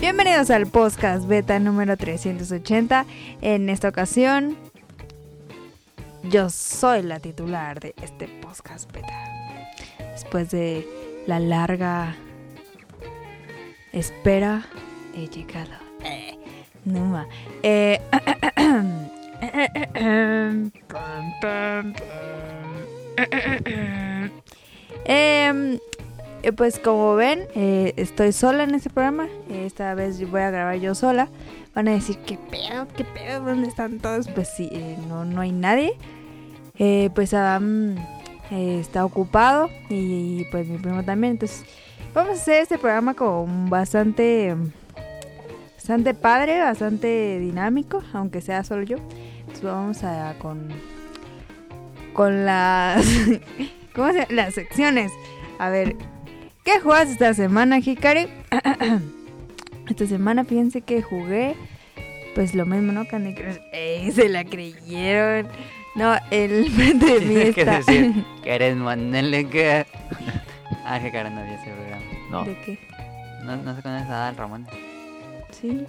Bienvenidos al podcast beta número 380. En esta ocasión, yo soy la titular de este podcast beta. Después de la larga espera, he llegado. Eh, no ma. Eh, Em, eh, pues como ven, eh, estoy sola en este programa. Eh, Esta vez yo voy a grabar yo sola. Van a decir, ¿qué pedo? ¿Qué pedo? ¿Dónde están todos? Pues sí, eh, no, no hay nadie. Eh, pues Adam eh, está ocupado y, pues mi primo también. Entonces vamos a hacer este programa con bastante, bastante padre, bastante dinámico, aunque sea solo yo. Entonces vamos a con, con las, ¿cómo se? llama? Las secciones. A ver, ¿qué juegas esta semana, Hikari? esta semana fíjense que jugué, pues lo mismo, ¿no? Candy Crush. ¡Ey! Se la creyeron. No, el frente de mí Tienes que está... decir, ¿quieres mandarle que...? Ah, que Karen no vio ese programa. No. ¿De qué? No, se conoces a Adal Ramón. Sí.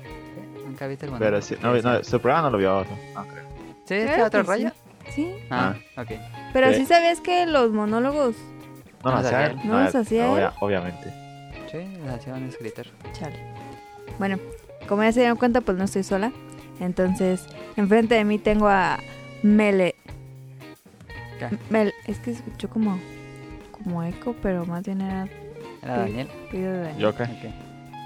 Nunca viste el Pero sí, no, no, su programa no lo vio. No, Ah, creo. ¿Sí? ¿Este Claro otro que sí. rollo? Sí, Ah, ok. pero Sí. sí sabías que los monólogos, no, No ¿eh? no, hacía sabía. él. No los hacía él. obvia- Obviamente. Sí, la hacía un escritor. chale. Bueno, como ya se dieron cuenta, pues no estoy sola. Entonces, enfrente de mí tengo a Mele. ¿Qué? Mel, es que se escuchó como, como eco, pero más bien era Era Sí. Daniel. pido de Daniel. Yo qué. Ok.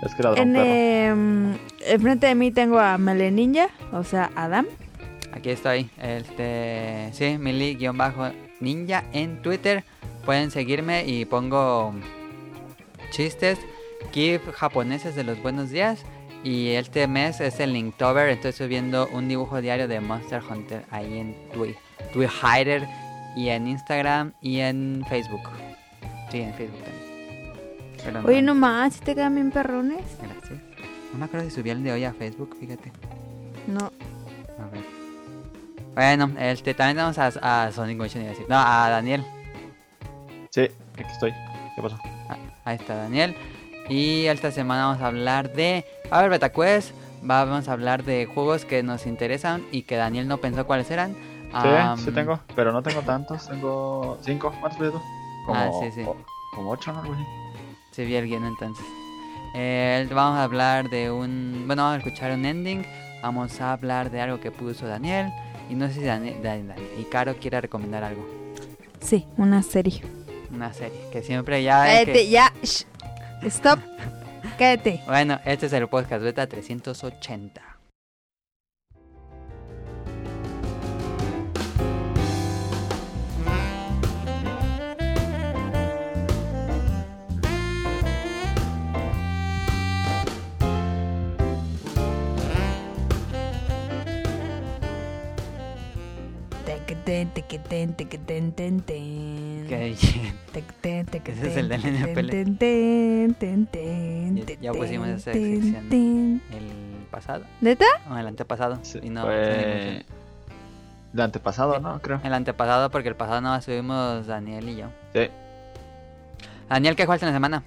Es que ladrón En, perro. em, enfrente de mí tengo a Mele Ninja, o sea, Adam. Aquí estoy. Este... Sí, Mili-Ninja en Twitter. Pueden seguirme y pongo chistes, GIF japoneses de los buenos días. Y este mes es el Linktober, estoy subiendo un dibujo diario de Monster Hunter ahí en Twi- Twitter y en Instagram y en Facebook. Sí, en Facebook también. Pero Oye, nomás, si te quedan bien perrones. Gracias. No me acuerdo si subí el de hoy a Facebook, fíjate. No, A ver. Bueno, este, también tenemos a, a Sonic Motion, iba a decir. No, a Daniel. Sí, aquí estoy. ¿Qué pasó? Ahí está Daniel. Y esta semana vamos a hablar de. A ver, Betacuest. va- Vamos a hablar de juegos que nos interesan y que Daniel no pensó cuáles eran. Sí, Am, sí tengo, pero no tengo tantos. Tengo cinco. ¿Cuántos viste tú? Como, Ah, sí, sí. o- como ocho, ¿no? Algo así. Sí, vi el guion entonces. Eh, vamos a hablar de un. Bueno, vamos a escuchar un ending. Vamos a hablar de algo que puso Daniel. Y no sé si Daniel, Dan- Dan- y Caro quiere recomendar algo. sí, una serie. Una serie. Que siempre ya. es que- Cállate, ya. shh. Stop. Cállate. Bueno, este es el podcast beta 380. Tequetén, tequetén, tequetén, ten, ten. Qué bien. Tequetén, tequetén, Ese es el del tequetén, NFL. ten, ten, ten, ten, Ya- ya ten, pusimos esa ten, sección. ten. El pasado. ¿Neta? No, el antepasado. Sí, Y no, fue el antepasado, ¿no? Creo. El antepasado porque el pasado nada más subimos Daniel y yo. Sí. Daniel, ¿qué jugaste en la semana?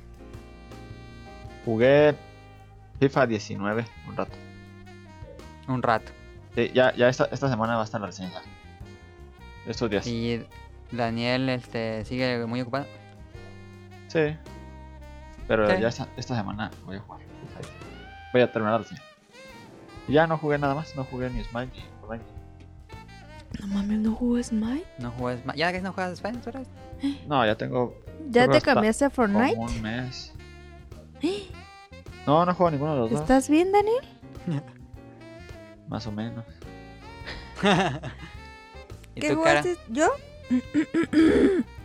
Jugué FIFA 19 un rato. Un rato. Sí, ya, ya esta, esta semana va a estar la reseña. Estos días. Sí. Y Daniel este, sigue muy ocupado. Pero Sí. ya esta, esta semana voy a jugar. FIFA 19. Voy a terminar la reseña. Y ya no jugué nada más. No jugué ni Smite ni Fortnite. No mames, ¿no jugó Smite? No juegas más. ¿Ya que no juegas Spine? ¿Tú eres? No, ya tengo ¿Ya Pero te está- cambiaste a como Fortnite? un mes. No, no juego ninguno de los dos. ¿Estás bien, Daniel? Más o menos. ¿Y ¿Qué tú, cara? jugaste? ¿Yo?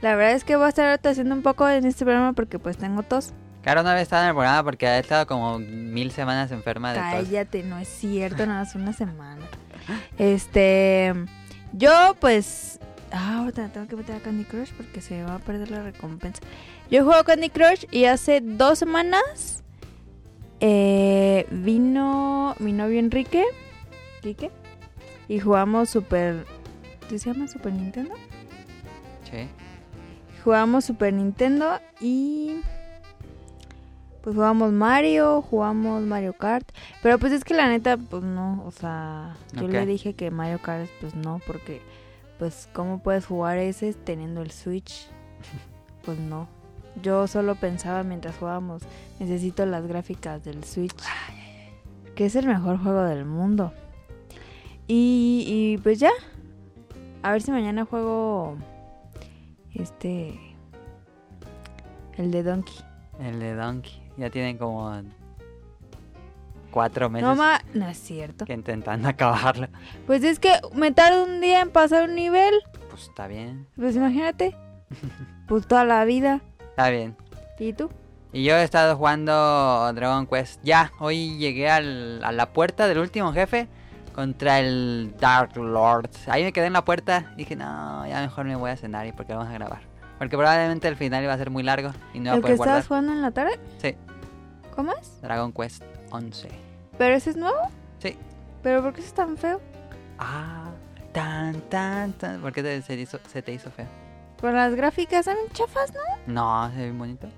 La verdad es que voy a estar ahorita haciendo un poco en este programa porque pues tengo tos. Cara no había estado en el programa porque ha estado como mil semanas enferma de tos. Cállate, no es cierto, nada más una semana. Este, yo pues, ah, ahorita tengo que meter a Candy Crush porque se va a perder la recompensa. Yo juego Candy Crush y hace dos semanas eh, vino mi novio Enrique, Enrique, y jugamos Super, ¿qué se llama Super Nintendo? Sí. Jugamos Super Nintendo y Pues jugamos Mario, jugamos Mario Kart. Pero pues es que la neta, pues no, o sea, yo Ok. le dije que Mario Kart, pues no, porque pues cómo puedes jugar ese teniendo el Switch. Pues no. Yo solo pensaba mientras jugábamos, necesito las gráficas del Switch, que es el mejor juego del mundo. Y, y pues ya, a ver si mañana juego este, el de Donkey. El de Donkey. Ya tienen como cuatro meses No, ma, no es cierto. que intentando acabarlo. Pues es que me tardo un día en pasar un nivel. Pues está bien. Pues imagínate. Pues toda la vida. Está bien. ¿Y tú? Y yo he estado jugando Dragon Quest. Ya, hoy llegué al- a la puerta del último jefe contra el Dark Lord. Ahí me quedé en la puerta. Dije, no, ya mejor me voy a cenar y porque vamos a grabar. Porque probablemente el final iba a ser muy largo y no iba a ¿El que poder guardar. estabas jugando en la tarde? Sí, ¿Cómo es? Dragon Quest 11. ¿Pero ese es nuevo? Sí. ¿Pero por qué es tan feo? Ah, tan, tan, tan. ¿Por qué te- se, hizo- se te hizo feo? Por las gráficas eran chafas, ¿no? No, se ve bien bonito.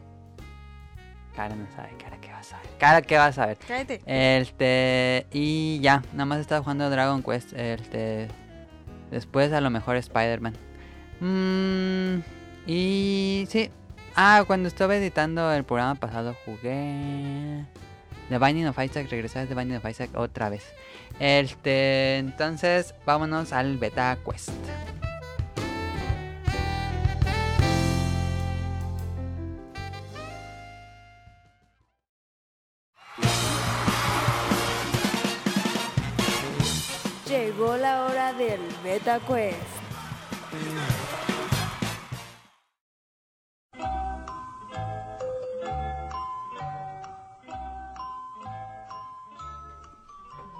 Cara no sabe, cara que vas a ver. Cara que vas a ver. Cállate. Este, y ya, nada más estaba jugando Dragon Quest. Este, después a lo mejor Spider-Man. Mm, y sí, ah, cuando estaba editando el programa pasado jugué The Binding of Isaac. Regresé a The Binding of Isaac otra vez. Este, entonces vámonos al Beta Quest. Llegó la hora del Beta Quest.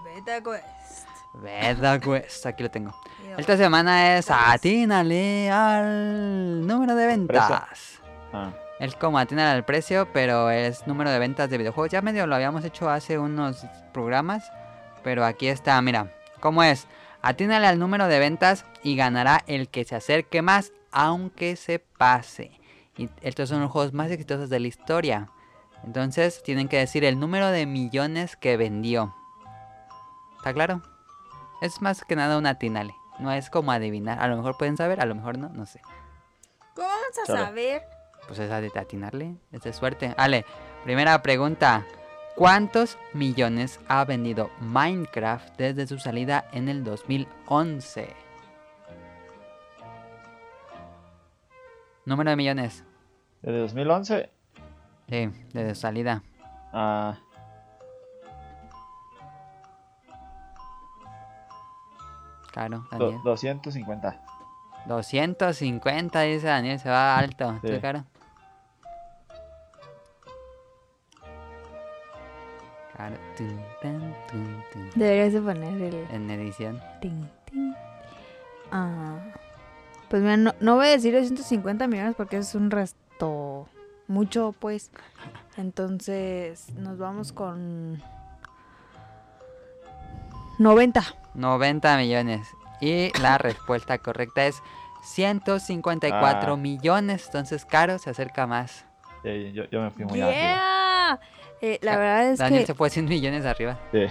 Beta Quest. Beta Quest, aquí lo tengo. Esta semana es atínale al número de ventas. Ah, Es como atinar al precio, pero es número de ventas de videojuegos. Ya medio lo habíamos hecho hace unos programas, pero aquí está, mira, ¿cómo es? Atínale al número de ventas y ganará el que se acerque más, aunque se pase. Y estos son los juegos más exitosos de la historia. Entonces tienen que decir el número de millones que vendió. ¿Está claro? Es más que nada un atínale. No es como adivinar. A lo mejor pueden saber, a lo mejor no, no sé. ¿Cómo vamos a Claro. saber? Pues esa de atinarle, es de suerte. Ale, primera pregunta. ¿Cuántos millones ha vendido Minecraft desde su salida en el 2011? Número de millones. desde 2011 Sí, desde su salida. a... Claro, do- Daniel. 250. 250, dice Daniel, se va alto. ¿Tú, Sí. Caro? Caro, tun, tan, tun, tun. Deberías de poner el En edición. ting, ting. Ah. Pues mira, no, no voy a decir 250 millones porque es un resto mucho, pues. Entonces, nos vamos con 90. 90 millones. Y la respuesta correcta es 154 Ah. millones. Entonces, Caro se acerca más. Sí, yo, yo me fui muy arriba. Yeah. Eh, la Ja, verdad es Daniel que se fue 100 millones arriba. Sí.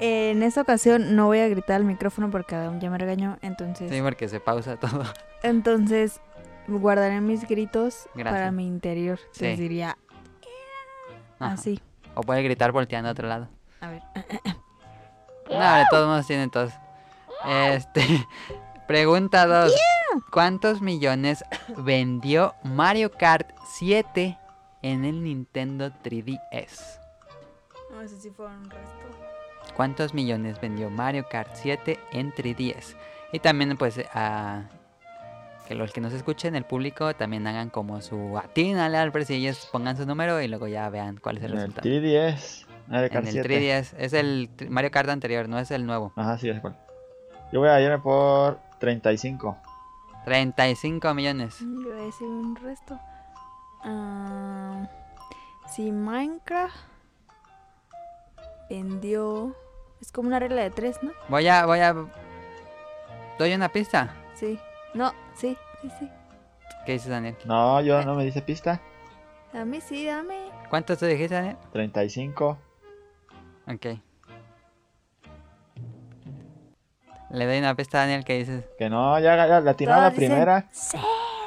eh, en esta ocasión no voy a gritar al micrófono porque aún ya me regañó. Entonces, Sí, porque se pausa todo. entonces guardaré mis gritos Gracias. para mi interior. Sí. Les diría Ajá. así. O puede gritar volteando a otro lado. Ah, A ver. No, de todos modos tienen todos. Este. Pregunta 2. ¿Cuántos millones vendió Mario Kart 7 en el Nintendo 3DS? No sé si fue un resto. cuántos millones vendió Mario Kart 7 entre 10. Y también pues a que los que nos escuchen, el público, también hagan como su atínale al precio y ellos pongan su número y luego ya vean cuál es el En el resultado. 3DS. Mario En Kart el 7. 3DS, es el tri- Mario Kart anterior, no es el nuevo. Ajá, sí, ya sé cuál. Yo voy a irme por 35. 35 millones. Yo voy a decir un resto. Ah, si Minecraft vendió. Es como una regla de tres, ¿no? Voy a, voy a... Doy una pista. Sí. No, sí, sí, sí. ¿Qué dices Daniel? Eh. No, yo no me dice pista. A mí sí, dame. ¿Cuántos tú dijiste, Daniel? 35. Ok. Le doy una pista a Daniel que dices. Que no, ya, ya la tiró a la Todos dicen, primera. Sí,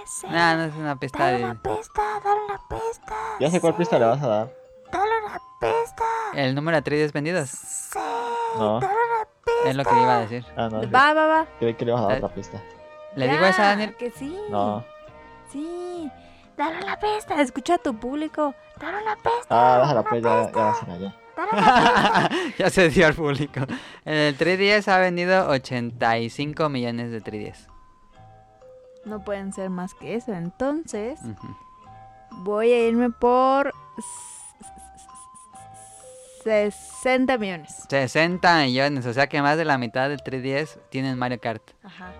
sí. No, no es una pista Dale de. una pista, dale una pista. Ya sé cuál pista le vas a dar. Dale una pista. El número de tríos vendidos. Sí. No. Dale una pista. Es lo que iba a decir. Ah, no. sí. Va, va, va. Creí que le ibas a dar Dale. otra pista. Le Ya, digo esa a Daniel. Que sí. No. Sí. Dale una pista. Escucha a tu público. Dale una pista. Ah, déjala una pues, ya, pista, ya será Dale ya. una pista. ya se dio al público. En el 3DS ha vendido 85 millones de 3DS. No pueden ser más que eso. Entonces, Ujú. voy a irme por. 60 millones. 60 millones, o sea que más de la mitad del 3DS tienen Mario Kart. Ajá.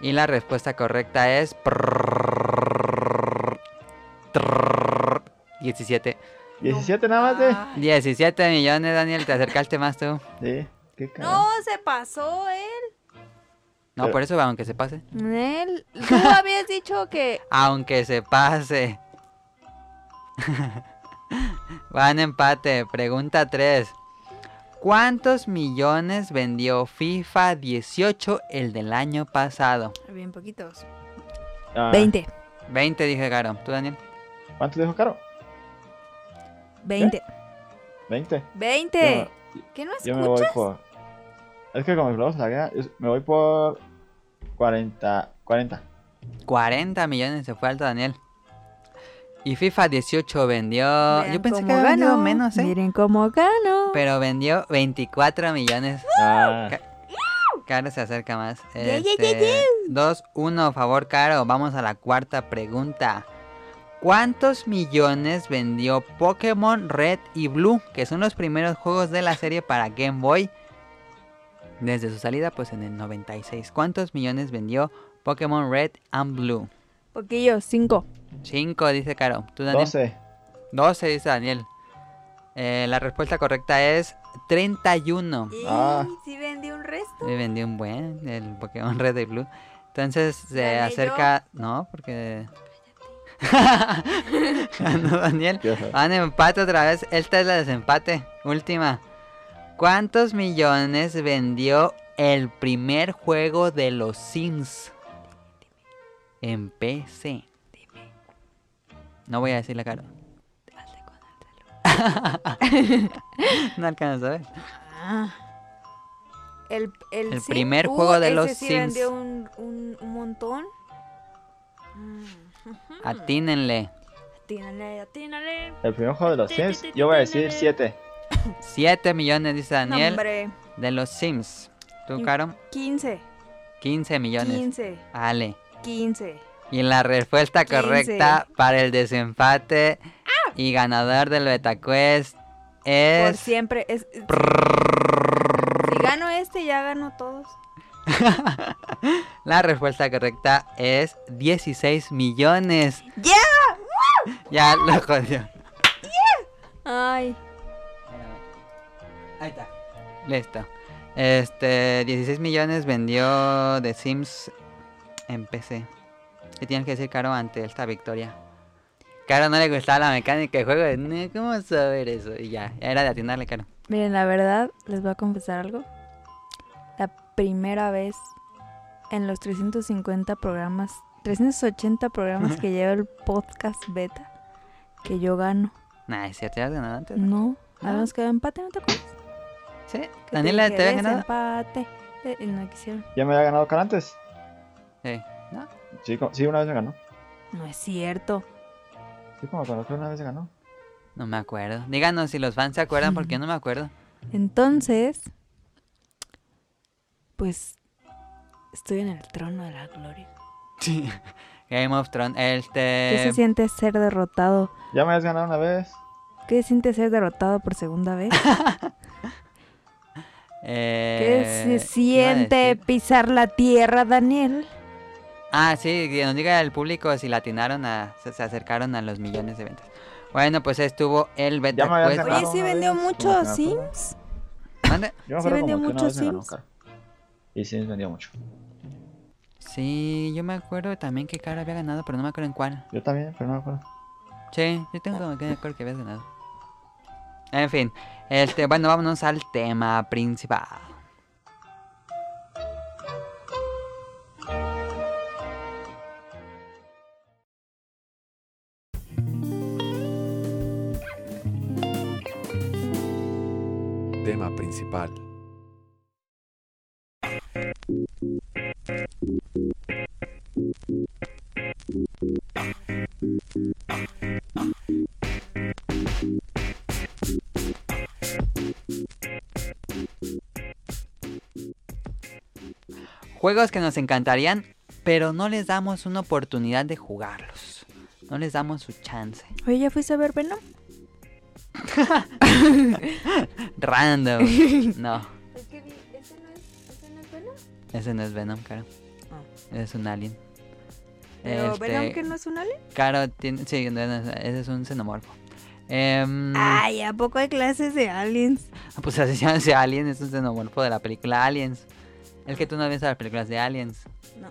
Y la respuesta correcta es 17. 17 nada más eh. de. Ah. 17 millones, Daniel, te acercaste más tú. Sí. Qué cagado. No, se pasó él. No, Pero- por eso, aunque se pase. Él. Tú habías dicho que. Aunque se pase. Van empate. Pregunta 3. ¿Cuántos millones vendió FIFA 18 el del año pasado? Bien poquitos. Ah, 20. 20 dije Garo. ¿Tú, Daniel? ¿Cuánto dijo Caro? 20. 20. Yo 20. ¿Qué no ¿Eh? Yo me voy escuchas? por. Es que con mis globos a la guerra, es- me voy por 40. 40. 40 millones se fue alto, Daniel. Y FIFA 18 vendió... Vean Ah, Yo pensé que cómo había vendido gano. menos, ¿eh? Miren cómo gano. Pero vendió 24 millones. Ah, Ca- Caro se acerca más. Ya, ya, ya, Este, ya. 2-1, favor, Caro. Vamos a la cuarta pregunta. ¿Cuántos millones vendió Pokémon Red y Blue, que son los primeros juegos de la serie para Game Boy? Desde su salida, pues en el 96. ¿Cuántos millones vendió Pokémon Red and Blue? Poquillos, 5. 5, dice Caro. ¿Tú, Daniel? 12. 12, dice Daniel. Eh, la respuesta correcta es 31. Y Ah. si vendí un resto. Me vendió un buen el Pokémon Red y Blue. Entonces se Gané acerca. No, porque. Ganó Daniel. Qué feo. Van empate otra vez. Esta es la desempate. Última. ¿Cuántos millones vendió el primer juego de los Sims? En PC. Dime, No voy a decir la cara. hazle con el teléfono. No alcanzo a ver. Ah. El, el, El Sim- primer juego de ese los sí Sims. vendió un, un, un montón. Mm. Atínenle. Atínale, atínale. El primer juego de los Sims, yo voy a decir 7. 7 millones, dice Daniel, Hombre, de los Sims. ¿Tú, Mm. Caro? 15, 15 millones. 15, Ale. 15. Y la respuesta 15. correcta para el desempate y ganador del BetaQuest ¡Ah! Por es. siempre. Es, es- si gano este, ya gano todos. La respuesta correcta es 16 millones. ¡Ya! Ya lo jodió. Ay, Ahí está. Listo. Este, 16 millones vendió The Sims en PC. ¿Qué tienes que decir, Caro, ante esta victoria? Caro no le gustaba la mecánica de juego. "No, ¿Cómo saber eso? Y ya, ya era de atinarle, Caro. miren, la verdad, les voy a confesar algo. La primera vez en los 350 programas, 380 programas que lleva el podcast beta, que yo gano. Nah, es cierto, ya has ganado antes. ¿no? No, Ah. habíamos quedado empate, ¿no te acuerdas? Sí, Que te Daniela, dije, ¿te había ganado? Desempate. Eh, no quisieron. ¿Ya me había ganado Caro antes? Sí. ¿No? Sí, co- sí, una vez me ganó. No es cierto. Sí, como conozco una vez se ganó. No me acuerdo. Díganos si los fans se acuerdan porque yo no me acuerdo. Entonces, pues estoy en el trono de la gloria. Sí. Game of Thrones. ¿Qué Este. se siente ser derrotado? Ya me habías ganado una vez. ¿Qué se siente ser derrotado por segunda vez? ¿Qué eh, iba se a siente decir- pisar la tierra, Daniel? Ah, sí, que nos diga el público si latinaron a. Se, se acercaron a los millones de ventas. Bueno, pues estuvo el Ya beta me habías quest. ganado. Oye, sí una vendió vez, mucho como que me acuerdo. Sims. ¿Mande? Yo me Sí acuerdo vendió como que una mucho vez me ganó Sims. Caro. Y Sims vendió mucho. Sí, yo me acuerdo también que Cara había ganado, pero no me acuerdo en cuál. Yo también, pero no me acuerdo. Sí, yo tengo como que recuerdo que habías ganado. En fin, este, bueno, vámonos al tema principal. Tema principal. Juegos que nos encantarían, pero no les damos una oportunidad de jugarlos. No les damos su chance. Oye, ¿ya fuiste a ver Venom? Random. No, Es que ese no es, ese no es Venom. ese no es Venom, Caro. Ah. Es un alien. Pero Este, Venom que no es un alien. Caro tiene. Sí, no, no, ese es un xenomorfo. Em, Ay, ¿a poco hay clases de aliens? Pues así se llama ese Alien, es un xenomorfo de la película Aliens. Es que tú no ves las películas de Aliens. No.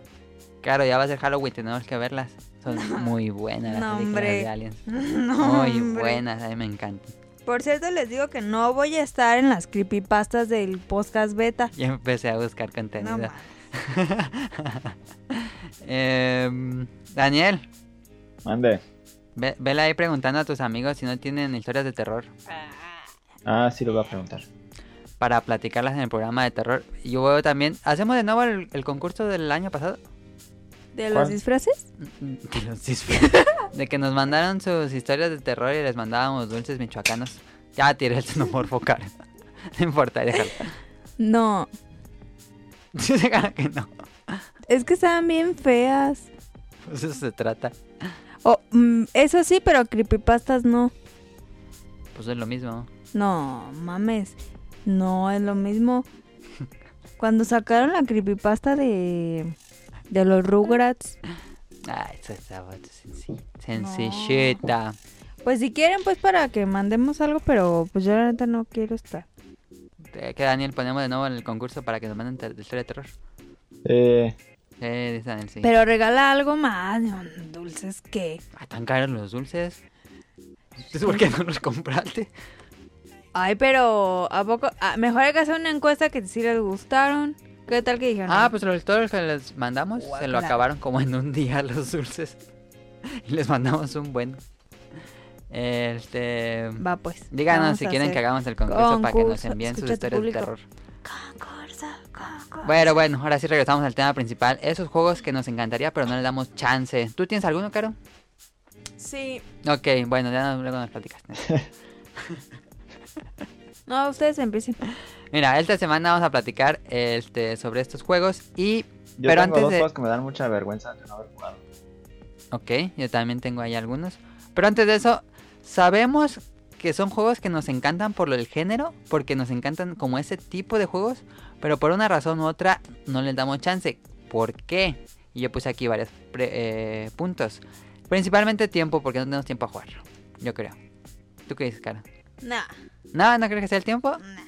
Claro, ya va a ser Halloween, tenemos que verlas. Son muy buenas las No, películas hombre. de Aliens. No, Muy hombre. buenas, a mí me encantan. Por cierto, les digo que no voy a estar en las creepypastas del podcast beta. Ya empecé a buscar No, contenido. ma. Em, Daniel, Mande. ve, vele ahí preguntando a tus amigos si no tienen historias de terror Ah, sí, lo voy a preguntar. para platicarlas en el programa de terror. Yo veo también. ¿Hacemos de nuevo el, el concurso del año pasado? ¿De los ¿Cuál? disfraces? De, los disfraces. De que nos mandaron sus historias de terror y les mandábamos dulces michoacanos. Ya tiré el xenomorfo, cara. No importa, déjalo. No, Déjalo que no. es que estaban bien feas. Pues eso se trata. Oh, mm, eso sí, pero creepypastas no. Pues es lo mismo. No, mames. No, es lo mismo. Cuando sacaron la creepypasta de, de los Rugrats. Ay, Ah, eso estaba sensi- No. sencillita. Pues si quieren, pues para que mandemos algo, pero pues yo la neta no quiero estar. Eh, Que Daniel ponemos de nuevo en el concurso para que nos manden ter- historia de terror. Eh, Eh, dice Daniel, sí. Pero regala algo más, no, dulces que... Ah, tan caros los dulces. Entonces, ¿por qué no los compraste? Ay, pero ¿a poco? Ah, mejor hay que hacer una encuesta que sí les gustaron. ¿Qué tal que dijeron? Ah, pues los, todos los que les mandamos se lo Guácala. acabaron como en un día los dulces. Y les mandamos un buen. Este. Va pues. Díganos Vamos si a quieren que hacer hagamos el concurso, para que nos concurso. envíen sus Escucha tu historias de público. terror. Concurso, concurso. Bueno, bueno, ahora sí regresamos al tema principal. Esos juegos que nos encantaría, pero no les damos chance. ¿Tú tienes alguno, Caro? Sí. Ok, bueno, ya luego nos platicas. No, ustedes empiecen. Mira, esta semana vamos a platicar este, sobre estos juegos y... yo pero tengo antes dos de... juegos que me dan mucha vergüenza de no haber jugado. Ok, yo también tengo ahí algunos. Pero antes de eso, sabemos que son juegos que nos encantan por el género, porque nos encantan como ese tipo de juegos, pero por una razón u otra no les damos chance. ¿Por qué? Y yo puse aquí varios pre- eh, puntos. Principalmente tiempo, porque no tenemos tiempo a jugar. Yo creo. ¿Tú qué dices, cara? Nah, No, no creo que sea el tiempo. nah.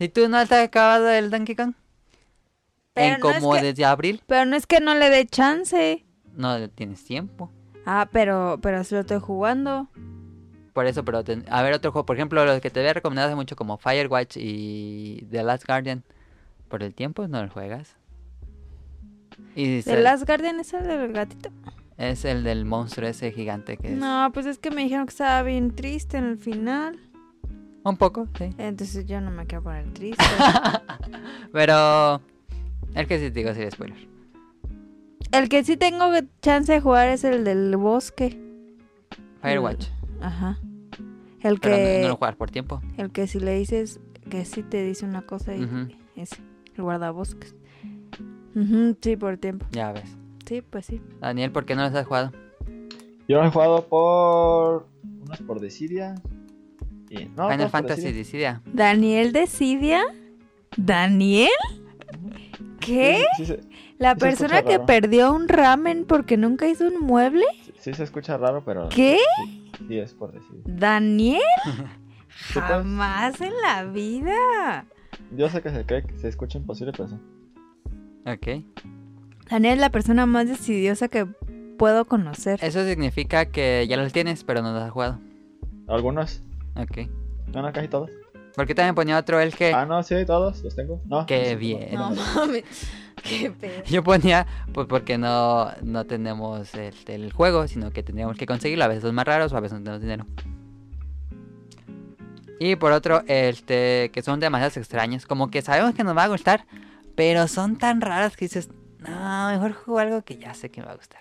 ¿Y tú no estás acabado el Donkey Kong? Pero en no es como que- desde abril. Pero no es que no le dé chance. No tienes tiempo. Ah, pero, pero sí lo estoy jugando. Por eso, pero ten- a ver otro juego. Por ejemplo, los que te había recomendado hace mucho como Firewatch y The Last Guardian. Por el tiempo no lo juegas. Y ¿De se- Last Guardian es el del gatito? es el del monstruo ese gigante que es... No, pues es que me dijeron que estaba bien triste en el final. Un poco, sí. Entonces yo no me quiero poner triste. Pero... El que sí te digo sería spoiler. el que sí tengo chance de jugar es el del bosque. Firewatch. Ajá. El Pero no- Mm, que, no, lo juegas por tiempo. el que si le dices que sí te dice una cosa y Ujú. ese, el guardabosques. Ujú, sí, por tiempo. Ya ves. Sí, pues sí. Daniel, ¿por qué no los has jugado? Yo los he jugado por. Unos por Decidia. Y... No, Final todos por Fantasy Dissidia. Dissidia. Daniel Decidia. ¿Daniel? ¿Qué? Sí, sí, sí, ¿La Se escucha persona que raro. perdió un ramen porque nunca hizo un mueble? sí, sí se escucha raro, pero. ¿Qué? Sí, sí, es por Decidia. ¿Daniel? tal? Jamás en la vida. Yo sé que se cree que se escucha imposible, pero sí. Ok. Daniel es la persona más decidiosa que puedo conocer. Eso significa que ya los tienes, pero no los has jugado. Algunos. Ok. No, no, casi todos. Porque también ponía otro el que... Ah, no, sí, todos. Los tengo. No. Qué no sé. bien. No, No mames. Qué pedo. Yo ponía, pues porque no, no tenemos el, el juego, sino que tendríamos que conseguirlo. A veces son más raros, o a veces no tenemos dinero. Y por otro, este, que son demasiadas extrañas. Como que sabemos que nos va a gustar, pero son tan raras que dices, no, mejor juego algo que ya sé que me va a gustar.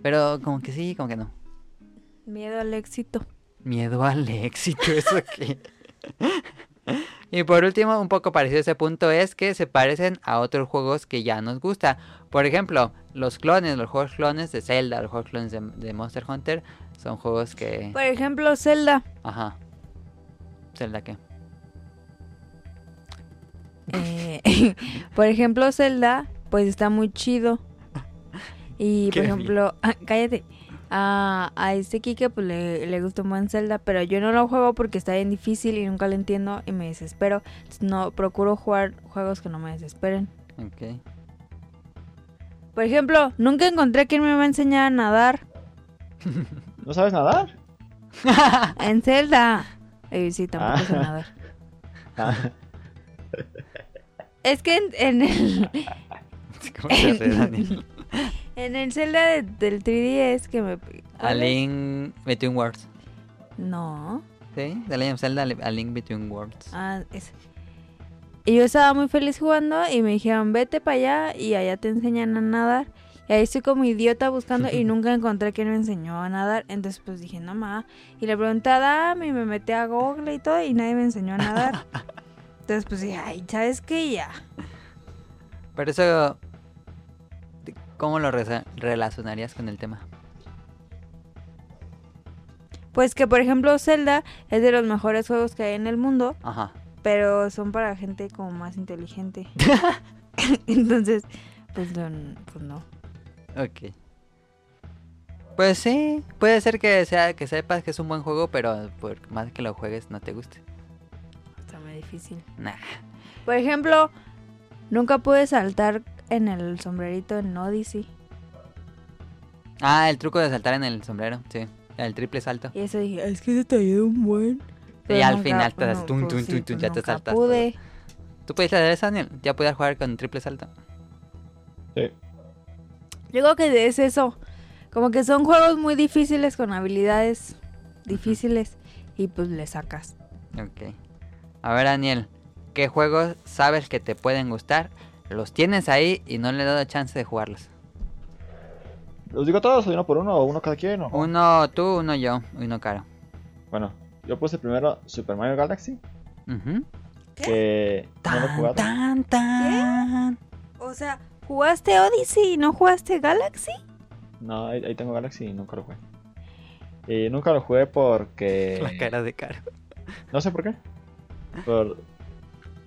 Pero como que sí, como que no. Miedo al éxito. Miedo al éxito, eso que. y por último, un poco parecido a ese punto es que se parecen a otros juegos que ya nos gusta. Por ejemplo, los clones, los juegos clones de Zelda, los juegos clones de, de Monster Hunter, son juegos que. Por ejemplo, Zelda. Ajá. Zelda qué. Eh, por ejemplo, Zelda, pues está muy chido. Y Qué por ejemplo, ah, cállate. A, a este Kike pues, le, le gusta un buen Zelda, pero yo no lo juego porque está bien difícil y nunca lo entiendo y me desespero. Entonces, no procuro jugar juegos que no me desesperen. Ok. Por ejemplo, nunca encontré a quien me va a enseñar a nadar ¿No sabes nadar? en Zelda. Y sí, tampoco sé Ah. nadar. Ah, Es que en, en el ¿Cómo se hace, Daniel? en el Zelda de- del 3DS que me A Link Between Worlds. No. ¿Sí? De Legend of Zelda a Link Between Worlds. Ah, ese. Y yo estaba muy feliz jugando y me dijeron, vete para allá y allá te enseñan a nadar. Y ahí estoy como idiota buscando y nunca encontré quien me enseñó a nadar. Entonces pues dije, no ma. Y le pregunté a Dami y me metí a Google y todo y nadie me enseñó a nadar. Entonces pues dije, ay, ¿sabes qué? Ya. Pero eso. ¿Cómo lo reza- relacionarías con el tema? Pues que por ejemplo Zelda es de los mejores juegos que hay en el mundo, Ajá. pero son para gente como más inteligente. Entonces, pues, no- pues no. Ok. Pues sí, puede ser que sea que sepas que es un buen juego, pero por más que lo juegues no te guste. Está muy difícil. Nah. Por ejemplo, nunca pude saltar en el sombrerito en Odyssey. Ah, el truco de saltar en el sombrero, sí. El triple salto. Y eso dije, es que se te ayuda un buen. Pero Y al nunca- final te das no, tun, pues tun, sí, tun, tun, pues ya te nunca saltas todo. Pude. ¿Tú pudiste hacer eso, Daniel? Ya podías jugar con triple salto. sí. Yo creo que es eso. Como que son juegos muy difíciles con habilidades difíciles. Y pues le sacas. Ok. A ver, Daniel, ¿qué juegos sabes que te pueden gustar? Los tienes ahí y no le he dado chance de jugarlos. ¿Los digo todos o uno por uno o uno cada quien? o- Uno tú, uno yo, uno caro. Bueno, yo puse primero Super Mario Galaxy, Ujú. que no lo he Tan, jugado. tan, tan. O sea, ¿jugaste Odyssey y no jugaste Galaxy? No, ahí, ahí tengo Galaxy y nunca lo jugué. Y nunca lo jugué porque... La cara de caro. No sé por qué. Por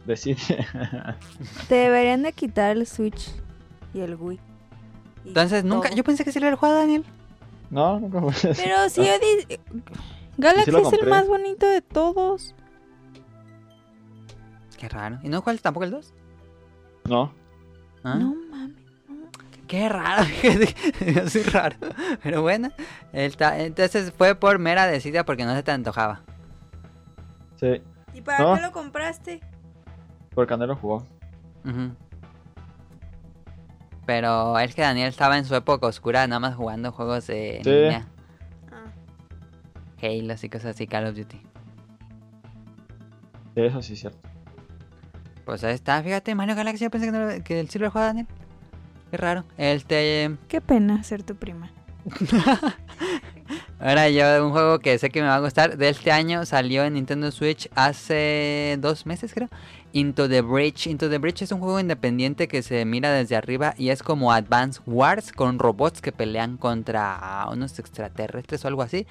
decir... Te deberían de quitar el Switch y el Wii. Y Entonces nunca. todo. Yo pensé que sí lo había jugado, Daniel. no, nunca jugué. eso. Pero si Odyssey... Galaxy Sí lo es el compré. más bonito de todos. Qué raro. ¿Y no juegas tampoco el 2? No, ¿Ah? No mames. no. Qué raro. fíjate, Soy raro. Pero bueno. él ta- Entonces fue por mera decida porque no se te antojaba. sí, ¿Y para No. qué lo compraste? porque Andrés lo jugó. Ujú. Pero es que Daniel estaba en su época oscura, nada más jugando juegos de Sí. línea. Ah. Halo y cosas así, Call of Duty. Sí, eso sí es cierto. Pues ahí está, fíjate, Mario Galaxy, yo pensé que, no lo- que sí lo había jugado Daniel. Qué raro. Este. em, Qué pena ser tu prima. Ahora yo un juego que sé que me va a gustar de este año salió en Nintendo Switch hace dos meses creo. Into the Bridge. Into the Bridge es un juego independiente que se mira desde arriba y es como Advance Wars con robots que pelean contra unos extraterrestres o algo así.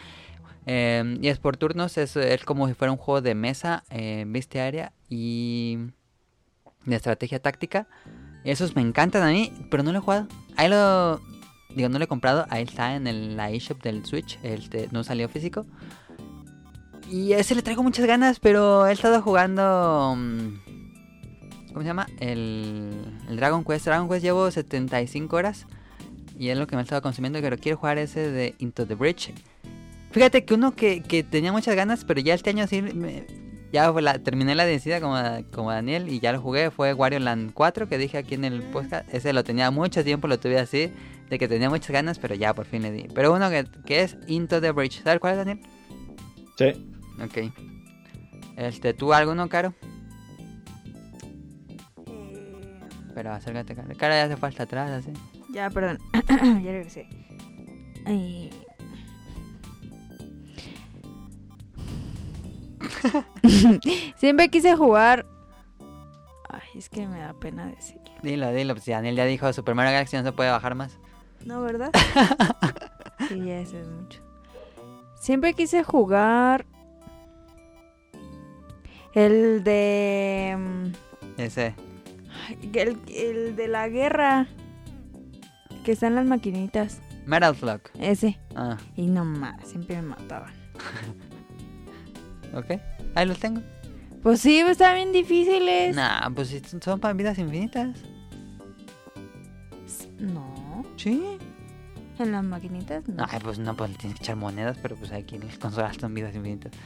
Eh, y es por turnos, es, es como si fuera un juego de mesa, eh, viste área y de estrategia táctica. Esos me encantan a mí, pero no lo he jugado. Ahí lo, Digo, no lo he comprado. Ahí está en el, la eShop del Switch. Este, no salió físico. Y a ese le traigo muchas ganas, pero he estado jugando. mm, ¿Cómo se llama? El, el Dragon Quest. Dragon Quest llevo 75 horas. y es lo que me estaba consumiendo, pero quiero jugar ese de Into the Bridge. Fíjate que uno que, que tenía muchas ganas, pero ya este año sí, me- ya fue la- terminé la decida como, como Daniel y ya lo jugué, fue Wario Land 4 que dije aquí en el podcast, ese lo tenía mucho tiempo, lo tuve así, de que tenía muchas ganas, pero ya por fin le di. Pero uno que, que es Into the Bridge, ¿sabes cuál es Daniel? Sí. Ok. Este, ¿tú alguno, Caro? Eh, Pero acércate, Caro. Caro ya se fue hasta atrás, así. Ya, perdón. ya regresé. Ay. Siempre quise jugar. Ay, es que me da pena decir. Dilo, dilo. pues, Si Daniel ya dijo Super Mario Galaxy no se puede bajar más. ¿No, verdad? sí, ya eso es mucho. Siempre quise jugar. El de. mm, Ese. ay, El, el de la guerra. Que están las maquinitas. Metal Slug. Ese. Ah, Y no más, siempre me mataban. ok. Ahí los tengo. Pues sí, pues, estaban bien difíciles. Nah, pues si son para vidas infinitas. No. Sí. En las maquinitas no. Ay, pues no, pues le tienes que echar monedas, pero pues aquí en las consolas son vidas infinitas.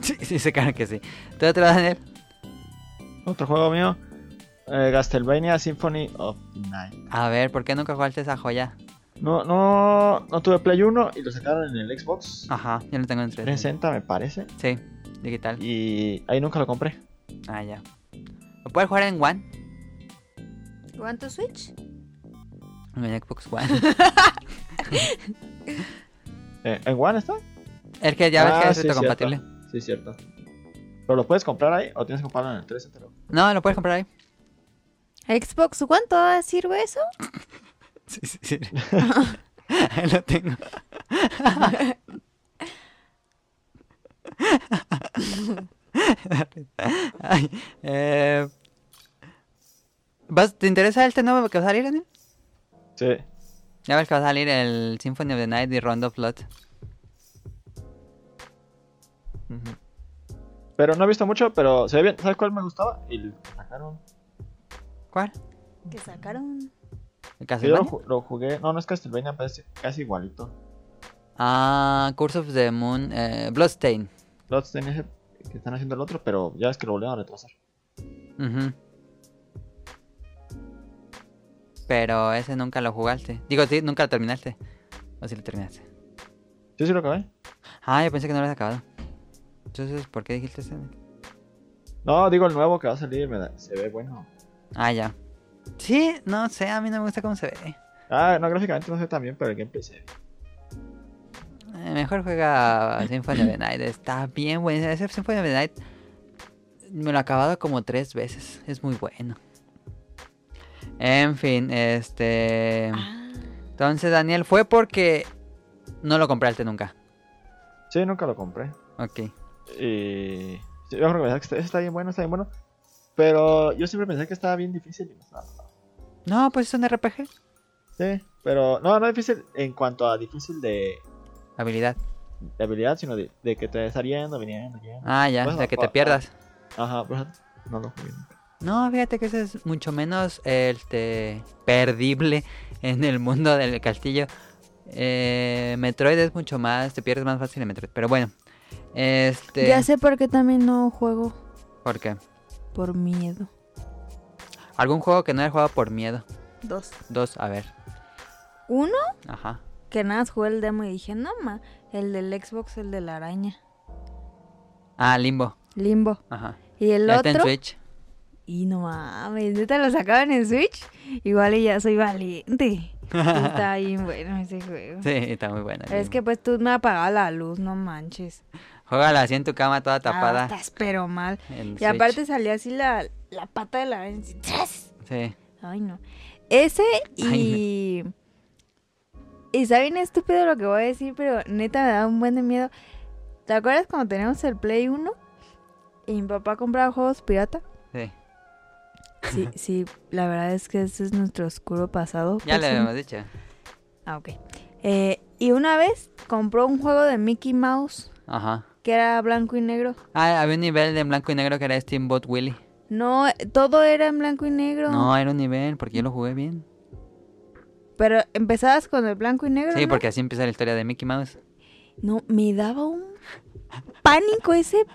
Sí, sí, se claro que sí. ¿Tú otro, Daniel? Otro juego mío. eh, Castlevania Symphony of the Night. A ver, ¿por qué nunca jugaste esa joya? No, no, no tuve Play 1 y lo sacaron en el Xbox Ajá, yo lo tengo en 3. 360, me parece. Sí, digital. Y ahí nunca lo compré. Ah, ya. ¿Lo puedes jugar en One? ¿Cuánto Switch? En Xbox One. Eh, ¿En One está? es que ya ves Ah, que es sí, retrocompatible. Sí, cierto. ¿Pero lo puedes comprar ahí o tienes que comprarlo en el 360? No, lo puedes comprar ahí. Xbox, ¿cuánto sirve eso? Sí, sí, sí. ahí lo tengo. Ay, eh, ¿vas- ¿Te interesa este nuevo que va a salir, Daniel? Sí. Ya ves que va a salir el Symphony of the Night y Rondo of Blood. Ujú. Pero no he visto mucho, pero se ve bien. ¿Sabes cuál me gustaba? Y lo sacaron. ¿Cuál? Que sacaron. ¿El Que Yo Castlevania? lo, ju- lo jugué. No, no es Castlevania, pero es casi igualito. Ah, Curse of the Moon, eh, Bloodstain. Los tenía que están haciendo el otro, pero ya es que lo volvieron a retrasar. Ujú. Pero ese nunca lo jugaste. Digo, sí, nunca lo terminaste. O si lo terminaste. Sí, sí lo acabé. Ah, yo pensé que no lo habías acabado. Entonces, ¿por qué dijiste ese? No, digo el nuevo que va a salir, me da- se ve bueno. Ah, ya. Sí, no sé, a mí no me gusta cómo se ve. Ah, no, gráficamente no sé tan bien, pero el gameplay se ve. Eh, mejor juega Symphony of the Night. Está bien bueno. Ese Symphony of the Night me lo he acabado como tres veces. Es muy bueno. En fin, este. Entonces, Daniel, fue porque no lo compraste nunca. Sí, nunca lo compré. Ok. Y. sí, Yo creo que pensaba que está- está bien bueno, está bien bueno. Pero yo siempre pensé que estaba bien difícil y no estaba. No, pues es un RPG. Sí, pero no, no difícil en cuanto a difícil de, Habilidad. de habilidad, sino de, de que te estás yendo, viniendo, yendo. Ah, ya, Bueno, de que te pa- pierdas. Ajá, pues no lo jugué. nunca. No, fíjate que ese es mucho menos este, perdible en el mundo del castillo. Eh, Metroid es mucho más, te pierdes más fácil en Metroid. Pero bueno, este. Ya sé por qué también no juego. ¿Por qué? Por miedo. ¿Algún juego que no haya jugado por miedo? Dos. Dos, a ver. Uno, Ajá. que nada, más jugué el demo y dije, no, ma. El del Xbox, el de la araña. Ah, Limbo. Limbo. Ajá. Y el Ya está en otro. Switch. Y no mames, neta lo sacaban en Switch. Igual y ya soy valiente. Está bien bueno ese juego. Sí, está muy bueno. Pero es que pues tú me apagabas la luz, no manches. Juega así en tu cama toda tapada. Ah, estás pero mal. en Y Switch. aparte salía así la, la pata de la araña, así, ¡zas! Sí. Ay, no. Ese y. Y está bien estúpido lo que voy a decir, pero neta me da un buen de miedo. ¿Te acuerdas cuando teníamos el Play 1? Y mi papá compraba juegos pirata. Sí. Sí, sí, la verdad es que ese es nuestro oscuro pasado. Ya lo persona. habíamos dicho. Ah, ok. Eh, y una vez compró un juego de Mickey Mouse Ajá. que era blanco y negro. Ah, había un nivel de en blanco y negro que era Steamboat Willie. No, eh, todo era en blanco y negro. No, era un nivel, porque yo lo jugué bien. Pero empezabas con el blanco y negro. Sí, ¿no? porque así empieza la historia de Mickey Mouse. No, me daba un pánico ese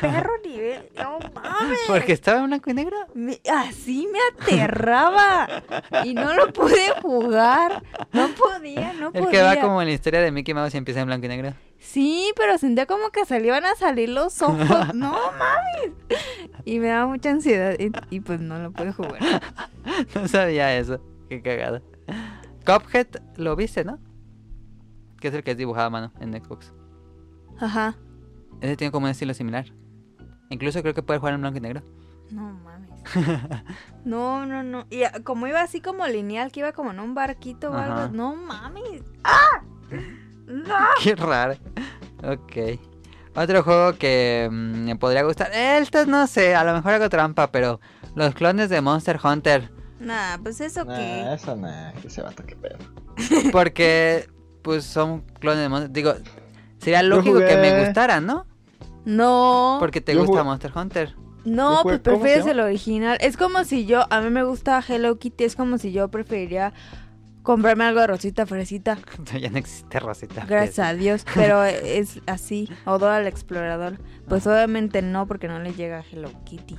perro nivel. No mames. Porque estaba en blanco y negro. Me- así me aterraba. Y no lo pude jugar. No podía, no podía. El que va como en la historia de Mickey Mouse y empieza en blanco y negro. Sí, pero sentía como que se le iban a salir los ojos. No mames. Y me daba mucha ansiedad. Y, y pues no lo pude jugar. No sabía eso. Qué cagada. Cuphead lo viste, ¿no? Que es el que es dibujado a mano en Xbox. Ajá. Ese tiene como un estilo similar. Incluso creo que puede jugar en blanco y negro. No mames. No, no, no. Y ah, como iba así como lineal, que iba como en un barquito o Ajá. algo. No mames. ¡Ah! ¡No! Qué raro. Ok. Otro juego que mm, me podría gustar. Estos no sé, a lo mejor hago trampa, pero los clones de Monster Hunter. Nah, pues eso Nah, qué. eso nah, que se vato, qué pedo. Porque, pues son clones de Monster Digo, sería Yo lógico que me jugué. gustaran, ¿no? No. Porque te Yo gusta jugué- Monster Hunter. No, pues Yo jugué- ¿cómo se prefieres llama? el original. Es como si yo, a mí me gusta Hello Kitty, es como si yo preferiría comprarme algo de Rosita Fresita, ya no existe Rosita. gracias a Dios, pero es así, o Dora el Explorador. Pues obviamente no, porque no le llega a Hello Kitty. ¿Tú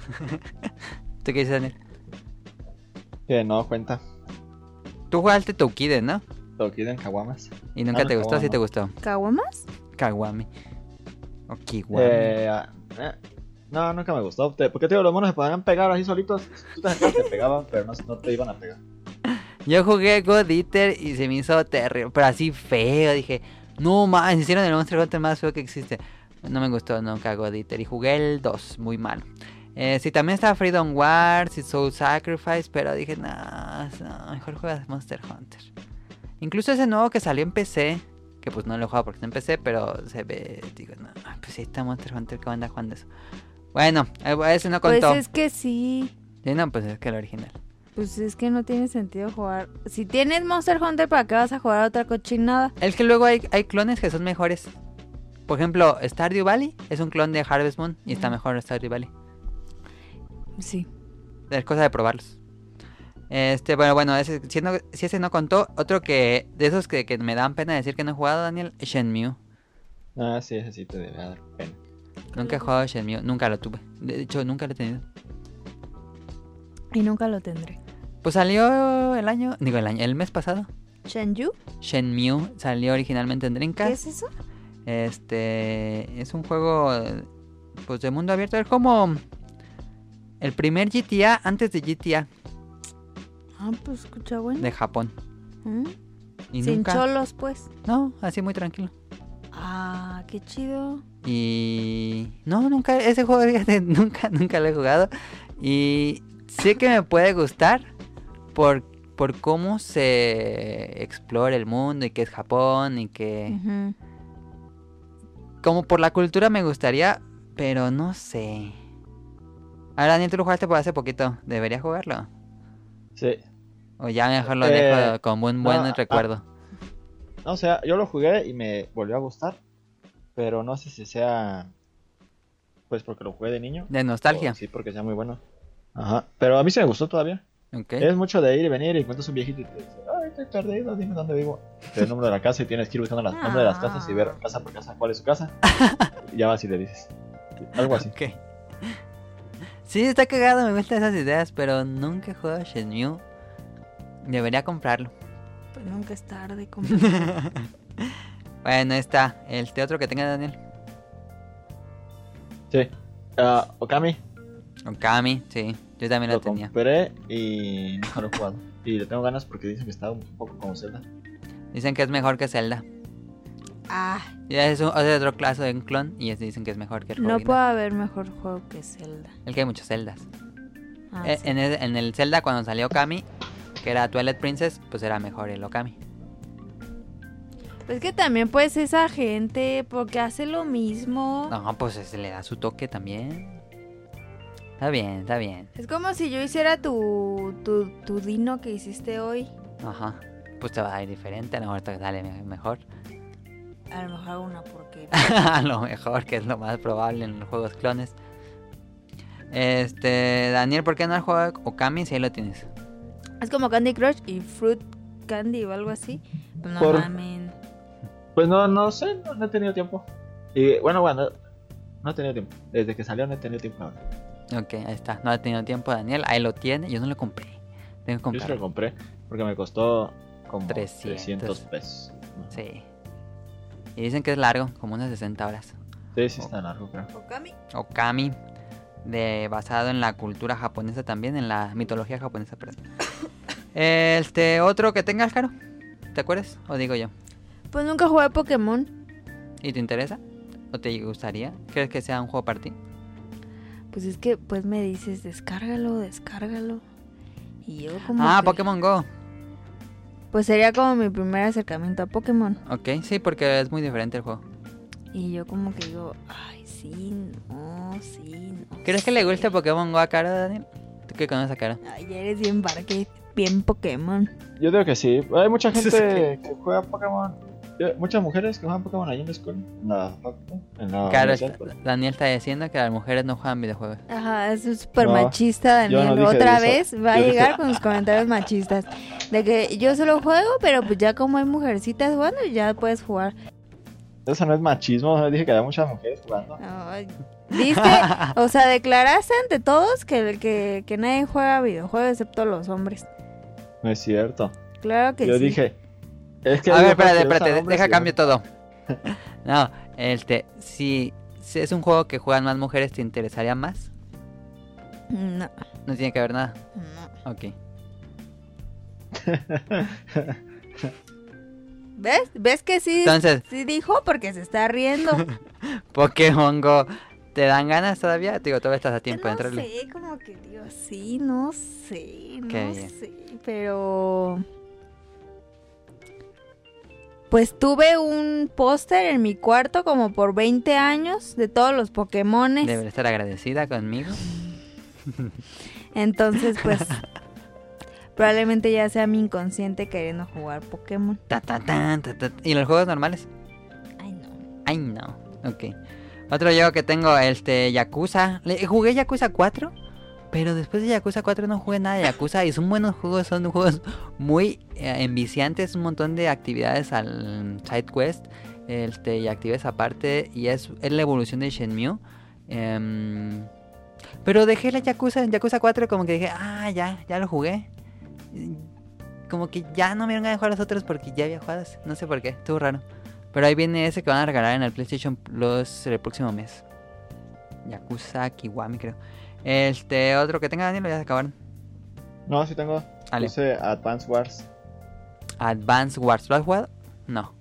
qué dices, Daniel? Que no cuenta. Tú jugaste Toukiden, ¿no? Tokido en Kawamas. Y nunca Ah, no, te gustó, Kawama. sí te gustó. ¿Caguamas? Kawami. O Kiwami. Eh, ah, eh, no, nunca me gustó. Te- Porque te digo, los monos se podían pegar así solitos. Tú te acercabas, te pegaban, pero no, no te iban a pegar. Yo jugué God Eater y se me hizo terrible, pero así feo. Dije, no más, hicieron el Monster Hunter más feo que existe. No me gustó nunca God Eater y jugué el 2, muy mal. Eh, sí, también estaba Freedom Wars y Soul Sacrifice, pero dije, no, no, mejor juegas Monster Hunter. Incluso ese nuevo que salió en PC, que pues no lo he jugado porque está en PC, pero se ve, digo, no, pues sí está Monster Hunter, ¿qué onda jugando eso? Bueno, eh, ese no Pues contó. es que sí. Sí, no, pues es que el original. Pues es que no tiene sentido jugar. Si tienes Monster Hunter, ¿para qué vas a jugar a otra cochinada? Es que luego hay, hay clones que son mejores. Por ejemplo, Stardew Valley es un clon de Harvest Moon y está Ujú. mejor Stardew Valley. Sí. Es cosa de probarlos. Este, bueno, bueno, ese- si, no- si ese no contó, otro que de esos que, que me dan pena decir que no he jugado, Daniel, Shenmue. Ah, sí, ese sí te debe dar pena. Nunca he jugado Shenmue, nunca lo tuve. De hecho, nunca lo he tenido. Y nunca lo tendré. Pues salió el año, digo el año, el mes pasado. ¿Shenyu? Shenmue salió originalmente en Dreamcast. ¿Qué es eso? Este es un juego pues de mundo abierto, es como el primer GTA antes de GTA Ah, pues escucha bueno. de Japón. ¿Mm? Y Sin nunca cholos, pues. No, así muy tranquilo. Ah, qué chido. Y no, nunca ese juego fíjate, nunca nunca lo he jugado y sé que me puede gustar por por cómo se explora el mundo y que es Japón y que Ujú. Como por la cultura me gustaría, pero no sé. Ahora, Daniel, tú lo jugaste por hace poquito. Debería jugarlo. Sí. O ya mejor lo Eh, dejo con buen, buen no, ah, recuerdo. No, o sea, yo lo jugué y me volvió a gustar. Pero no sé si sea. Pues porque lo jugué de niño. de nostalgia. o oh, Sí, porque sea muy bueno. Ajá. Pero a mí se me gustó todavía. Ok. Es mucho de ir y venir y encuentras un viejito y te dice, ay, estoy perdido, dime dónde vivo. Te da el número de la casa y tienes que ir buscando las nombre de las casas y ver Ah. casa por casa cuál es su casa. Y ya vas y le dices. Algo así. Ok. Sí, está cagado. Me gustan esas ideas, pero nunca he jugado Shenmue. Debería comprarlo. Pues nunca es tarde. Como... bueno, ahí está. El teatro que tenga Daniel. Sí. Ah, Okami, Okami, sí. Yo también lo, lo tenía. compré y nunca lo he jugado. Y le tengo ganas porque dicen que está un poco como Zelda. Dicen que es mejor que Zelda. Ah, Ya es un- es otro clase de un clon y es- dicen que es mejor que el juego no original. puede haber mejor juego que Zelda. El que hay muchas celdas. Ah, Eh, sí. en, el, en el Zelda cuando salió Okami, que era Twilight Princess, pues era mejor el Okami. Pues que también pues esa gente, porque hace lo mismo. No, pues se le da su toque también. Está bien, está bien. Es como si yo hiciera tu, tu, tu dino que hiciste hoy. Ajá. Pues te va a ir diferente, a lo mejor te sale me- mejor. A lo mejor hago una porquería. a lo mejor, que es lo más probable en los juegos clones. Este, Daniel, ¿por qué no has jugado Okami si ahí lo tienes? Es como Candy Crush y Fruit Candy o algo así. No Por- mamen. Pues no, no sé, no, no he tenido tiempo. Y bueno, bueno, no he tenido tiempo. Desde que salió no he tenido tiempo. ahora. Ok, ahí está. No ha tenido tiempo Daniel, ahí lo tiene. Yo no lo compré. Tengo que Yo sí lo comprarlo. compré porque me costó como 300. 300, pesos. Sí. Y dicen que es largo, como unas 60 horas. Sí, sí está largo, creo. Okami. Okami, de, basado en la cultura japonesa también, en la mitología japonesa, perdón. Este, otro que tengas, Caro. ¿Te acuerdas? O digo yo. Pues nunca jugué a Pokémon. ¿Y te interesa? ¿O te gustaría? ¿Crees que sea un juego para ti? Pues es que pues me dices, descárgalo, descárgalo. Y yo como Ah, que- Pokémon Go. Pues sería como mi primer acercamiento a Pokémon. Ok, sí, porque es muy diferente el juego. Y yo como que digo, ay, sí, no, sí, no. ¿Crees que le guste Pokémon Go a Caro, Daniel? ¿Tú qué conoces a Caro? Ay, eres bien parque, bien Pokémon. Yo digo que sí. Hay mucha Sí, gente que juega Pokémon. Yo- Muchas mujeres que juegan Pokémon ahí en la escuela. En la facu, en la Caro, universidad, está- pues. Daniel está diciendo que las mujeres no juegan videojuegos. Ajá, es un súper No, machista, yo no Daniel. dije Otra eso. vez va a Yo dije- llegar con sus comentarios machistas. De que yo solo juego, pero pues ya como hay mujercitas jugando, ya puedes jugar. Eso no es machismo. Dije que había muchas mujeres jugando. Ay, ¿Viste? O sea, declaraste ante todos que, que, que nadie juega videojuegos excepto los hombres. No es cierto. Claro que Yo sí. dije. Es que A hay ver, espérate, mujeres que usan espérate, hombres deja y cambio hombres. todo. No, este, si, si es un juego que juegan más mujeres, ¿te interesaría más? No, No tiene que ver nada. no. Ok. ¿Ves? ¿Ves que sí? Entonces, Sí dijo porque se está riendo. Pokémon Go, ¿te dan ganas todavía? Te digo, todavía estás a Yo tiempo de no entrarle. sé, como que digo, sí, no sé, no Qué bien. sé, pero... Pues tuve un póster en mi cuarto como por 20 años de todos los Pokémones. Debería estar agradecida conmigo. Entonces, pues... probablemente ya sea mi inconsciente queriendo jugar Pokémon. Ta, ta, tan, ta, ta. ¿Y los juegos normales? Ay, no. Ay, no. Ok. Otro juego que tengo, este, Yakuza. Le- jugué Yakuza 4, pero después de Yakuza 4 no jugué nada de Yakuza. Y son buenos juegos, son juegos muy eh, enviciantes, un montón de actividades al side quest este, y actividades aparte. Y es, es la evolución de Shenmue. Em, pero dejé la Yakuza, Yakuza 4 como que dije, ah, ya, ya lo jugué. Y Como que ya no me dieron ganas de jugar los otros porque ya había jugado. No sé por qué, estuvo raro. Pero ahí viene ese que van a regalar en el PlayStation Plus el próximo mes. Yakuza Kiwami, creo. Este, otro que tenga Daniel, ya se acabaron. No, sí tengo. Ale. Puse Advance Wars. Advance Wars. ¿Lo has jugado? No.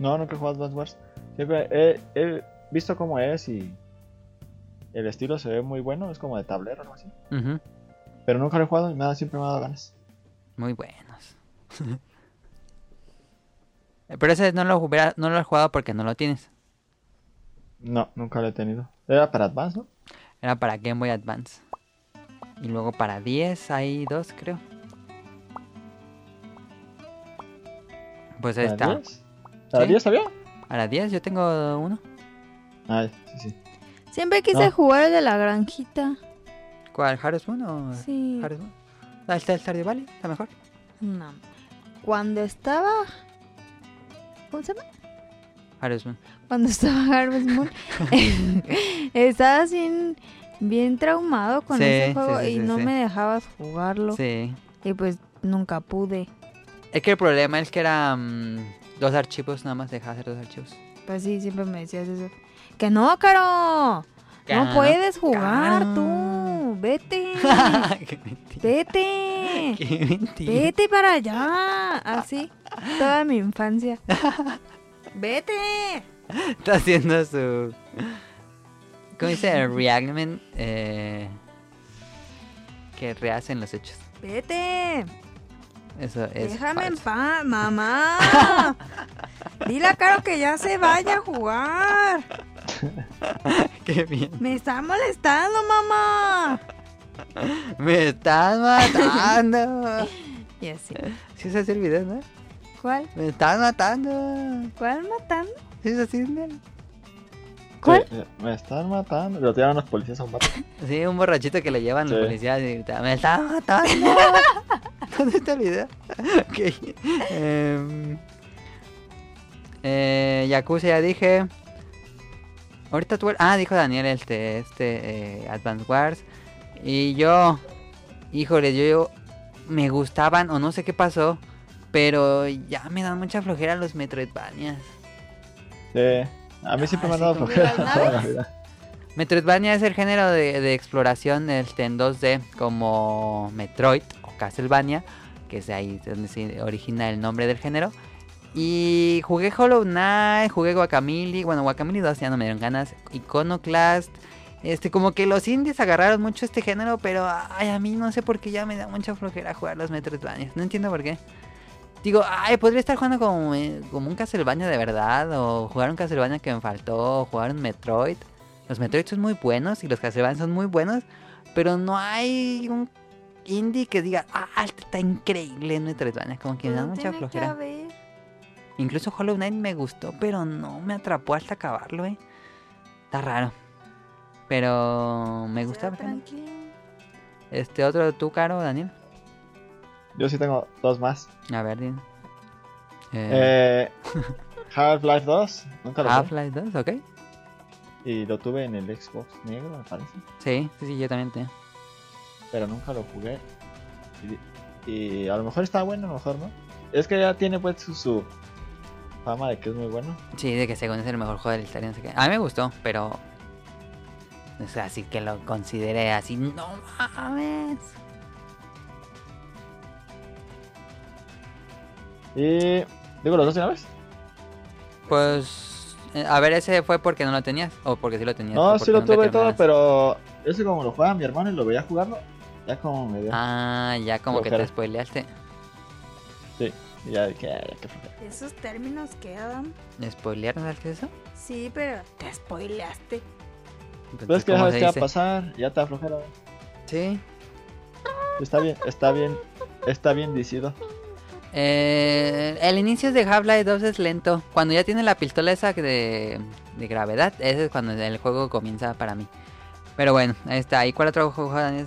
No, nunca he jugado Advance Wars. Siempre he, he visto cómo es y. El estilo se ve muy bueno. Es como de tablero o algo así. Ujú, Pero nunca lo he jugado y me ha- siempre me ha dado ganas. Muy buenos. Pero ese no lo, hubiera- no lo has jugado porque no lo tienes. No, nunca lo he tenido. Era para Advance, ¿no? Era para Game Boy Advance. Y luego para 10 hay dos, creo. Pues ahí ¿Para está. 10? ¿Para Sí. 10 salió? Para 10 yo tengo uno. Ah, sí, sí. Siempre quise No. jugar el de la granjita. ¿Cuál? ¿Harvest Moon o...? Sí. Harvest Moon? Ah, ¿Está el Stardew Valley? ¿Está mejor? No. Cuando estaba... ¿Cómo se llama? Harvest Moon. cuando estaba Harvest Moon, estaba bien, bien traumado con Sí, ese sí, juego sí, y sí, no sí. me dejabas jugarlo. Sí. Y pues nunca pude. Es que el problema es que eran dos archivos, nada más dejaba hacer dos archivos. Pues sí, siempre me decías eso. ¡Que no, Caro! Caro, no puedes jugar Caro. tú. Vete. ¡Qué mentira! Vete. ¡Qué mentira! Vete para allá. Así. Toda mi infancia. Vete. Está haciendo su... ¿Cómo dice? Reactment. Eh, que rehacen los hechos. Vete. Eso es Déjame en falso. paz, mamá. Dile a Caro que ya se vaya a jugar. ¡Qué bien! Me está molestando, mamá. ¡Me están matando! Y así. Sí se hace el video, ¿no? ¿Cuál? ¡Me están matando! ¿Cuál matando? Sí se hace, ¿no? ¿Cuál? Eh, me están matando. Lo tiran los policías a un vato. Sí, un borrachito que le llevan los Sí. policías y grita, ¡Me está matando! ¿Dónde está el video? ok. em, eh, Yakuza ya dije. Ahorita tú... Ah, dijo Daniel este, este, eh, Advance Wars. Y yo... Híjole, yo, yo- Me gustaban o no sé qué pasó. Pero ya me dan mucha flojera los Metroidvanias. Sí. A mí Ah, siempre me han sí, dado como flojera las toda la vida. Metroidvania es el género de, de exploración este, en 2D como Metroid o Castlevania, que es de ahí donde se origina el nombre del género. Y jugué Hollow Knight, jugué Guacamole, bueno, Guacamole 2 ya no me dieron ganas, Iconoclast. Este, como que los indies agarraron mucho este género, pero ay, a mí no sé por qué ya me da mucha flojera jugar los Metroidvanias, no entiendo por qué. Digo, ay, podría estar jugando como, eh, como un Castlevania de verdad, o jugar un Castlevania que me faltó, o jugar un Metroid. Los Metroid son muy buenos y los Castlevania son muy buenos, pero no hay un indie que diga, ah, este está increíble en Metroidvania, como que me da No mucha tiene que flojera. haber. Incluso Hollow Knight me gustó, pero no me atrapó hasta acabarlo, eh. Está raro. Pero me gusta. Sea por ejemplo. tranquilo. Este otro, tú, Caro, Daniel. Yo sí tengo dos más. A ver, dime. Eh, Eh, Half-Life 2. Nunca lo tuve. Half-Life 2, ¿ok? Y lo tuve en el Xbox negro, me parece. Sí, sí, sí, yo también tenía. pero nunca lo jugué. Y, y a lo mejor está bueno, a lo mejor no. Es que ya tiene pues su, su fama de que es muy bueno. Sí, de que según es el mejor juego de la historia, no sé qué. A mí me gustó, pero. O sea, así que lo consideré así. ¡No mames! Y digo los dos de una vez. Pues. eh, A ver, ese fue porque no lo tenías. O porque sí lo tenías. o No, porque sí lo nunca tuve todo, terminaste. pero ese como lo jugaba mi hermano y lo veía jugarlo, ya como me dio. Ah, ya como que te Flojera. spoileaste. Sí, y ya de que, ah, ya que flojera. Esos términos quedan. ¿Spoilear no sabes qué es eso? Sí, pero te spoileaste. Pero Pues es que ya ¿cómo sabes se qué va a dice? pasar, ya te aflojera. Sí. Está bien, está bien, está bien dicido. Eh, el inicio de Half-Life 2 es lento. Cuando ya tiene la pistola esa que de, de gravedad, ese es cuando el juego comienza para mí. Pero bueno, ahí está. ¿Y cuál otro juego, Daniel?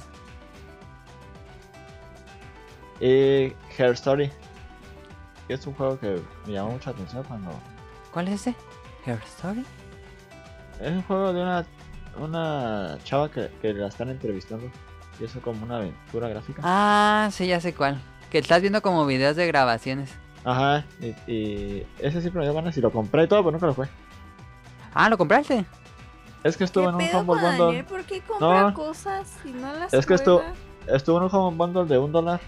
Y Her Story. que Es un juego que me llamó mucha atención cuando ¿Cuál es ese? Her Story. Es un juego de una, una chava que, que la están entrevistando. Y eso como una aventura gráfica. Ah, sí, ya sé cuál. Que estás viendo como videos de grabaciones. Ajá. Y, y ese siempre me dio ganas y lo compré y todo, pero nunca lo fue. Ah, ¿lo compraste? Es que ¿Qué estuvo en un pedo Humble con Daniel? Bundle. ¿Por qué compra No. cosas si no las Es que esto- juega? Estuvo en un Humble Bundle de un dólar.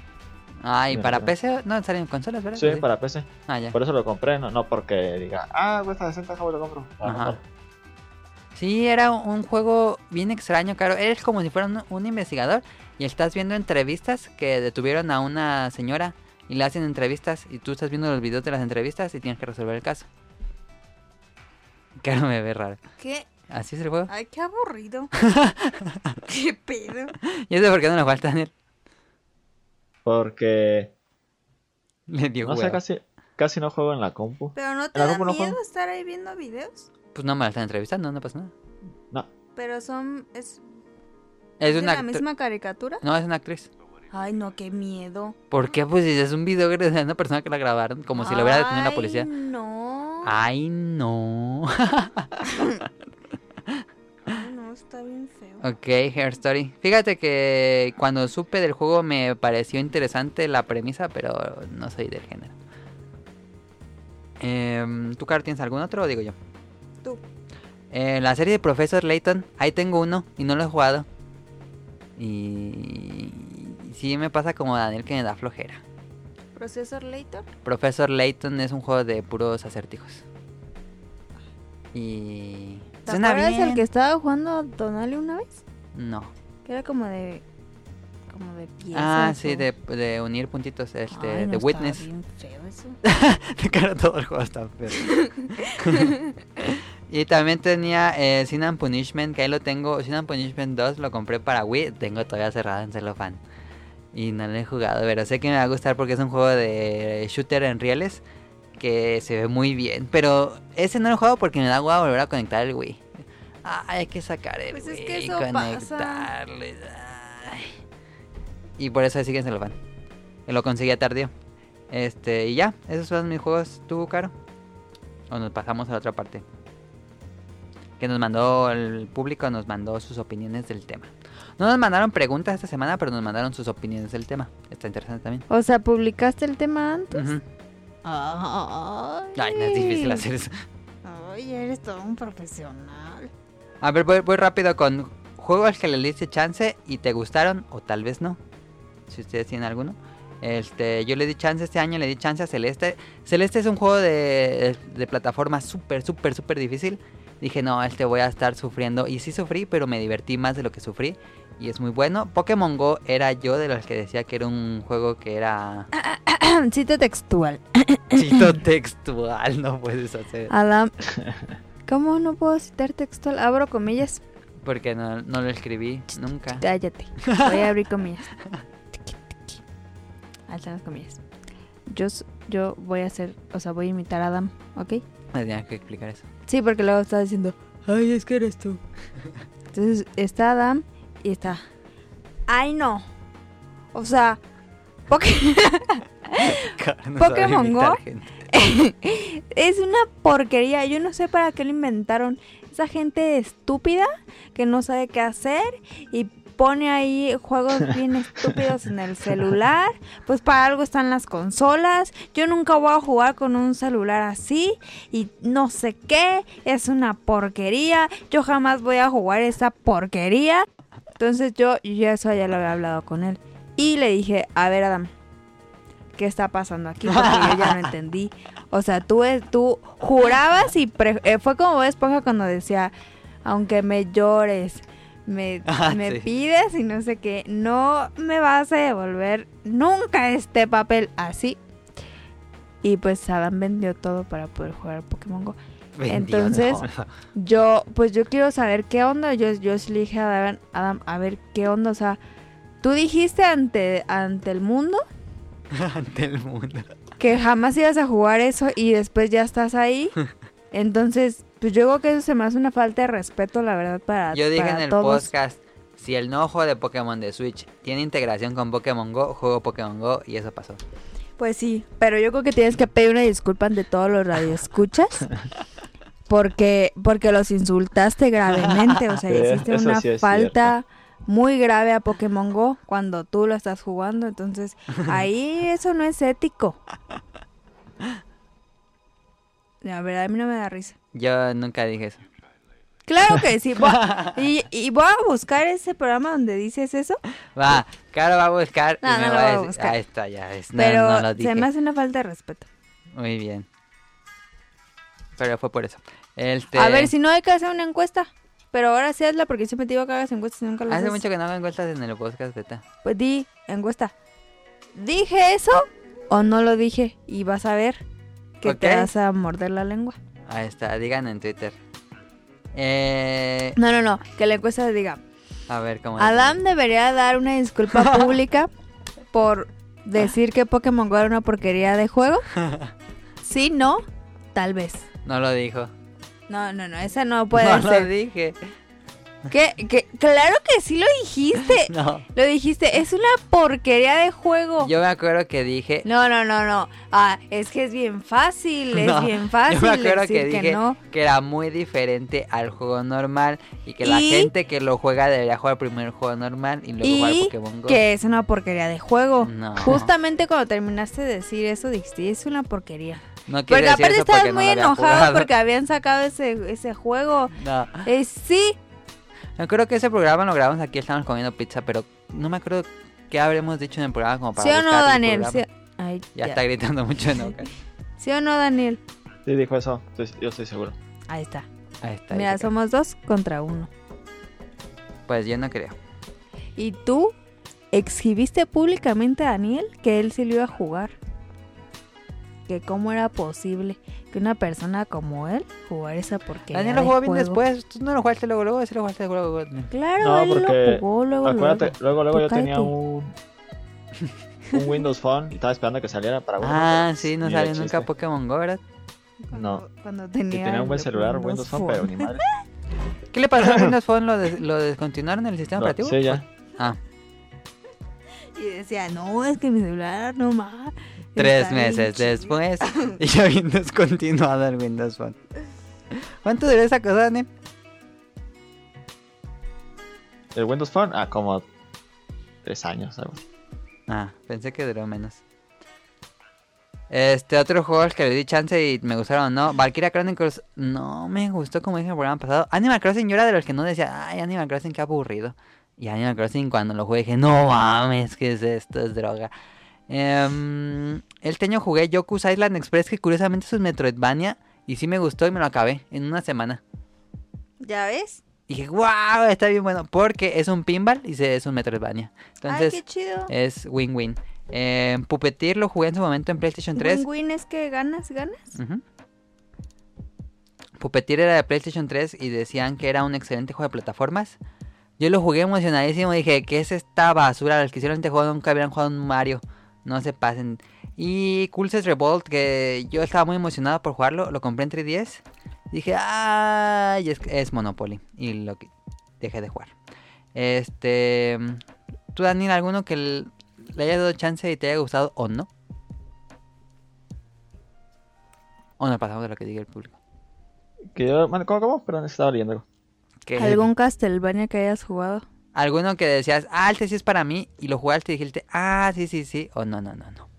Ah, y Mira, para mira. PC. No, salen consolas, ¿verdad? Sí, para PC. Ah, ya. Por eso lo compré, no, no porque diga, ah, cuesta 60 y lo compro. Ah, Ajá. no. Sí, era un un juego bien extraño, claro. Eres como si fuera un, un investigador y estás viendo entrevistas que detuvieron a una señora y le hacen entrevistas y tú estás viendo los videos de las entrevistas y tienes que resolver el caso. Claro, me ve raro. ¿Qué? Así es el juego. Ay, qué aburrido. ¿Qué pedo? Yo sé por qué no lo falta Daniel. Porque, Le dio no sé, hueva. casi, casi no juego en la compu. ¿Pero no te ¿La da compu no miedo juega? estar ahí viendo videos? Pues no me la están entrevistando, no pasa nada. No, Pero son... ¿Es, Es de una la actri- misma caricatura? No, es una actriz. Ay, no, qué miedo. ¿Por qué? Pues si es un video de una persona que la grabaron, como si lo hubiera detenido la Ay, policía. Ah. no. Ay, no. Ay, no, está bien feo. Ok, Hair Story. Fíjate que cuando supe del juego me pareció interesante la premisa, pero no soy del género. Em, ¿Tú, Caro, tienes algún otro o digo yo? Tú. Eh, la serie de Professor Layton, ahí tengo uno y no lo he jugado. Y... y Sí me pasa como a Daniel que me da flojera. ¿Procesor Layton? Professor Layton es un juego de puros acertijos. Y... ¿Te Suena acuerdas bien. el que estaba jugando Donali una vez? No. Que era como de... Como de piezas. Ah, sí, o- de, de unir puntitos, Ay, este, de no, está Witness. bien feo eso. De cara a todo el juego está feo. y también tenía eh, Sin and Punishment, que ahí lo tengo. Sin and Punishment 2 lo compré para Wii, tengo todavía cerrado en celofán. Y no lo he jugado, pero sé que me va a gustar porque es un juego de shooter en rieles que se ve muy bien. Pero ese no lo he jugado porque me da hueva volver a conectar el Wii. Ay, hay que sacar el Pues es Wii que y eso pasa. conectarle. ay. Y por eso siguen se lo van. Lo conseguía tardío. Este, y ya, esos son mis juegos. ¿Tú, Caro? O nos pasamos a la otra parte. Que nos mandó el público, nos mandó sus opiniones del tema. No nos mandaron preguntas esta semana, pero nos mandaron sus opiniones del tema. Está interesante también. O sea, ¿publicaste el tema antes? Ujú. Ay, Ay, no es difícil hacer eso. Ay, eres todo un profesional. A ver, voy, voy rápido con juegos que le diste chance y te gustaron o tal vez no. Si ustedes tienen alguno. Este, yo le di chance este año, le di chance a Celeste. Celeste es un juego de, de plataforma súper, súper, súper difícil. Dije, no, este voy a estar sufriendo. Y sí sufrí, pero me divertí más de lo que sufrí. Y es muy bueno. Pokémon Go era yo de los que decía que era un juego que era Cita textual. chito textual. No puedes hacer. Adam. ¿Cómo no puedo citar textual? Abro comillas. Porque no, no lo escribí nunca. Cállate. Voy a abrir comillas. Ahí están las comillas. Yo, s- yo voy a hacer, o sea, voy a imitar a Adam, ¿ok? Me tenía que explicar eso. Sí, porque luego está diciendo, ay, es que eres tú. Entonces está Adam y está, ay, no. O sea, Poké- No sabe Pokémon imitar Go. gente. es una porquería. Yo no sé para qué lo inventaron. Esa gente estúpida que no sabe qué hacer y pone ahí juegos bien estúpidos en el celular. Pues para algo están las consolas. Yo nunca voy a jugar con un celular así y no sé qué. Es una porquería. Yo jamás voy a jugar esa porquería. Entonces yo yo ya eso ya lo había hablado con él. Y le dije, a ver Adam, ¿qué está pasando aquí? Porque yo ya no entendí. O sea, tú, es- tú jurabas y pre- eh, fue como Bob Esponja cuando decía, aunque me llores, me, Ah, me sí. pides y no sé qué, no me vas a devolver nunca este papel así. Y pues Adam vendió todo para poder jugar Pokémon Go. Vendió, Entonces, no. Yo, pues yo quiero saber qué onda. Yo, yo sí le dije a Adam, Adam, a ver qué onda. O sea, tú dijiste ante, ante el mundo ante el mundo. que jamás ibas a jugar eso y después ya estás ahí. Entonces, pues yo creo que eso se me hace una falta de respeto, la verdad, para Yo dije para en el todos. podcast, si el no juego de Pokémon de Switch tiene integración con Pokémon Go, juego Pokémon Go y eso pasó. Pues sí, pero yo creo que tienes que pedir una disculpa ante todos los radioescuchas. Porque, porque los insultaste gravemente, o sea, Sí, hiciste eso una sí es falta muy grave a Pokémon Go cuando tú lo estás jugando, entonces ahí eso no es ético. La verdad a mí no me da risa. Yo nunca dije eso. Claro que sí, voy a- y, y voy a buscar ese programa donde dices eso, Va, Caro va a buscar No, y me no lo va voy a a decir, buscar. ah, está ya, es, no, pero no lo dije. se me hace una falta de respeto. Muy bien. Pero fue por eso. Este, A ver, si no hay que hacer una encuesta, pero ahora sí hazla porque siempre te digo que hagas encuestas y nunca las Hace haces. mucho que no hago encuestas en el podcast, beta. Pues di, encuesta. ¿Dije eso o no lo dije? Y vas a ver que Ok. te vas a morder la lengua. Ahí está, digan en Twitter. Eh, No, no, no, que la encuesta diga, a ver cómo... Adam debería dar una disculpa pública por decir que Pokémon Go era una porquería de juego. Si no, tal vez. No lo dijo. No, no, no, esa no puede no lo ser. Eh, dije. ¿Qué, qué? Claro que sí lo dijiste. No. Lo dijiste, es una porquería de juego. Yo me acuerdo que dije... No, no, no, no. Ah, es que es bien fácil, es No, bien fácil Yo me acuerdo decir que que, dije no. que era muy diferente al juego normal y que la Y- gente que lo juega debería jugar primero el juego normal y luego jugar y Pokémon Go. que es una porquería de juego. No. Justamente cuando terminaste de decir eso, dijiste, es una porquería. No quiere Porque decir aparte eso estabas porque no muy lo había enojado jugado. Ah. porque habían sacado ese, ese juego. No, Eh, sí, me acuerdo que ese programa lo grabamos aquí, estábamos comiendo pizza, pero no me acuerdo qué habremos dicho en el programa como para sí o no, buscar el Daniel. programa. Sí, o- Ay, Ya ya. está gritando mucho enoja. ¿Sí o no, Daniel. Sí, dijo eso. Entonces, yo estoy seguro. Ahí está. Ahí está. ahí Mira, se cae. somos dos contra uno. Pues yo no creo. Y tú exhibiste públicamente a Daniel que él sí lo iba a jugar. Que cómo era posible que una persona como él jugara esa porquería. Daniel lo de jugó bien juego. después. Tú no lo jugaste luego, luego, sí lo jugaste luego, luego. Daniel. Claro, No, él porque lo jugó luego. Acuérdate, luego. luego, luego Tú yo tenía cállate. un, un Windows Phone y estaba esperando que saliera para bueno, Ah, pero sí, no ni de salió nunca chiste. Pokémon Go, ¿verdad? No. Cuando Y tenía, tenía un buen el celular, Windows Windows Phone, pero Phone. ni madre. ¿Qué le pasó a Windows Phone? ¿Lo, des- lo descontinuaron el sistema No, operativo? sí, ya. Ah, Y decía, no, es que mi celular no más. tres está bien meses chido". después y ya bien descontinuado el Windows Phone. ¿Cuánto duró esa cosa, Dani? El Windows Phone, ah, como tres años, algo así. Ah, pensé que duró menos. Este, otro juego al que le di chance y me gustaron o no. Valkyria Chronicles no me gustó como dije en el programa pasado. Animal Crossing yo era de los que no decía, ay, Animal Crossing qué aburrido. Y Animal Crossing cuando lo jugué dije, no mames, ¿qué es esto? Es droga. Em, este año jugué Yoku's Island Express que curiosamente es un Metroidvania y sí me gustó y me lo acabé en una semana. ¿Ya ves? Y dije, wow, está bien bueno porque es un pinball y se- es un Metroidvania. Entonces, Ay, qué chido. es win-win. Eh, Puppeteer lo jugué en su momento en PlayStation 3. Win-win es que ganas, ganas. Ujú. Puppeteer era de PlayStation 3 y decían que era un excelente juego de plataformas. Yo lo jugué emocionadísimo y dije, ¿qué es esta basura? Los que hicieron este juego nunca habían jugado un Mario. No se pasen. Y Coolses Revolt, que yo estaba muy emocionado por jugarlo, lo compré en 3DS. Dije, ¡ay! Es, es Monopoly. Y lo que dejé de jugar. Este. ¿Tú, Daniel, alguno que l- le haya dado chance y te haya gustado o no? O no pasamos de lo que diga el público. Que yo, bueno, ¿cómo, cómo? Perdón, estaba leyendo algo. Eh, Que- ¿Algún Castlevania que hayas jugado? Alguno que decías, ah, este sí es para mí, y lo jugaste y dijiste, ah, sí, sí, sí, o no, no, no, no.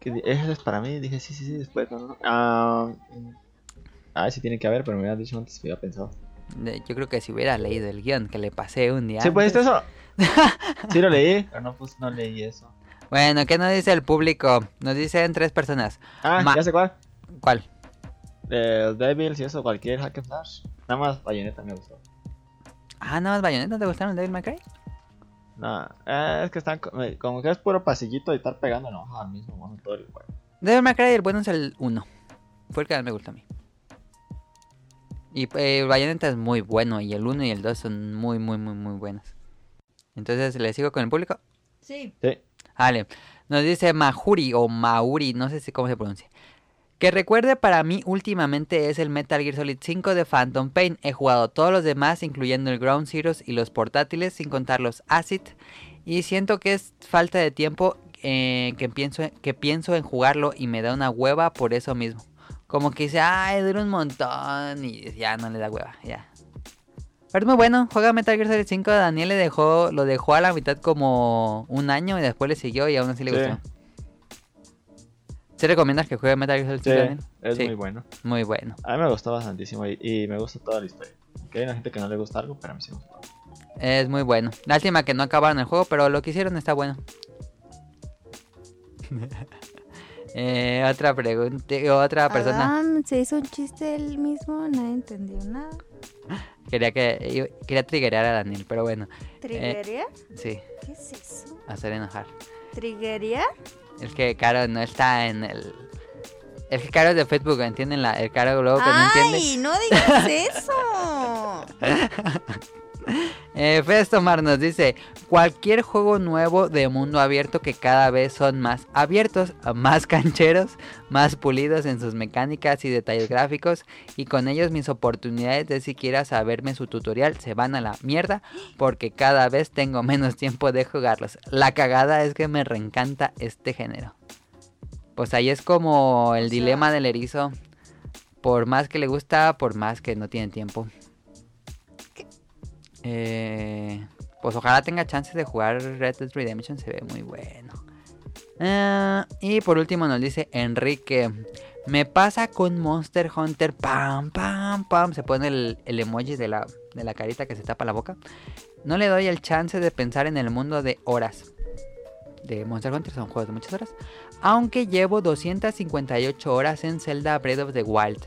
Que di- ese es para mí, dije, sí, sí, sí, después, no, no, no. Ah, mm. ah, sí tiene que haber, pero me habían dicho antes, me había pensado. De- Eh, Yo creo que si hubiera leído el guión que le pasé un día. ¿Sí pues, pusiste antes. eso? sí lo leí, pero no, pues, no leí eso. Bueno, ¿qué nos dice el público? Nos dicen tres personas. Ah, Ma- ya sé cuál. ¿Cuál? Eh, Devils y eso, cualquier hack and slash. Nada más Bayonetta me gustó. Ah, nada más Bayonetta, ¿te gustaron Devil May Cry? Nada, eh, es que están co- me- como que es puro pasillito y estar pegando no, al mismo mono todo el juego. Devil May Cry, el bueno es el 1. Fue el que más me gustó a mí. Y eh, Bayonetta es muy bueno, y el 1 y el 2 son muy, muy, muy, muy buenos. Entonces, ¿le sigo con el público? Sí. Sí, Vale. Nos dice Mahuri o Mauri, no sé si cómo se pronuncia. Que recuerde para mí últimamente es el Metal Gear Solid 5 de Phantom Pain. He jugado todos los demás, incluyendo el Ground Zeroes y los portátiles, sin contar los ACID. Y siento que es falta de tiempo eh, que, pienso, que pienso en jugarlo y me da una hueva por eso mismo. Como que dice, ay, dura un montón y ya no le da hueva, ya. Pero es muy bueno, juega Metal Gear Solid 5. Daniel le dejó, lo dejó a la mitad como un año y después le siguió y aún así le Sí. gustó. ¿Sí recomiendas que juegue Metal Gear Solid 5 sí, también? es Sí. muy bueno. Muy bueno. A mí me gustó bastantísimo y, y me gusta toda la historia. Que hay una gente que no le gusta algo, pero a mí sí me gustó. Es muy bueno. Lástima que no acabaron el juego, pero lo que hicieron está bueno. Eh, otra pregunta, Ah, otra persona Adam se hizo un chiste él mismo, nadie entendió nada. quería que quería triggerar a Daniel, pero bueno, ¿Triguería? sí, Eh. ¿Qué es eso? hacer enojar. ¿Triguería? Es que Caro no está en el. Es que Caro es de Facebook, ¿entienden? La, el Caro luego que no entiende. ¡Ay, no digas eso! Eh, Festomar nos dice: cualquier juego nuevo de mundo abierto que cada vez son más abiertos, más cancheros, más pulidos en sus mecánicas y detalles gráficos, y con ellos mis oportunidades de siquiera saberme su tutorial se van a la mierda, porque cada vez tengo menos tiempo de jugarlos. La cagada es que me reencanta este género. Pues ahí es como el O sea- dilema del erizo. Por más que le gusta, por más que no tiene tiempo. Eh, pues ojalá tenga chances de jugar Red Dead Redemption, se ve muy bueno. Ah, y por último nos dice Enrique, me pasa con Monster Hunter, pam, pam, pam, se pone el, el emoji de la, de la carita que se tapa la boca. No le doy el chance de pensar en el mundo de horas. De Monster Hunter son juegos de muchas horas. Aunque llevo 258 horas en Zelda Breath of the Wild.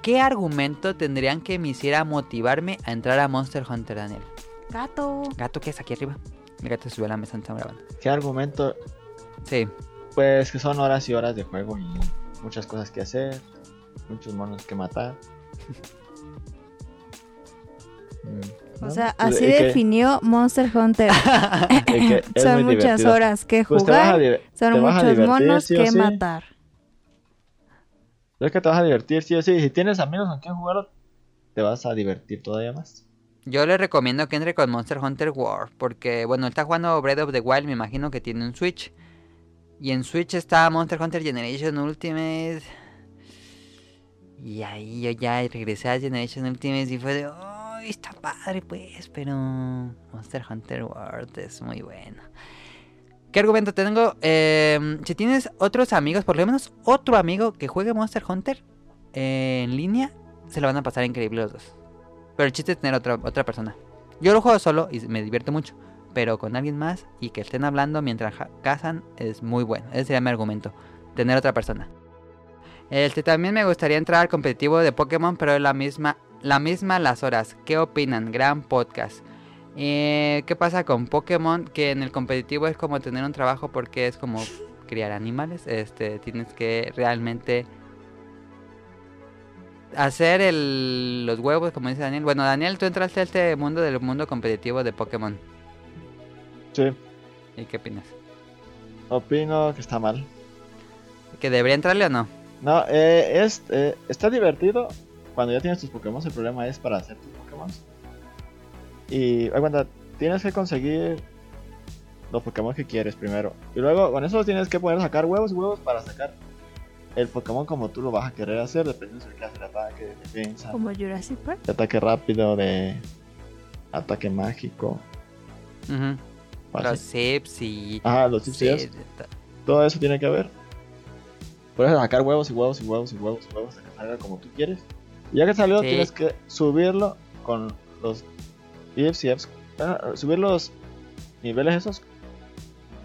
¿Qué argumento tendrían que me hiciera motivarme a entrar a Monster Hunter, Daniel? Gato. Gato, ¿qué es aquí arriba? El gato subió a la mesa, no estamos grabando. ¿Qué argumento? Sí, Pues que son horas y horas de juego y muchas cosas que hacer, muchos monos que matar. Mm, O ¿no? sea, Y- así y que- definió Monster Hunter. y que es Son muy muchas divertido. horas que Pues te vas a jugar. diver- te Son vas a muchos divertir, monos sí o que sí. matar. Es que te vas a divertir, sí o sí. Y Si tienes amigos con quien jugarlo, te vas a divertir todavía más. Yo le recomiendo que entre con Monster Hunter World. Porque, bueno, él está jugando Breath of the Wild, me imagino que tiene un Switch. Y en Switch está Monster Hunter Generation Ultimate. Y ahí yo ya regresé a Generation Ultimate y fue de. ¡Ay, está padre, pues! Pero. Monster Hunter World es muy bueno. ¿Qué argumento tengo? Eh, si tienes otros amigos, por lo menos otro amigo que juegue Monster Hunter eh, en línea, se lo van a pasar increíble los dos. Pero el chiste es tener otra, otra persona. Yo lo juego solo y me divierto mucho. Pero con alguien más y que estén hablando mientras ja- cazan es muy bueno. Ese sería mi argumento. Tener otra persona. Este también me gustaría entrar al competitivo de Pokémon, pero es la misma, la misma las horas. ¿Qué opinan? Gran podcast. Eh, ¿Qué pasa con Pokémon? Que en el competitivo es como tener un trabajo porque es como criar animales. Este, tienes que realmente hacer el- los huevos, como dice Daniel. Bueno, Daniel, tú entraste a este mundo del mundo competitivo de Pokémon. Sí, ¿Y qué opinas? opino que está mal. ¿Que debería entrarle o no? No, eh, es, eh, está divertido cuando ya tienes tus Pokémon. El problema es para hacer tus Pokémon. Y, haz cuenta, tienes que conseguir los Pokémon que quieres primero. Y luego, con eso tienes que poder sacar huevos y huevos para sacar el Pokémon como tú lo vas a querer hacer, dependiendo de qué hace el ataque, de defensa, Como Jurassic Park. de ataque rápido, de ataque mágico. Ujú. o así. Los zips y... Ajá, los tips y eso. sí, t- Todo eso tiene que haber. Puedes sacar huevos y huevos y huevos y huevos y huevos hasta que salga como tú quieres. Y ya que salió, Sí. tienes que subirlo con los ifs y ifs. Bueno, Ah, subir los niveles esos.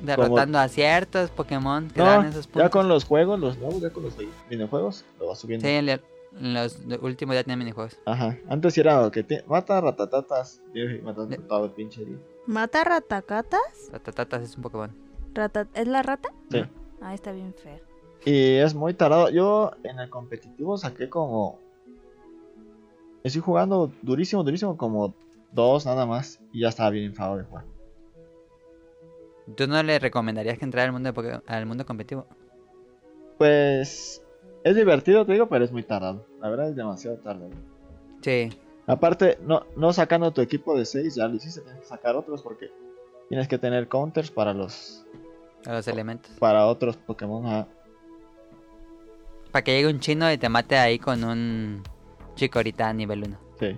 derrotando a ciertos Pokémon que dan No, esos puntos. ya con los juegos, los nuevos, ya con los videojuegos, lo vas subiendo. Sí, le- los últimos ya tienen minijuegos. Ajá. Antes era que te mata ratatatas. Dije, mata De- todo el pinche día. ¿Mata ratacata? Ratatatas es un Pokémon. Rata... ¿Es la rata? Sí. Ah, está bien fea. Y es muy tardado. Yo en el competitivo saqué como. Estoy jugando durísimo, durísimo, como dos nada más. Y ya estaba bien enfadado de jugar. ¿Tú no le recomendarías que entrara al mundo, de Poké- al mundo competitivo? Pues. Es divertido, te digo, pero es muy tardado. La verdad es demasiado tarde. Sí. Aparte, no, no sacando tu equipo de 6, ya lo hiciste, tienes que sacar otros porque tienes que tener counters para los. A los elementos. para otros Pokémon. Ah, ajá. Para que llegue un chino y te mate ahí con un chicorita nivel 1. Sí.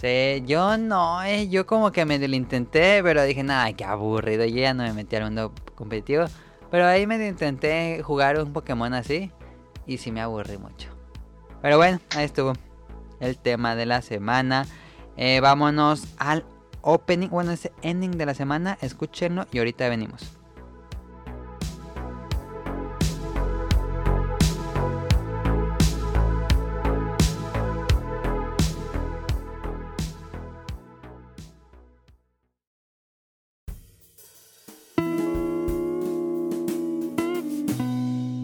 Sí, yo no, eh, yo como que me lo intenté, pero dije, nada, qué aburrido, yo ya no me metí al mundo competitivo. Pero ahí me intenté jugar un Pokémon así y sí me aburrí mucho. Pero bueno, ahí estuvo el tema de la semana. Eh, vámonos al opening, bueno, ese ending de la semana, escúchenlo y ahorita venimos.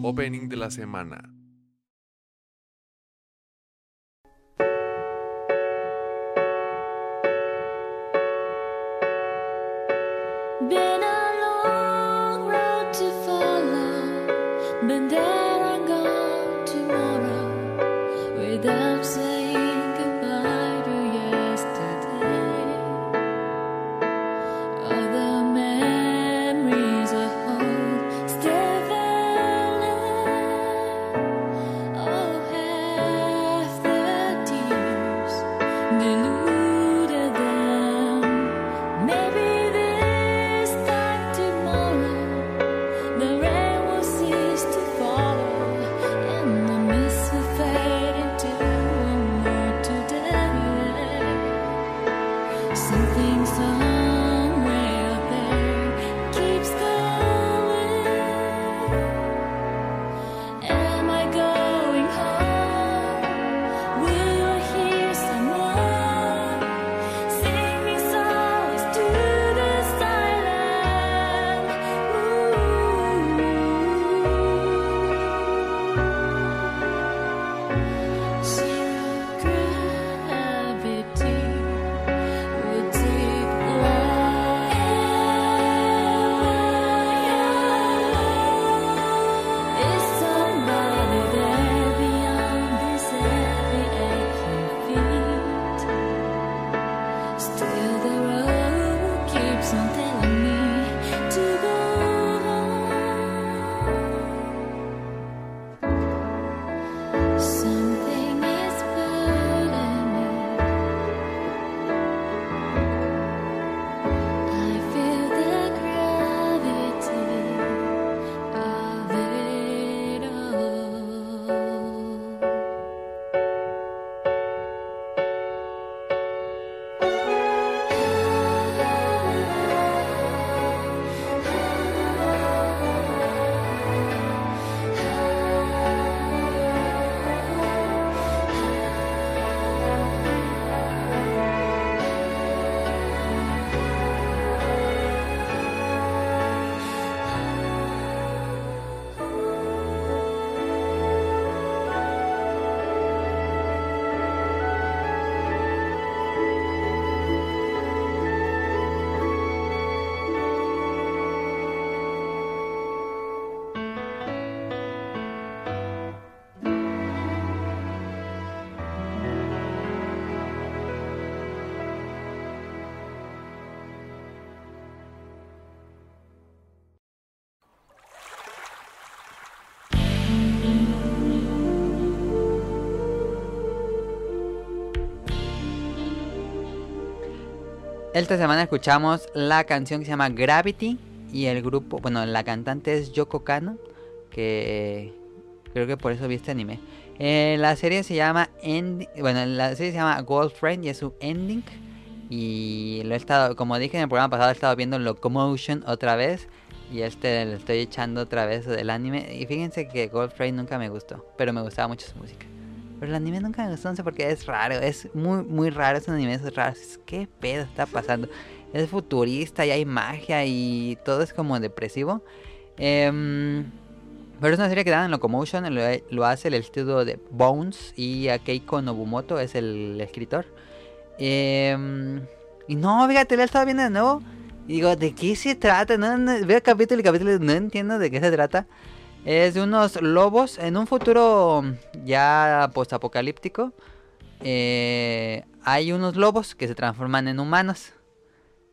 Opening de la semana. Been a long road to follow, been there and gone tomorrow without saying goodbye to yesterday. All the memories I hold still there. Oh, half the tears deluded them. Maybe this time tomorrow the rain will cease to follow and the mist will fade into a mood today. Something somewhere out there keeps going. Am I going home? Will I hear someone? Singing songs to the silent moon. Zero gravity would take Still the road keeps on telling me to go on. Something is burning me. I feel the gravity of it all. Esta semana escuchamos la canción que se llama Gravity y el grupo, bueno, la cantante es Yoko Kano, que creo que por eso vi este anime. Eh, la serie se llama End, bueno, la serie se llama Girlfriend y es su ending y lo he estado, como dije en el programa pasado, he estado viendo Locomotion otra vez y este lo estoy echando otra vez del anime y fíjense que Girlfriend nunca me gustó, pero me gustaba mucho su música. Pero el anime nunca me gustó, no sé por qué es raro, es muy, muy raro, es un anime es raro. es- ¿Qué pedo está pasando? Es futurista y hay magia y todo es como depresivo. Em, pero es una serie que dan en Locomotion, lo, lo hace el estudio de Bones y a Keiko Nobumoto es el escritor. Em, y no, fíjate, la he estado viendo de nuevo. Y digo, ¿de qué se trata? No, no, veo capítulo y capítulo y no entiendo de qué se trata. Es de unos lobos en un futuro ya postapocalíptico. eh, hay unos lobos que se transforman en humanos.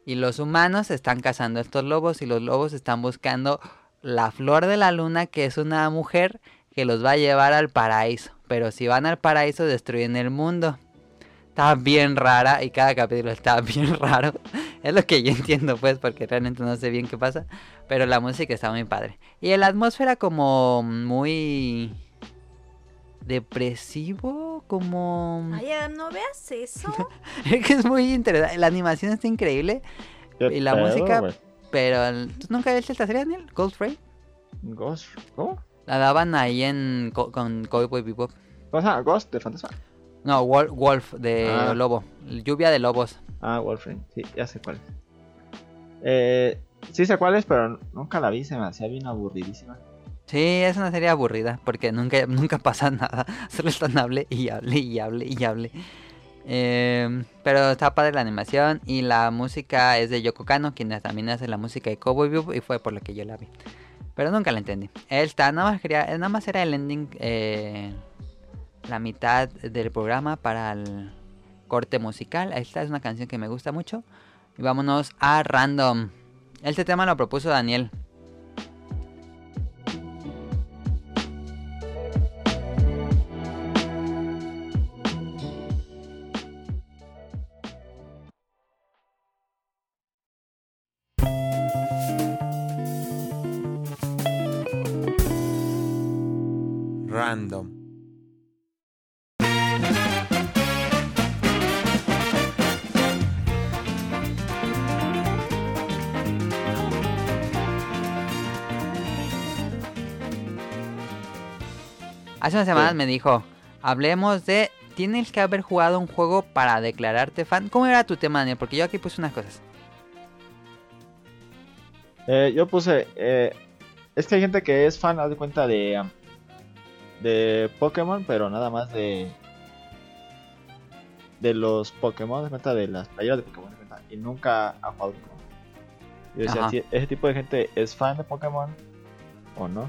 Y los humanos están cazando a estos lobos y los lobos están buscando la flor de la luna, que es una mujer que los va a llevar al paraíso. Pero si van al paraíso destruyen el mundo. Está bien rara y cada capítulo está bien raro. Es lo que yo entiendo pues porque realmente no sé bien qué pasa. Pero la música está muy padre. Y la atmósfera como muy depresivo, como... Ay, Adam, no veas eso. Es que es muy interesante. La animación está increíble. ¿Qué Y la pedo, música- güey? Pero el- ¿tú nunca viste esta serie, Daniel? Cold Frame. Ghost. ¿Cómo? La daban ahí en co- con Cowboy Bebop. ¿Cómo se llama? Ghost de fantasma. No, Wol- Wolf de Ah. Lobo. Lluvia de Lobos. Ah, Wolfram. Sí, ya sé cuál es. Eh, sí sé cuál es, pero nunca la vi. Se me hacía bien aburridísima. Sí, es una serie aburrida porque nunca, nunca pasa nada. Solo están hable y hable y hable y hable. Eh, pero está padre la animación y la música es de Yoko Kano, quien también hace la música de Cowboy Bebop y fue por lo que yo la vi. Pero nunca la entendí. Él está, nada más, quería, nada más era el ending, eh, la mitad del programa para el corte musical. Esta es una canción que me gusta mucho. Y vámonos a Random. Este tema lo propuso Daniel. Random. Hace unas semanas Sí. me dijo, hablemos de, tienes que haber jugado un juego para declararte fan. ¿Cómo era tu tema, Daniel? Porque yo aquí puse unas cosas. Eh, yo puse. eh, es que hay gente que es fan, haz de cuenta de. um, de Pokémon, pero nada más de. de los Pokémon, haz de cuenta de las playeras de Pokémon, haz de cuenta, y nunca ha jugado Pokémon. Yo decía, Ajá. "Sí, ese tipo de gente es fan de Pokémon o no.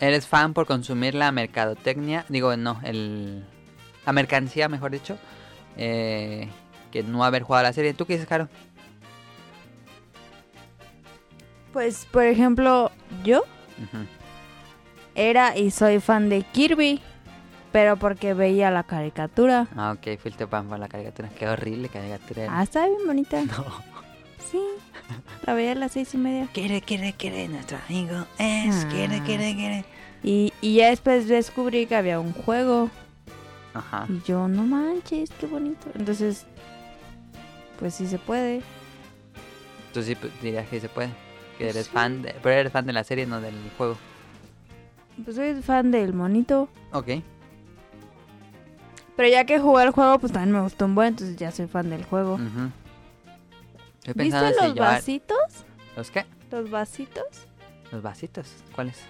¿Eres fan por consumir la mercadotecnia? Digo, no, el... La mercancía, mejor dicho. eh, que no haber jugado la serie. ¿Tú qué dices, Caro? Pues, por ejemplo, yo Ujú. era y soy fan de Kirby, pero porque veía la caricatura. Ah, ok, fuiste pan para la caricatura. Qué horrible caricatura. era. Ah, estaba bien bonita. No. Sí, la veía a las seis y media. Quiere, quiere, quiere, nuestro amigo es. Ah. Quiere, quiere, quiere. Y, y ya después descubrí que había un juego. Ajá. Y yo, no manches, qué bonito. Entonces, pues sí se puede. Tú sí pues, dirías que se puede. Que eres fan, de- pero eres fan de la serie, no del juego. Pues soy fan del monito. Ok. Pero ya que jugué el juego, pues también me gustó un buen, entonces ya soy fan del juego. ujú. Estoy Oh. ¿Viste pensando si los llevar- vasitos? ¿Los qué? ¿Los vasitos? ¿Los vasitos? ¿Cuáles?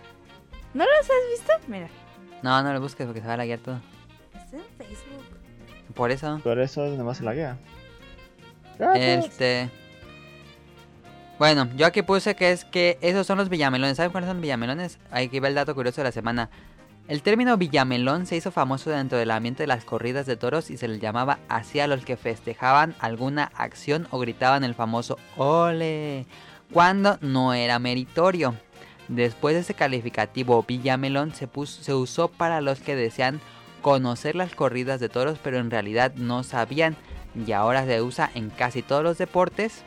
¿No los has visto? Mira, No, no lo busques porque se va a laguear todo. está en Facebook. Por eso. Por eso nada más se la guía. Este. Bueno, yo aquí puse que es que esos son los villamelones. ¿Saben cuáles son los villamelones? Aquí va el dato curioso de la semana. El término villamelón se hizo famoso dentro del ambiente de las corridas de toros y se les llamaba así a los que festejaban alguna acción o gritaban el famoso ole cuando no era meritorio. Después de ese calificativo villamelón se, puso- se usó para los que desean conocer las corridas de toros pero en realidad no sabían y ahora se usa en casi todos los deportes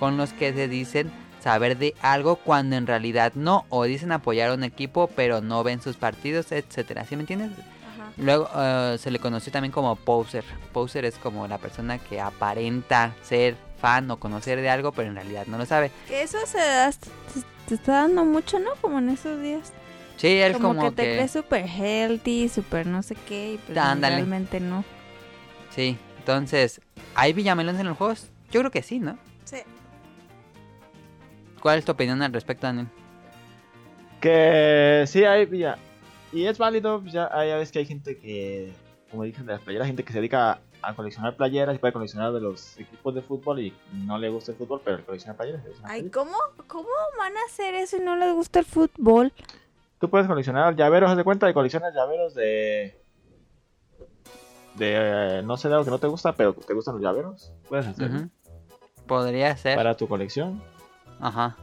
con los que se dicen saber de algo cuando en realidad no o dicen apoyar a un equipo pero no ven sus partidos, etcétera. ¿Sí me entiendes? Ajá. Luego eh, se le conoció también como poser. Poser es como la persona que aparenta ser fan o conocer de algo pero en realidad no lo sabe. Que eso se da, te, te está dando mucho, ¿no? Como en esos días. Sí, él como, que, te crees súper healthy, súper no sé qué, y pues Ta- ándale. realmente no. Sí, entonces, ¿hay villamelones en los juegos? Yo creo que sí, ¿no? Sí. ¿Cuál es tu opinión al respecto, Daniel? Que sí hay villa. Y es válido, pues, ya, hay- ya ves que hay gente que, como dije de las playeras, gente que se dedica a coleccionar playeras y puede coleccionar de los equipos de fútbol y no le gusta el fútbol, pero colecciona playeras. es una Ay, player. ¿cómo, ¿cómo van a hacer eso y no les gusta el fútbol? Tú puedes coleccionar llaveros, haz de cuenta, y coleccionas llaveros de... De, eh, no sé, de algo que no te gusta, pero te gustan los llaveros. Puedes hacerlo Ujú. Podría ser. para tu colección. Ajá.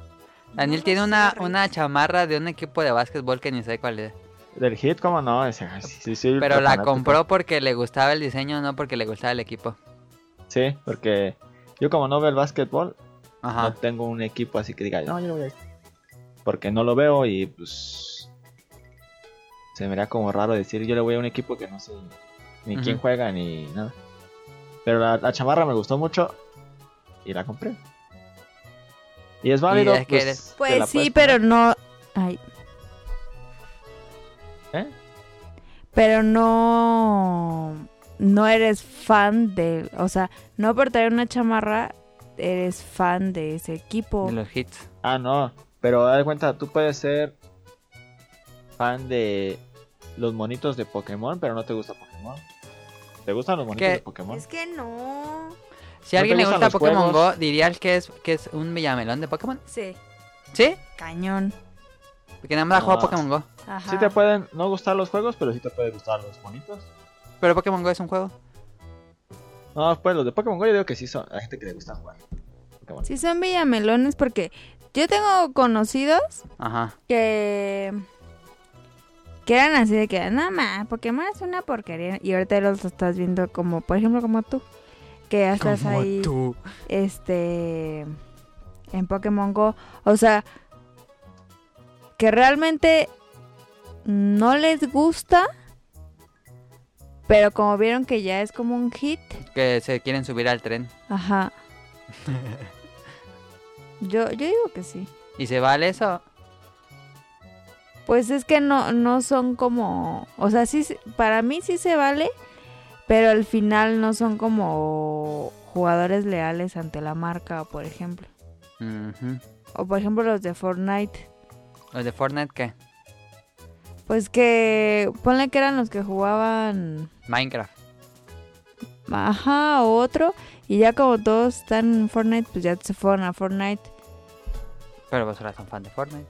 Daniel No tiene lo una, sé, Reyes. una chamarra de un equipo de básquetbol que ni sé cuál es. Del hit, ¿cómo no? Ese, sí, sí, Pero la fanático. compró porque le gustaba el diseño, no porque le gustaba el equipo. Sí, porque yo como no veo el básquetbol, no Ajá. tengo un equipo así que diga, no, yo no voy a ir". Porque no lo veo y pues... Se me haría como raro decir, yo le voy a un equipo que no sé ni Ujú. quién juega ni nada. Pero la, la chamarra me gustó mucho y la compré. Y es válido. es que pues, eres- te la Pues sí, puedes pero poner. no. Ay. ¿Eh? Pero no. No eres fan de. O sea, no por traer una chamarra, eres fan de ese equipo. De los hits. Ah, no. Pero da cuenta, tú puedes ser fan de los monitos de Pokémon, pero no te gusta Pokémon. ¿Te gustan los monitos que- de Pokémon? que no. Si a ¿No alguien te le gustan gusta los Pokémon juegos? Go, dirías que es, que es un villamelón de Pokémon. Sí, ¿Sí? cañón. Porque nada más No. juega Pokémon Go. Ajá. Sí te pueden no gustar los juegos, pero sí te pueden gustar los monitos. Pero Pokémon Go es un juego. No, pues los de Pokémon Go yo digo que sí son la gente que le gusta jugar. Pokémon. Sí, son villamelones porque yo tengo conocidos Ajá. que que eran así de que no más Pokémon es una porquería y ahorita los estás viendo como por ejemplo como tú que ya estás ahí tú. este en Pokémon Go o sea que realmente no les gusta pero como vieron que ya es como un hit Que se quieren subir al tren. ajá yo yo digo que sí ¿Y se vale eso? Pues es que no, no son como, o sea, sí, se- para mí sí se vale, pero al final no son como jugadores leales ante la marca, por ejemplo. Ujú. O por ejemplo los de Fortnite. ¿Los de Fortnite qué? Pues que, ponle que eran los que jugaban, Minecraft. ajá, o otro, y ya como todos están en Fortnite, pues ya se fueron a Fortnite. Pero vosotras son fan de Fortnite.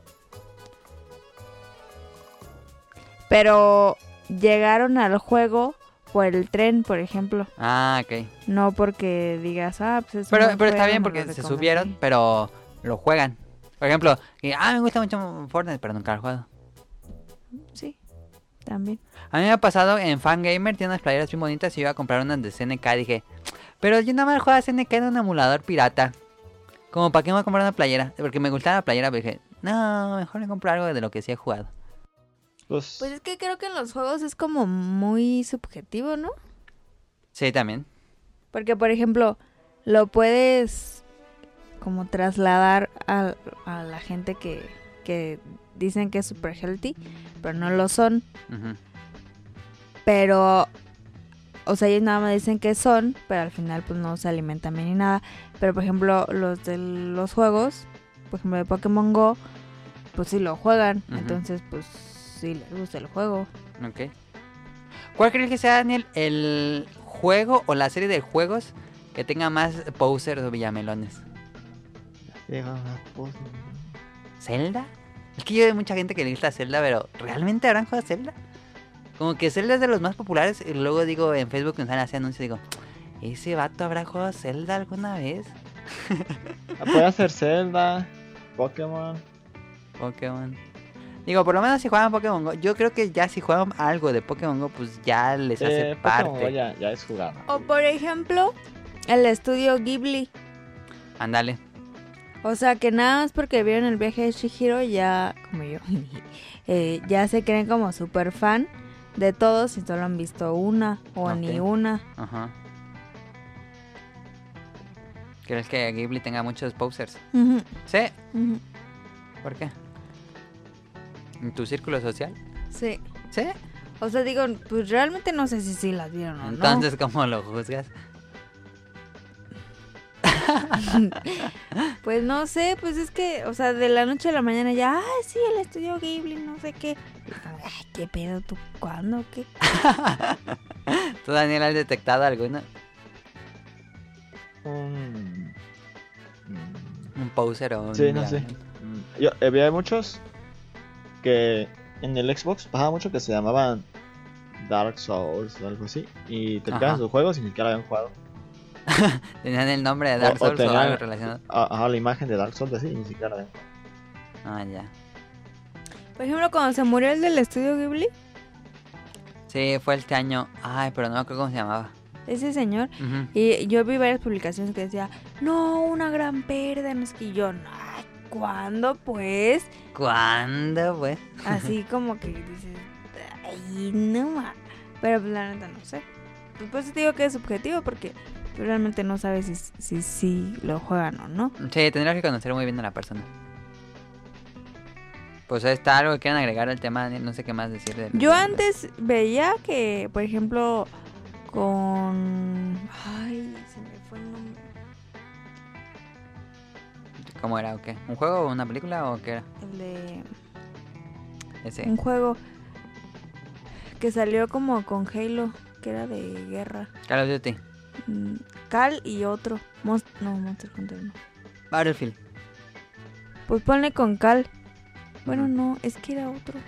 Pero llegaron al juego por el tren, por ejemplo. Ah, ok. No porque digas, ah, pues es un Pero, buen pero está juego, bien me lo porque se recomendé. subieron, pero lo juegan. Por ejemplo, que, ah, me gusta mucho Fortnite, pero nunca lo he jugado. Sí, también. A mí me ha pasado en Fangamer, tiene unas playeras bien bonitas y yo iba a comprar unas de CNK. Dije, pero yo nada más jugaba CNK en un emulador pirata. Como, ¿para qué me voy a comprar una playera? Porque me gustaba la playera, pero dije, no, mejor me compro algo de lo que sí he jugado. Pues, Pues es que creo que en los juegos es como muy subjetivo, ¿no? Sí, también. Porque, por ejemplo, lo puedes como trasladar a, a la gente que, que dicen que es super healthy, pero no lo son. Ujú. Pero, o sea, ellos nada más dicen que son, pero al final pues no se alimentan bien ni nada. Pero, por ejemplo, los de los juegos, por ejemplo, de Pokémon Go, pues sí lo juegan. Ujú. Entonces, pues sí les gusta el juego. Ok. ¿Cuál crees que sea, Daniel, el juego o la serie de juegos que tenga más posers o villamelones? llega una cosa. ¿Zelda? Es que yo veo mucha gente que le gusta Zelda, pero ¿realmente habrán jugado Zelda? Como que Zelda es de los más populares y luego digo en Facebook me salen así anuncios y digo, ¿ese vato habrá jugado Zelda alguna vez? Ah, Puede hacer Zelda, Pokémon. Pokémon. Digo, por lo menos si juegan Pokémon Go, yo creo que ya si juegan algo de Pokémon Go, pues ya les hace Eh, parte. Pokémon Go ya, ya es jugado. O, por ejemplo, el estudio Ghibli. Ándale. O sea, que nada más porque vieron el viaje de Shihiro, ya, como yo, eh, ya se creen como super fan de todos si solo han visto una o ni Ok. una. Ajá. ¿Crees que Ghibli tenga muchos posers? Ujú, Sí, ujú. ¿por qué? ¿En tu círculo social? Sí. Sí. O sea, digo, pues realmente no sé si sí las vieron o Entonces, ¿cómo lo juzgas? no. Pues no sé, pues es que, o sea, de la noche a la mañana ya, ay, sí, el estudio Ghibli, no sé qué. Y como, Ay, ¿qué pedo tú? ¿Cuándo? ¿Qué? ¿Tú, Daniel, has detectado alguna? Mm. Mm. ¿Un poser o un.? Sí, no sé. villano? Mm, Yo eh, había muchos que en el Xbox pasaba mucho que se llamaban Dark Souls o algo así. Y te Ajá. picaban sus juegos y ni siquiera habían jugado. ¿Tenían el nombre de O- Dark o Souls o, tenían- algo relacionado? A- Ah, Ajá, la imagen de Dark Souls así y ni siquiera habían jugado. Ah, ya. Por ejemplo, cuando se murió el del estudio Ghibli, Sí, fue este año. Ay, pero no me acuerdo cómo se llamaba. ese señor, Ujú. Y yo vi varias publicaciones que decía, no, una gran pérdida, no es que yo, no, ay, ¿cuándo pues? ¿Cuándo, pues? Así como que dices, ay, no ma". Pero pues la neta no sé. Pues por eso te digo que es subjetivo porque tú realmente no sabes si, si, si lo juegan o no. Sí, tendrías que conocer muy bien a la persona. Pues ahí está algo que quieran agregar al tema, Daniel. No sé qué más decir. del- Yo antes veía que, por ejemplo, con... Ay, se me fue el nombre. ¿Cómo era o qué? ¿Un juego o una película o qué era? El de... Ese. un juego que salió como con Halo, que era de guerra. Call of Duty. Mm, Cal y otro. Mon- no, Monster Hunter no. Battlefield. Pues ponle con Cal. Bueno, Ujú. no, es que era otro.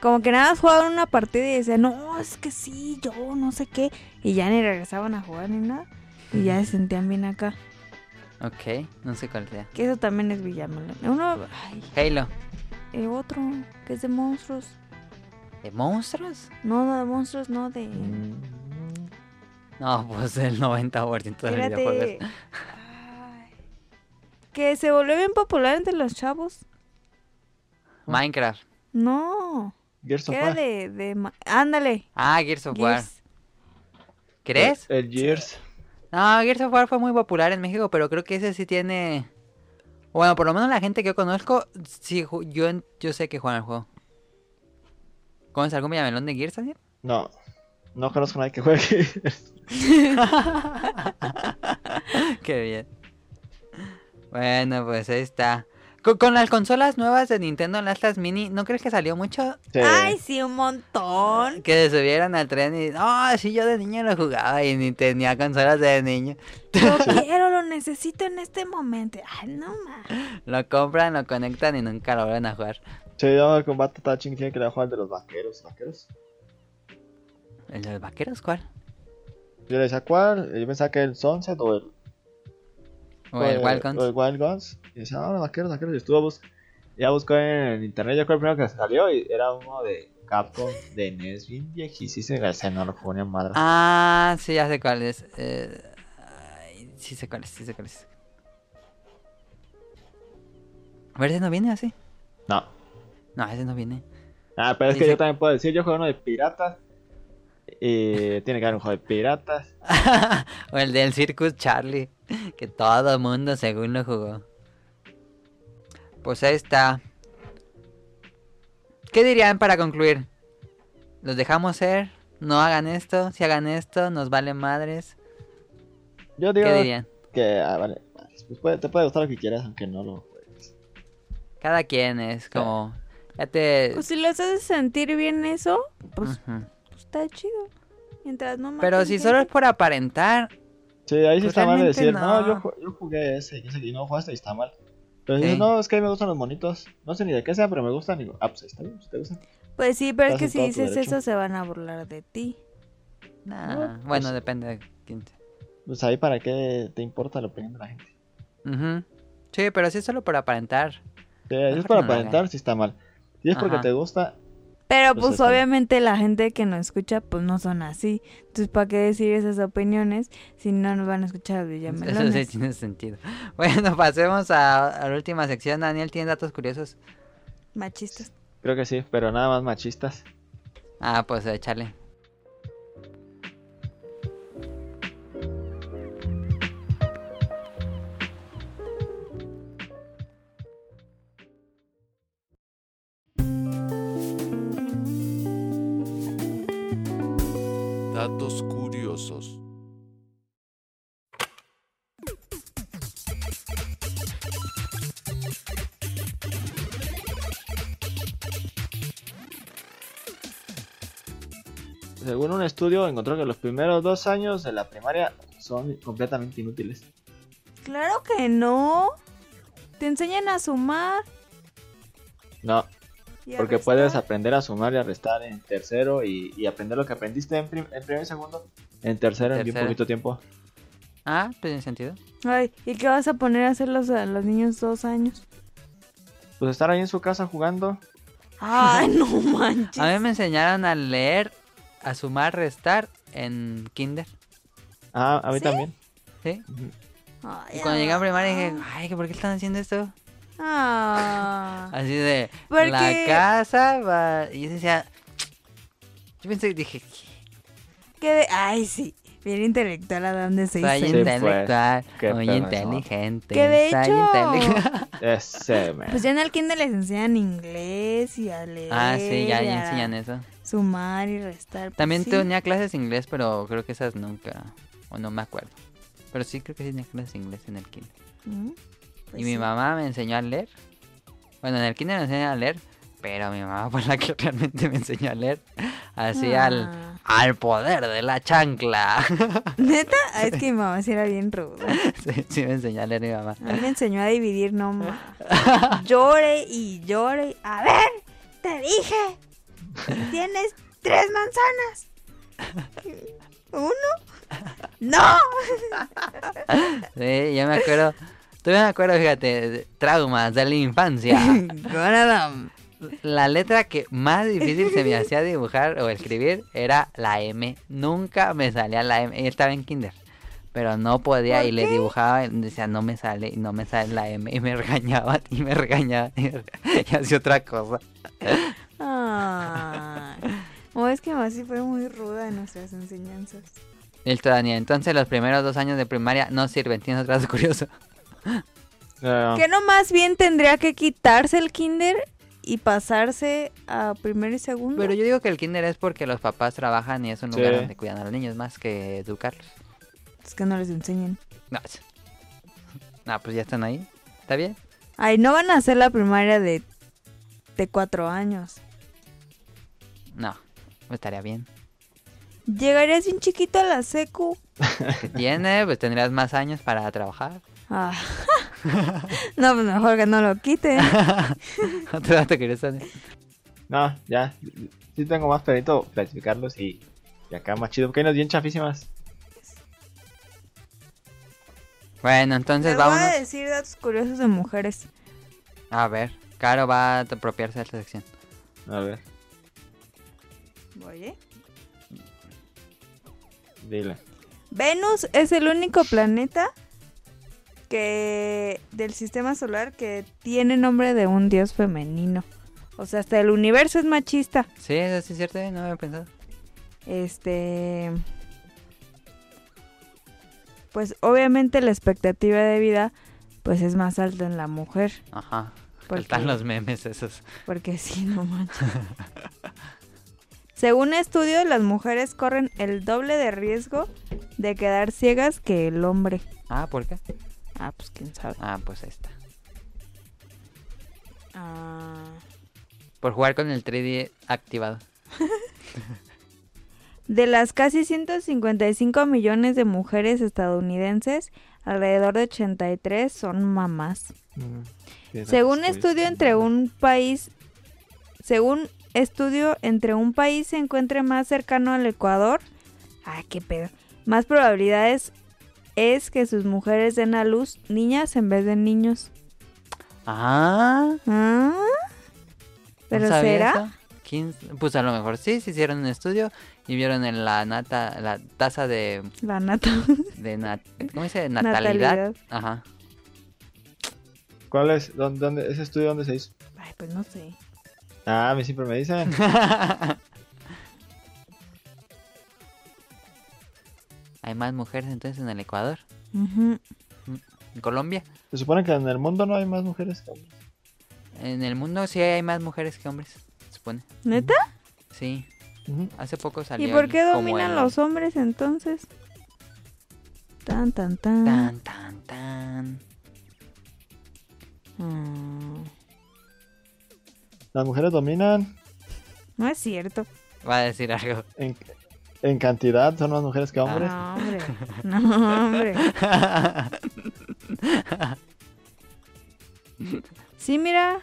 Como que nada más jugaban una partida y decían, no, es que sí, yo no sé qué. Y ya ni regresaban a jugar ni nada. Y ya se sentían bien acá. Ok, no sé cuál sea. Que eso también es Villamelón. Uno, ay, Halo. el otro, que es de monstruos. ¿De monstruos? No, no de monstruos, no, de. Mm, mm, No, pues el 90% de los videojuegos. Espérate. Ay. Que se volvió bien popular entre los chavos. Minecraft. No. Gears Que of era War. de, de ma- Ándale. Ah, Gears of War. Gears. ¿Crees? El Gears. No, Gears of War fue muy popular en México, pero creo que ese sí tiene... Bueno, por lo menos la gente que yo conozco, sí, ju- yo, en- yo sé que juegan el juego. ¿Conoces algún villamelón de Gears, Daniel? No. No conozco a nadie que juegue Gears. Qué bien. Bueno, pues ahí está. Con, con las consolas nuevas de Nintendo, las estas mini, ¿no crees que salió mucho? Sí. Ay, sí, un montón. Que se subieran al tren y... No, sí, yo de niño lo jugaba y ni tenía consolas de niño. Lo quiero, lo necesito en este momento. Ay, no más. Lo compran, lo conectan y nunca lo vuelven a jugar. Sí, yo combate Touching tiene que ir a jugar de los vaqueros. ¿Vaqueros? ¿El de los vaqueros cuál? Yo le decía, ¿cuál? Yo pensaba que el Sunset o el, ¿O el Wild o el Guns? Wild Guns. Y decía, ah, vaqueros, vaqueros. Y estuvo bus ya buscó en internet. Yo creo que el primero que salió y era uno de Capcom de NES, bien viejísimo. Ese no lo ponía en madre. Ah, sí, ya sé cuál es. Eh, ay, sí sé cuál es, sí sé cuál es. A ver, ese no viene así. No. No, ese no viene. Ah, pero es que Dice- yo también puedo decir, yo juego uno de piratas. Eh, tiene que haber un juego de piratas. o el del Circus Charlie, que todo el mundo según lo jugó. Pues ahí está. ¿Qué dirían para concluir? ¿Los dejamos ser? ¿No hagan esto? Si hagan esto, nos vale madres. Yo digo ¿Qué dirían? que, ah, vale, pues puede- te puede gustar lo que quieras, aunque no lo juegues. Cada quien es como... Ya te... Pues si los haces sentir bien eso, pues, Ujú. pues está chido. Mientras no Pero maten si gente. solo es por aparentar... Sí, ahí sí está mal Realmente decir, no, no. yo, ju- yo jugué ese, y ese y no jugaste y está mal. Pero si Sí. dices, no, es que a mí me gustan los monitos. No sé ni de qué sea, pero me gustan. Y digo, ah, pues ahí está bien, si te gustan. Pues sí, pero es Estás que en si todo tu dices derecho. eso se van a burlar de ti. nah, No, pues- Bueno, depende de quién... Pues ahí para qué te importa la opinión de la gente. Ujú. Sí, pero si es solo por aparentar. Sí, ahí es Mejor para no lo hagan. aparentar si está mal. Si es porque Ajá. te gusta, Pero Pues pues eso. obviamente la gente que nos escucha pues no son así. Entonces, ¿para qué decir esas opiniones si no nos van a escuchar los Eso sí villamelones? tiene sentido. Bueno, pasemos a, a la última sección. Daniel tiene datos curiosos. Machistas. creo que sí, pero nada más machistas. Ah, pues échale. Datos curiosos. Según un estudio, encontró que los primeros dos años de la primaria son completamente inútiles. Claro que no. Te enseñan a sumar. No, y a porque restar. puedes aprender a sumar y a restar en tercero y, y aprender lo que aprendiste en, prim- en primer y segundo, en tercero en bien Tercero. poquito tiempo. Ah, pues tiene sentido. Ay, ¿y qué vas a poner a hacer los, a los niños dos años? Pues estar ahí en su casa jugando, Ay, no manches. A mí me enseñaron a leer, a sumar, restar en kinder. ah, a mí ¿Sí? también. ¿Sí? Ujú. Ay, Y cuando llegué a ah. primaria dije, ay, ¿por qué están haciendo esto? Ah. Así de, Porque- la casa va... Y yo decía... Yo pensé, dije, Que de- Ay, sí. Bien intelectual Adán de seis soy años. Sí, pues, intelectual, qué muy pedo, inteligente, Que de soy hecho- inteligente. Ese, man. Pues ya en el kinder les enseñan inglés y a leer. ah, sí, ya, y ya a enseñan eso. Sumar y restar. pues También sí. tenía clases de inglés, pero creo que esas nunca, o no me acuerdo. Pero sí creo que sí tenía clases de inglés en el kinder. Mm, pues y mi sí. mamá me enseñó a leer. Bueno, en el kinder me enseñó a leer, pero mi mamá fue la que realmente me enseñó a leer. Así al, Ah. al poder de la chancla. Neta, Ah, es que mi mamá sí era bien ruda. sí, sí me enseñó a leer mi mamá. A mí me enseñó a dividir, no ma. Llore y llore. A ver, te dije. Tienes tres manzanas. ¿Uno? ¡No! Sí, yo me acuerdo. Todavía me acuerdo, fíjate, de traumas de la infancia. La letra que más difícil se me hacía dibujar o escribir era la M. Nunca me salía la M. Ella estaba en kinder. Pero no podía ¿Por y le dibujaba y decía no me sale y no me sale la M. Y me regañaba y me regañaba y, me regañaba, y hacía otra cosa. Ay. O es que mi mamá sí fue muy ruda en nuestras enseñanzas. Listo, Daniel. Entonces los primeros dos años de primaria no sirven. Tienes otro dato curioso. Ah. No, Que no más bien tendría que quitarse el kinder y pasarse a primero y segundo. Pero yo digo que el kinder es porque los papás trabajan y es un Sí. lugar donde cuidan a los niños más que educarlos. Es que no les enseñen. No, es- no pues ya están ahí. ¿Está bien? Ay, no van a hacer la primaria de, de cuatro años. No, pues estaría bien. Llegarías bien chiquito a la secu. que tiene, pues tendrás más años para trabajar. Ah. no, pues mejor que no lo quiten. Otro dato curioso. no, ya. Sí tengo más, pero necesito clasificarlos y, y Y acá más chido, porque hay unas bien chafísimas. Bueno, entonces Les voy a vámonos. decir datos curiosos de mujeres. A ver, Caro va a apropiarse de esta sección. A ver, Oye. dile. Venus es el único planeta que del sistema solar que tiene nombre de un dios femenino. O sea, hasta el universo es machista. Sí, eso sí es cierto, eh, no había pensado. Este pues obviamente la expectativa de vida pues es más alta en la mujer, Ajá. ¿Por Están qué? los memes esos. porque sí, no manches. Según estudio, las mujeres corren el doble de riesgo de quedar ciegas que el hombre. Ah, ¿por qué? Ah, pues quién sabe. Ah, pues ahí está. Ah. Por jugar con el 3D activado. De las casi 155 millones de mujeres estadounidenses, alrededor de 83 son mamás. Según pues, estudio entre un país, según estudio entre un país se encuentre más cercano al Ecuador, ah, qué pedo, más probabilidades es que sus mujeres den a luz niñas en vez de niños. Ah, Ah, pero será. ¿Quién s- Pues a lo mejor sí, se hicieron un estudio y vieron en la nata, la tasa de, La nata. de nat- ¿cómo dice? Natalidad. Natalidad. Ajá. ¿Cuál es? ¿Dónde, dónde, ¿Ese estudio dónde se hizo? Ay, pues no sé. Ah, a mí siempre me dicen. Hay más mujeres entonces en el Ecuador, Ujú. en Colombia. Se supone que en el mundo no hay más mujeres. que hombres. En el mundo sí hay más mujeres que hombres, se supone. ¿Neta? Sí, Ujú. hace poco salió. ¿Y por qué como dominan el- los hombres entonces? Tan, tan, tan. Tan, tan, tan. Mm, Las mujeres dominan no es cierto. Va a decir algo. en, en cantidad, son más mujeres que hombres. No, hombre. No, hombre. Ah, Sí, mira.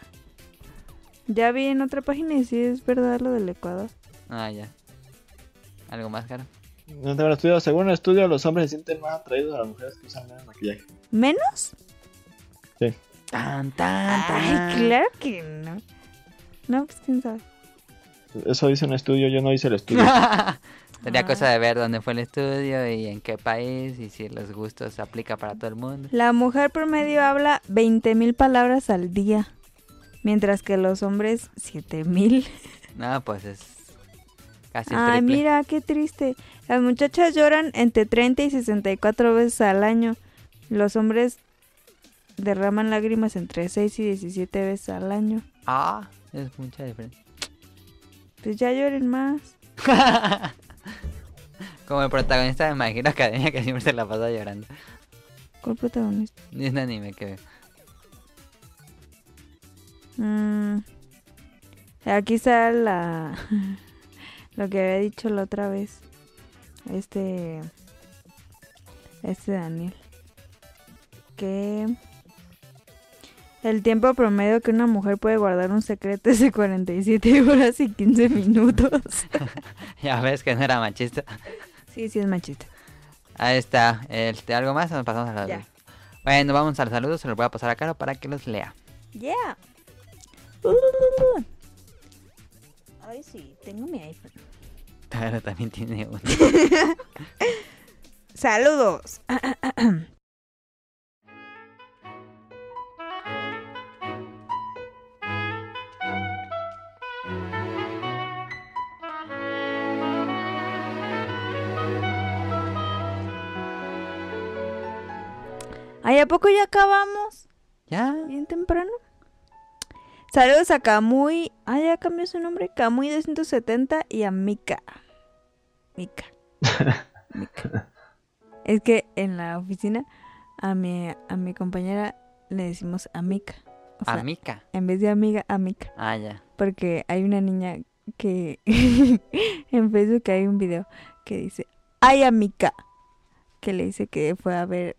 Ya vi en otra página y sí es verdad lo del Ecuador. Ah, ya. ¿Algo más, caro? No tengo el estudio. Según el estudio, los hombres se sienten más atraídos a las mujeres que usan menos maquillaje. ¿Menos? Tan, tan, tan. Ay, claro que no. No, pues quién sabe. Eso dice un estudio, yo no hice el estudio. Sería Ah. cosa de ver dónde fue el estudio y en qué país y si los gustos se aplica para todo el mundo. La mujer promedio habla 20.000 palabras al día, mientras que los hombres 7.000. No, pues es casi el Ay, triple. mira, qué triste. Las muchachas lloran entre 30 y 64 veces al año. Los hombres derraman lágrimas entre 6 y 17 veces al año. Ah, es mucha diferencia. Pues ya lloren más. Como el protagonista de My Hero Academia que siempre se la pasa llorando. ¿Cuál protagonista? Ni un anime que veo. Mm, Aquí está la... lo que había dicho la otra vez. Este... Este Daniel. Que... El tiempo promedio que una mujer puede guardar un secreto es de 47 horas y 15 minutos. Ya ves que no era machista. Sí, sí es machista. Ahí está. Este, ¿Algo más o nos pasamos a los Ya. saludos? Bueno, vamos al saludo. Se los voy a pasar a Caro para que los lea. Yeah. Uh, Ay, sí, tengo mi iPhone. Caro también tiene uno. Saludos. Ay, ¿a poco ya acabamos? ¿Ya? Bien temprano. Saludos a Kamui. Ah, ya cambió su nombre. Kamui 270 y a Mika. Mika. Mika. Es que en la oficina a mi, a mi compañera le decimos amica. O sea, Amica. en vez de amiga, amica. Ah, ya. Porque hay una niña que en Facebook hay un video que dice, ay amica. Que le dice que fue a ver,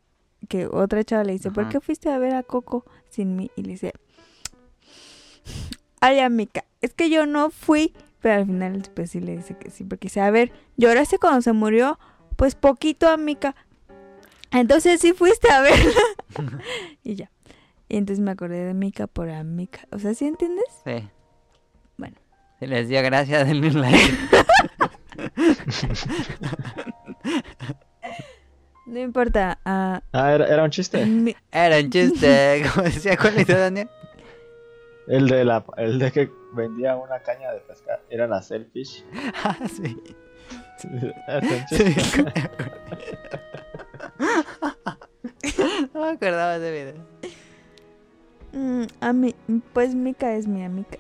que otra chava le dice, ¿por Ajá. qué fuiste a ver a Coco sin mí? Y le dice, ay amica, es que yo no fui, Pero al final pues sí le dice que sí, porque dice, a ver, lloraste cuando se murió, pues poquito, amiga. Entonces sí fuiste a verla. y ya. Y entonces me acordé de Mika por Amica. O sea, ¿sí entiendes? Sí. Bueno. Si les dio gracia, denle un like. No importa. ah, Ah, era, era un chiste. mi- Era un chiste, como decía Juanito Daniel. El de la el de que vendía una caña de pescar. Era la selfish. Ah, sí. Era un Sí, chiste. me acordé. No me acordaba de ese video. mm, a mí, pues Mika es mi amiga.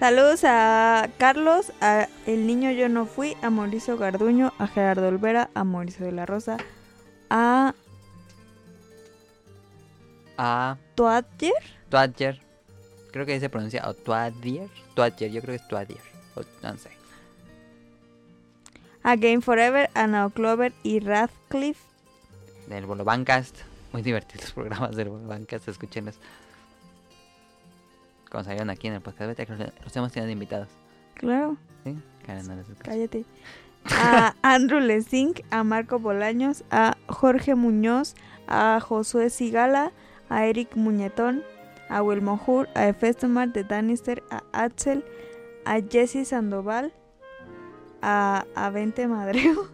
Saludos a Carlos, a El Niño Yo No Fui, a Mauricio Garduño, a Gerardo Olvera, a Mauricio de la Rosa, a Ah, Toadjer, Twadger. Creo que ahí se pronuncia. O Twadger. Twadger, yo creo que es Twadger. O, no sé. a Game Forever, a Nao Clover y Radcliffe. Del Bolo Bancast. Muy divertidos los programas del Bolo Bancast. Escúchenlos. Cuando salieron aquí en el podcast, beta, creo que los hemos tenido de invitados. Claro, ¿Sí? Karen, no les hagas caso. cállate. A Andrew Lezink, a Marco Bolaños, a Jorge Muñoz, a Josué Sigala, a Eric Muñetón, a Wilmo Hur, a Efestomar de Danister, a Axel, a Jesse Sandoval, a, a Vente Madreo,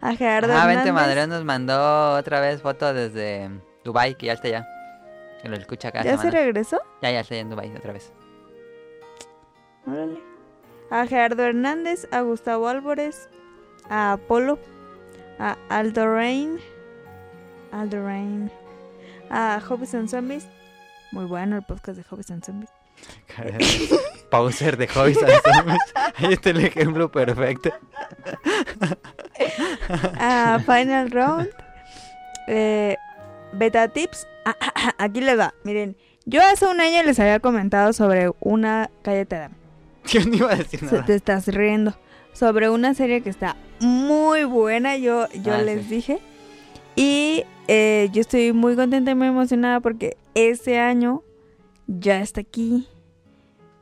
a Gerardo Ah, Hernández. Vente Madre nos mandó otra vez foto desde Dubai que ya está ya. Que lo escucha acá. ¿Ya se regresó? ya, ya está ya en Dubai otra vez. Órale. A Gerardo Hernández, a Gustavo Álvarez, a Apolo, a Aldo Rain, Aldo Rain, a Hobbies and Zombies. Muy bueno el podcast de Hobbies and Zombies. Pauser de Hobbies Eh, and Zombies. Ahí está el ejemplo perfecto. A Final Round, eh, Beta Tips. Ah, ah, ah, aquí les va. Miren, yo hace un año les había comentado sobre una galletada. Yo no iba a decir Se- nada. te estás riendo. Sobre una serie que está muy buena, yo, yo Ah, les sí. dije. Y eh, yo estoy muy contenta y muy emocionada porque este año ya está aquí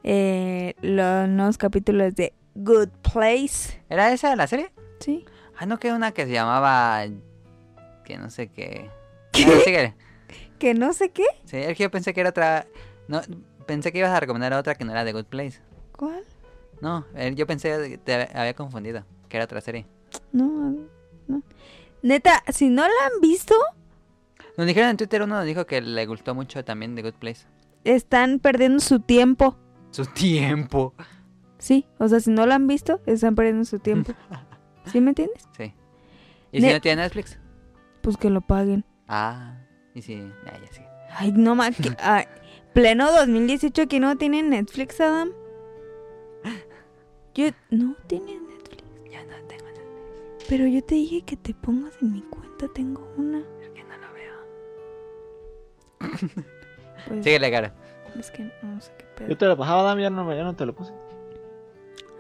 eh, los nuevos capítulos de Good Place. ¿Era esa la serie? Sí. Ah, no, que una que se llamaba. Que no sé qué. Ah, síguele. Que no sé qué. Sí, es que yo pensé que era otra. No, pensé que ibas a recomendar otra que no era de Good Place. ¿Cuál? No, eh, yo pensé que te había confundido. Que era otra serie. No, no. Neta, si no la han visto, Nos dijeron en Twitter, uno nos dijo que le gustó mucho también The Good Place. están perdiendo su tiempo. Su tiempo. Sí, o sea, si no la han visto, están perdiendo su tiempo. ¿Sí me entiendes? Sí. ¿Y si Ne- no tiene Netflix? Pues que lo paguen. Ah, y si. Ah, ya sí. Ay, no más que. ay, pleno 2018 que no tienen Netflix, Adam. Yo. No tienes Netflix. Yo no tengo Netflix, Pero yo te dije que te pongas en mi cuenta, tengo una. que no lo veo. Pues Síguele, cara. es que no sé qué Yo pedo. te lo bajaba, Adam, ya no, me- ya no te lo puse.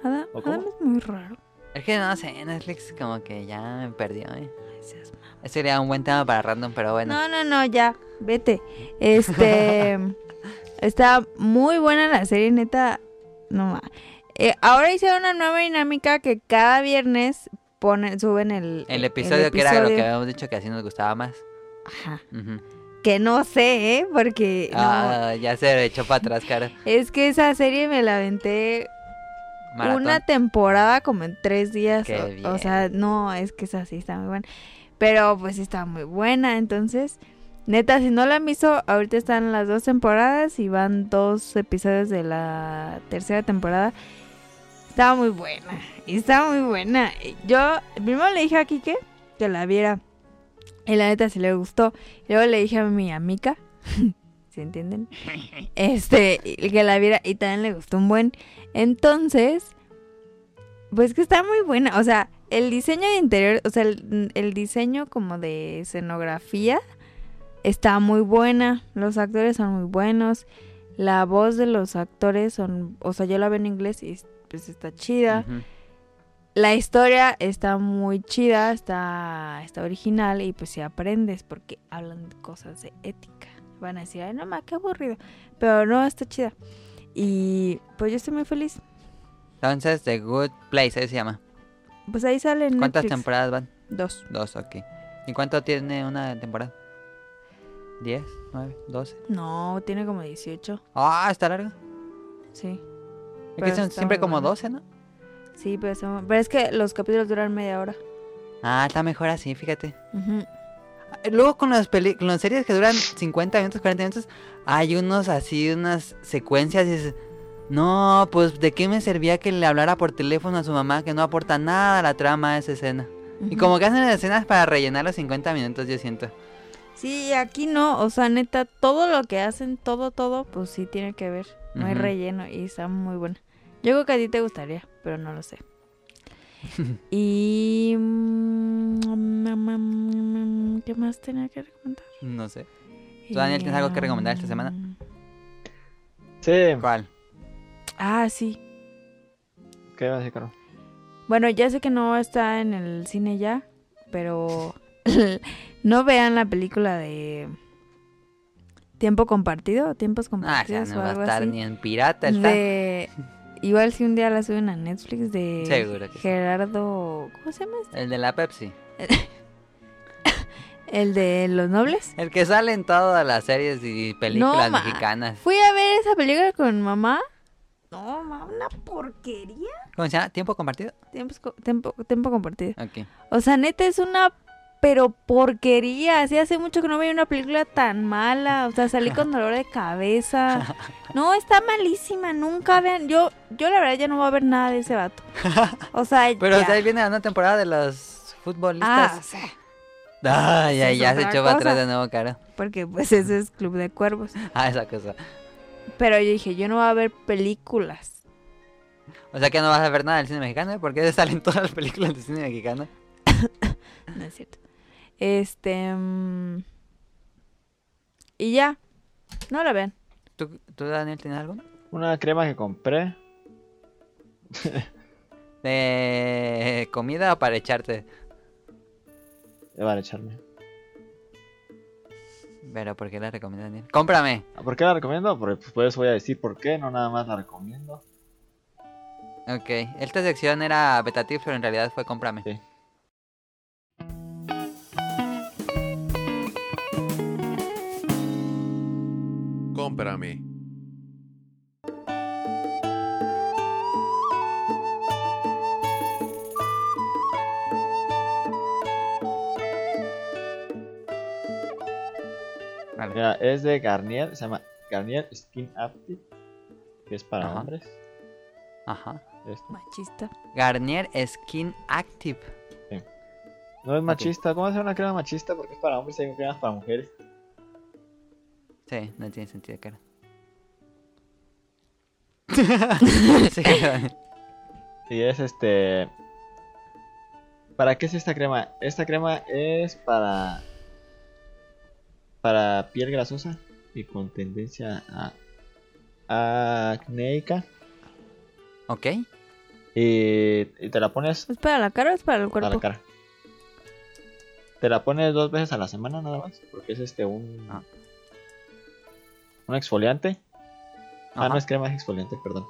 Adam, ¿O cómo? Adam es muy raro. Es que no sé, Netflix como que ya me perdió, ¿eh? Ay, seas ma- Ese sería un buen tema para random, pero bueno. No, no, no, ya. Vete. Este. está muy buena la serie, neta. No ma- Eh, ahora hicieron una nueva dinámica que cada viernes ponen, suben el. el, episodio que era lo que episodio. habíamos dicho que así nos gustaba más. Ajá. Ujú. Que no sé, ¿eh? Porque no, Ah, ya se echó para atrás, cara. es que esa serie me la aventé Maratón. una temporada como en tres días. Qué o- bien. O, sea, no, es que esa sí está muy buena. Pero pues sí está muy buena. Entonces, neta, si no la han visto, ahorita están las dos temporadas y van dos episodios de la tercera temporada. Estaba muy buena. Y estaba muy buena. Yo primero le dije a Kike que la viera. Y la neta sí le gustó. Y luego le dije a mi amiga. ¿Se entienden? Este, y que la viera. Y también le gustó un buen. Entonces, pues que está muy buena. O sea, el diseño de interior, o sea, el, el diseño como de escenografía está muy buena. Los actores son muy buenos. La voz de los actores son, o sea, yo la veo en inglés y pues está chida. Ujú. La historia está muy chida, está, está original y pues si aprendes porque hablan de cosas de ética. Van a decir, ay, no, ma, qué aburrido. Pero no, está chida. Y pues yo estoy muy feliz. Entonces, The Good Place, ahí se llama. Pues ahí sale en ¿Cuántas Netflix. temporadas van? Dos. Dos, ok. ¿Y cuánto tiene una temporada? ¿Diez? ¿Nueve? ¿Doce? No, tiene como 18. Ah, está larga. Sí. Es Pero que son está siempre muy como buena. doce, ¿no? Sí, pero, está- pero es que los capítulos duran media hora. Ah, está mejor así, fíjate. Ujú. Luego con las, peli con las series que duran 50 minutos, 40 minutos, hay unos así, unas secuencias y dices, no, pues de qué me servía que le hablara por teléfono a su mamá que no aporta nada a la trama de esa escena. Y Ujú. como que hacen las escenas para rellenar los 50 minutos, yo siento. Sí, aquí no, o sea, neta, todo lo que hacen, todo, todo, pues sí tiene que ver. No hay Ujú. relleno y está muy buena. Yo creo que a ti te gustaría, pero no lo sé. y... mm, ¿Qué más tenía que recomendar? No sé. Tú, Daniel, ¿tienes algo que recomendar esta semana? Em, Sí, ¿Cuál? Ah, sí. ¿qué iba a decir, Caro? Bueno, ya sé que no está en el cine ya, pero no vean la película de Tiempo compartido, tiempos Ah, ya compartidos no o va a algo estar así. ni en pirata, está. de igual si un día la suben a Netflix de Seguro que sí. Gerardo ¿cómo se llama? El de la Pepsi. El de Los Nobles. El que sale en todas las series y No, películas ma. mexicanas. Fui a ver esa película con mamá. No, mamá, una porquería. ¿Cómo se llama? ¿Tiempo compartido? Tiempos co- Tiempo, tiempo compartido. Ok. O sea, neta es una pero porquería. Así hace mucho que no veía una película tan mala. O sea, salí con dolor de cabeza. No, está malísima. Nunca vean. Yo, yo la verdad ya no voy a ver nada de ese vato. O sea, Pero ya. ahí viene la nueva temporada de los futbolistas. Ah, o sea, Ay, Esa ay, es ya se otra echó para atrás cosa. de nuevo, cara. porque pues ese es Club de Cuervos. Ah, esa cosa. Pero yo dije, yo no voy a ver películas. O sea que no vas a ver nada del cine mexicano, ¿eh? porque salen todas las películas del cine mexicano. No es cierto. Este. mm, y ya. No la vean. ¿Tú, tú Daniel, tienes algo? Una crema que compré. ¿De comida o para echarte? eh, Para echarme. Pero ¿por qué la recomiendas, Daniel? ¡Cómprame! ¿Por qué la recomiendo? Porque pues, pues voy a decir por qué, no nada más la recomiendo. Ok, esta sección era beta tips, pero en realidad fue cómprame. Sí. Cómprame. Vale. Mira, es de Garnier, se llama Garnier Skin Active, que es para Ajá. hombres. Este, Ajá. Es- Machista. Garnier Skin Active. No es machista, ¿cómo hacer una crema machista? Porque es para hombres y hay cremas para mujeres. Sí, no tiene sentido, cara. sí, Daniel. Y es este. ¿Para qué es esta crema? Esta crema es para. Para piel grasosa y con tendencia a. acnéica. ok. Y, y te la pones ¿Es para la cara o es para el cuerpo? para la cara. Te la pones dos veces a la semana nada más. Porque es este un. Ah. Un exfoliante. Ah, no Ajá, es crema, es exfoliante, perdón.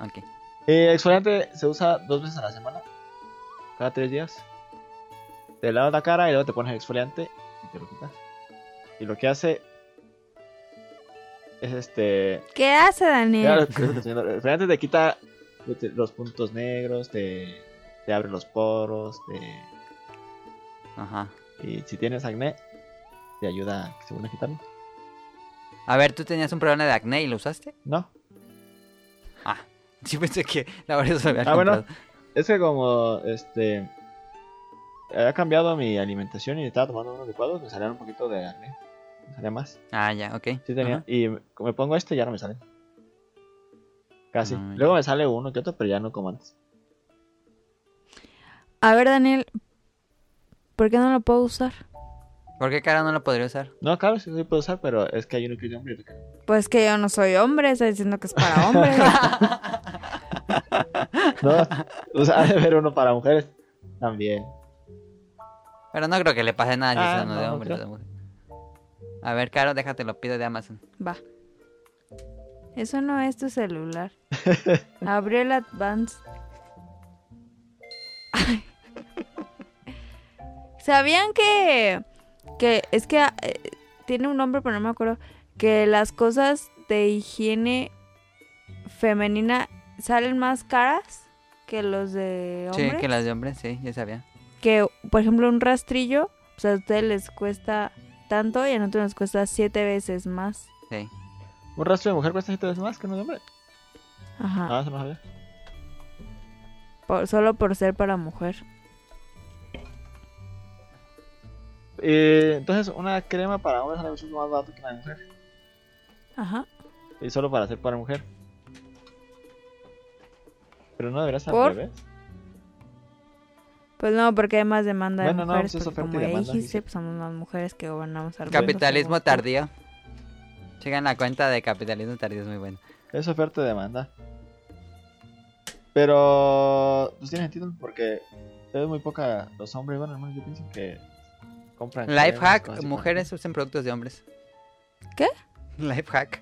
Ok. Eh, exfoliante se usa dos veces a la semana, cada tres días. Te lavas la cara y luego te pones el exfoliante y te lo quitas. Y lo que hace es este. Eh. ¿Qué hace Daniel? Claro, es lo que estoy diciendo, El exfoliante te quita lo- te- los puntos negros, te, te abre los poros, te- Ajá. y si tienes acné, te ayuda según a quitarlo. A ver, tú tenías un problema de acné y lo usaste. No, Ah, sí pensé que la verdad se lo había Ah, bueno. comprado. Es que como este había cambiado mi alimentación y estaba tomando unos licuados, me salían un poquito de acné. Me salía más. Ah, ya, ok. Sí tenía. Ajá. Y me me pongo este y ya no me sale. Casi. Ah, mira. Luego me sale uno que otro, pero ya no como antes. A ver, Daniel. ¿Por qué no lo puedo usar? ¿Por qué cara no lo podría usar? No, claro, sí, sí puedo usar, pero es que hay uno que es de hombre y otro que no. Pues que yo no soy hombre, está diciendo que es para hombres. No, o sea, ha de haber uno para mujeres también. Pero no creo que le pase nada si Ah, usa uno de no, hombre no o de mujer. A ver, Caro, déjate lo pido de Amazon. Va. Eso no es tu celular. Abrió el Advance. Ay. ¿Sabían que, que es que eh, tiene un nombre, pero no me acuerdo, que las cosas de higiene femenina salen más caras que los de Sí, hombres? que las de hombres, sí, ya sabía. que, por ejemplo, un rastrillo, pues a ustedes les cuesta tanto y a nosotros nos cuesta siete veces más. Sí. ¿Un rastro de mujer cuesta siete veces más que uno de hombre? Ajá. Ah, eso no sabía. Por- solo por ser para mujer. Eh, entonces, una crema para hombres sale mucho más barato que la de mujer. Ajá. Y solo para hacer para mujer. Pero no debería ser ¿Por? al revés. Pues no, porque hay más demanda de Bueno, no, mujeres. pues es porque oferta y como ya demanda, dijiste, dice. pues somos más mujeres que gobernamos al mundo, Capitalismo según tú. tardío. Chequen la cuenta de capitalismo tardío, es muy bueno. Es oferta y demanda. Pero pues tiene sentido porque es muy poca los hombres, bueno, al menos yo pienso que compran. Life cremas, cosas hack, así, mujeres usen productos de hombres. ¿Qué? Life hack.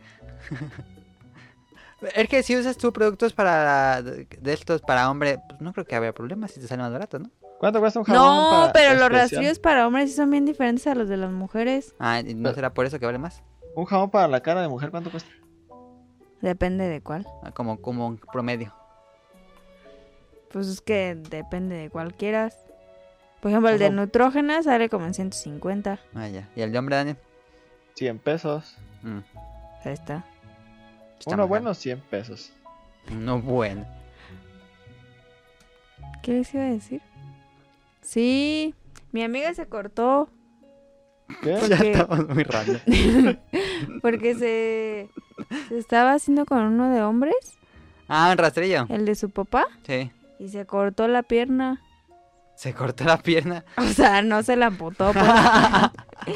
es que si usas tú productos para de estos para hombre, pues no creo que haya problema si te sale más barato, ¿no? como- ¿Cuánto cuesta un jabón? No, para- pero los especial? rastrillos para hombres sí son bien diferentes a los de las mujeres. Ah, ¿y ¿no Pero- será por eso que vale más? Un jabón para la cara de mujer, ¿cuánto cuesta? Depende de cuál. Ah, Como, como un promedio. Pues es que depende de cuál quieras. Por ejemplo, el de Ujú. nutrógena sale como en 150. Ah, ya. ¿Y el de hombre, Daniel? 100 pesos. Mm, Ahí está. está Uno más bueno, 100 pesos. caro. No bueno. ¿Qué les iba a decir? Sí, mi amiga se cortó ¿Qué? Ya Porque- estamos muy random. porque se, se estaba haciendo con uno de hombres, Ah, un rastrillo. el de su papá, Sí. y se cortó la pierna. Se cortó la pierna. O sea, no se la amputó, pues,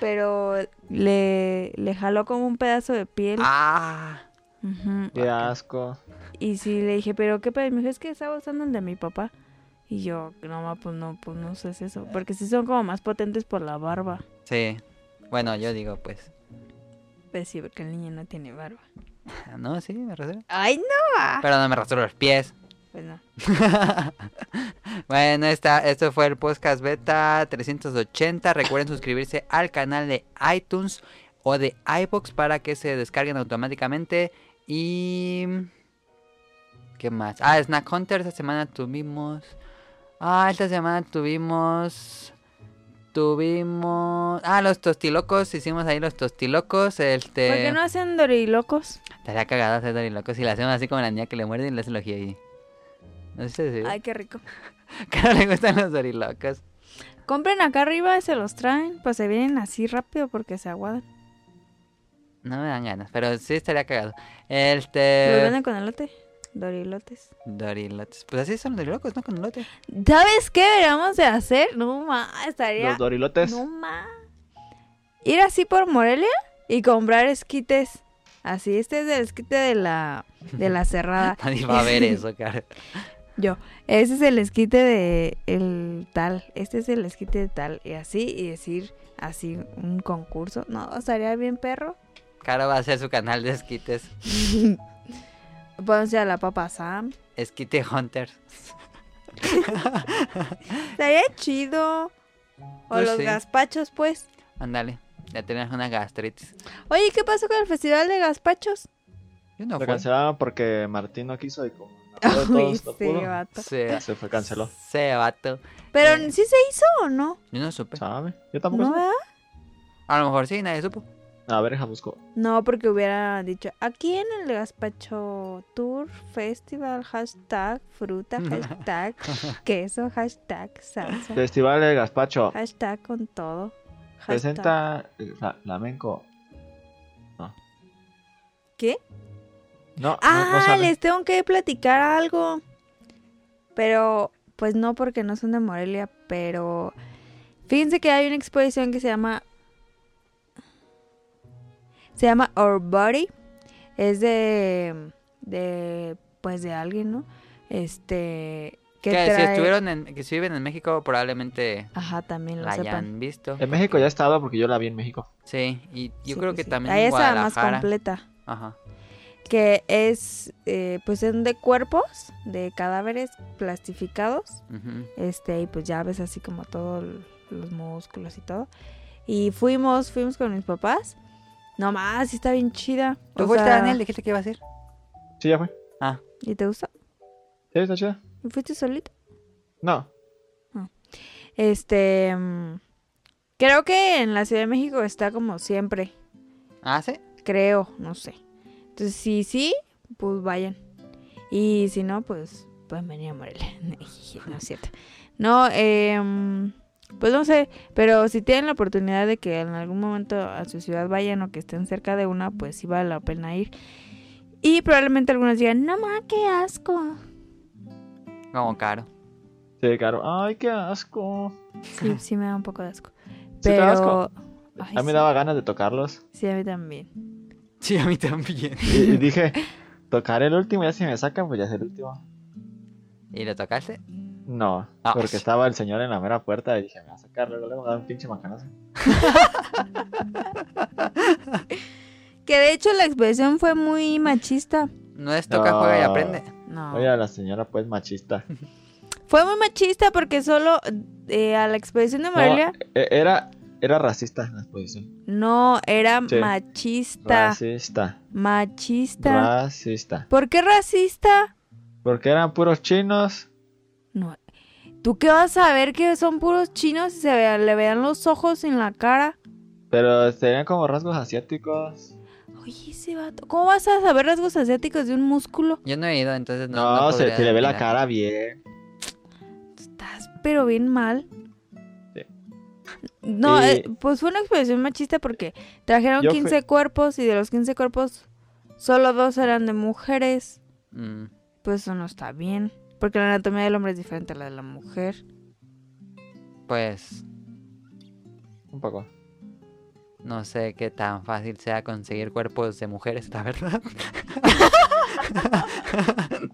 pero le, le jaló como un pedazo de piel. ah. Ujú. Qué asco. Y sí, le dije, pero qué pedo, Y me dijo, es que estaba usando el de mi papá. Y yo, no, ma, pues no, pues no sé eso. Porque sí son como más potentes por la barba. Sí. Bueno, yo digo, pues. Pues sí, porque el niño no tiene barba. ah, No, sí, me rasuro. ¡Ay, no! Pero no me rasuro los pies. Pues no. bueno, esta, esto fue el podcast beta 380. Recuerden suscribirse al canal de iTunes o de iBox para que se descarguen automáticamente. Y. ¿Qué más? Ah, Snack Hunter. Esta semana tuvimos. Ah, esta semana tuvimos. Tuvimos. Ah, los tostilocos. Hicimos ahí los tostilocos. Este. ¿Por qué no hacen dorilocos? Estaría cagada hacer dorilocos si la hacemos así como la niña que le muerde y le hace el ojillo ahí. No sé si se vio. Ay, qué rico. Que no le gustan los dorilocos. Compren acá arriba, se los traen, pues se vienen así rápido porque se aguadan. No me dan ganas, pero sí estaría cagado. Los Este. venden con elote, dorilotes. Dorilotes. Pues así son los dorilocos, ¿no? Con elote. ¿Sabes qué deberíamos de hacer? No, ma, estaría... Los dorilotes. No, ma. Ir así por Morelia y comprar esquites. Así, este es el esquite de la, de la cerrada. Nadie va a ver eso, cara. Yo, ese es el esquite de el tal, este es el esquite de tal. Y así, y decir así un concurso. No, estaría bien perro. Caro va a hacer su canal de esquites. Podemos ir a la Papa Sam. Esquite Hunter. Estaría chido. O Pues los sí. gazpachos, pues. Ándale. Ya tenés una gastritis. Oye, ¿qué pasó con el festival de gazpachos? Yo no Lo fui. cancelaron porque Martín no quiso y como no pudo, Uy, todos no sí, pudo, vato. Se, se fue canceló. se vato. Pero Eh. sí se hizo o no? Yo no supe. ¿Sabe? Yo tampoco ¿No, sé. verdad? A lo mejor sí, nadie supo. A ver, Jabusco. No, porque hubiera dicho aquí en el gazpacho tour festival hashtag fruta hashtag queso hashtag salsa Festival de Gaspacho. hashtag con todo. hashtag. Presenta eh, fla- flamenco. ¿Qué? No, no- Ah, no, sabe. les tengo que platicar algo. Pero, pues no, porque no son de Morelia, pero... Fíjense que hay una exposición que se llama... Se llama Our Body. Es de... de pues de alguien, ¿no? Este... Que Que si trae- estuvieron en, que si viven en México, probablemente Ajá, también lo la sepan. hayan visto. En México ya he estado porque yo la vi en México. Sí, y yo Sí, creo pues que sí. también Ahí en está más Guadalajara. completa. Ajá. que es, eh, pues son de cuerpos, de cadáveres plastificados, Ujú. este, y pues ya ves así como todos los músculos y todo. Y fuimos, fuimos con mis papás. No más, sí está bien chida. ¿Tú O fuiste, sea, Daniel? ¿Dijiste que iba a ir? Sí, ya fue. Ah, ¿Y te gustó? ¿Sí, está chida? ¿Y ¿Fuiste solito? No. Este, mm, creo que en la Ciudad de México está como siempre, ¿ah, sí? creo, no sé. Entonces, si sí, pues vayan. Y si no, pues pueden venir a Morelia. No es cierto. No, em, pues no sé, pero si tienen la oportunidad de que en algún momento a su ciudad vayan o que estén cerca de una, pues sí vale la pena ir. Y probablemente algunos digan, no ma, qué asco. Como caro. Sí, claro. Ay, qué asco. Sí, sí me da un poco de asco. Pero... te da asco? Ay, A mí me sí. daba ganas de tocarlos. Sí, a mí también. Sí, a mí también. Y, y dije, tocar el último, ya si me sacan, pues ya es el último. ¿Y lo tocaste? No, Ah, porque sí. estaba el señor en la mera puerta y dije, me va a sacar, luego, luego me da un pinche macanazo. Que de hecho la expresión fue muy machista. No es toca, juega y No. aprende. No. Oye, a la señora, pues machista. Fue muy machista porque solo eh, a la expedición de No, Morelia e- era, era racista la exposición. no, era Sí. machista. Racista. Machista. Racista. ¿Por qué racista? Porque eran puros chinos. No. ¿Tú qué vas a ver que son puros chinos y se vean- le vean los ojos en la cara? Pero tenían como rasgos asiáticos. Oye, ese vato. ¿Cómo vas a saber rasgos asiáticos de un músculo? Yo no he ido, entonces no. No, se, podría se le ve la opinar. cara bien. Estás pero bien mal. Sí. No, Y- eh, pues fue una expresión machista porque trajeron Yo fui- 15 cuerpos y de los 15 cuerpos solo dos eran de mujeres. Mm, Pues eso no está bien. Porque la anatomía del hombre es diferente a la de la mujer. pues Un poco. no sé qué tan fácil sea conseguir cuerpos de mujeres, la verdad.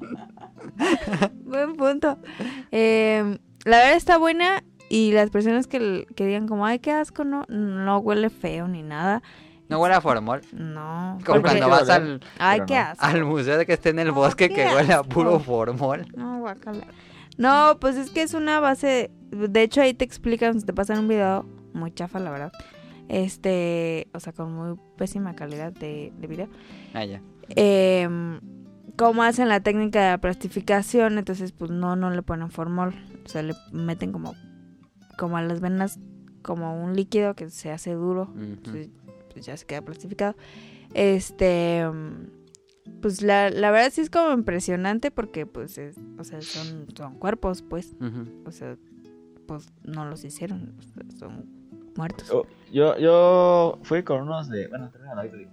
Buen punto. Eh, la verdad está buena y las personas que, l- que digan como, ay, qué asco, no, no huele feo ni nada. No huele a formol. No. Como porque- cuando Sí, vas vale. al, Ay, Pero qué no. asco. al museo de que esté en el bosque qué que huele a asco. puro formol. No, guacala. No, pues es que es una base. De hecho, ahí te explican, te pasan un video muy chafa, la verdad. Este, o sea, con muy pésima calidad de, de video. Ah, ya. Em, cómo hacen la técnica de la plastificación. Entonces, pues no, no le ponen formol. O sea, le meten como, como a las venas, como un líquido que se hace duro. Ujú. Entonces, pues ya se queda plastificado. Este, mm, pues la, la verdad sí es como impresionante porque pues, es- o sea, son, son cuerpos, pues, Ujú. o sea, pues no los hicieron, o sea, son muertos. Oh, Yo, yo fui con unos de. Bueno, termina de hablar y te digo.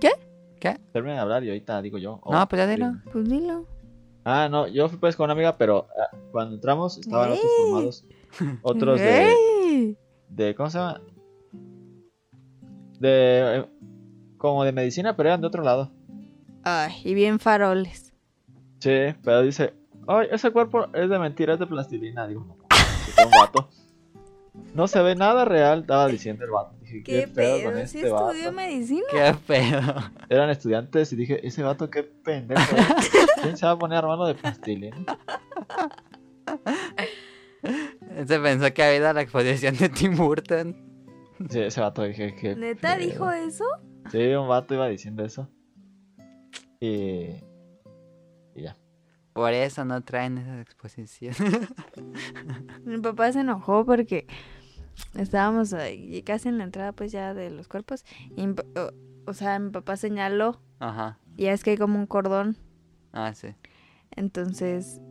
¿Qué? ¿Qué? Termina de hablar y ahorita digo yo. Oh, No, pues ya dilo. digo. Pues dilo. Ah, no, yo fui pues con una amiga, pero ah, cuando entramos estaban otros ¡Ey! formados. Otros de, ¡Ey! de. ¿Cómo se llama? De. eh, Como de medicina, pero eran de otro lado. Ay, y bien faroles. Sí, pero dice. Ay, ese cuerpo es de mentira, es de plastilina. Digo, no, es un vato. No se ve nada real, estaba diciendo el vato. Dije, ¿Qué, ¿qué, pedo, pedo? con ¿Sí este vato? estudió medicina? Qué pedo. eran estudiantes y dije, ese vato qué pendejo. ¿eh? ¿Quién se va a poner hermano de plastilina? Se pensó que había ido a la exposición de Tim Burton. Sí, ese vato dije que. ¿Neta dijo eso? Sí, un vato iba diciendo eso. Y. Y ya. Por eso no traen esas exposiciones. Mi papá se enojó porque estábamos ahí casi en la entrada pues ya de los cuerpos y mi pa- o, o sea, mi papá señaló Ajá. y es que hay como un cordón, Ah, sí. entonces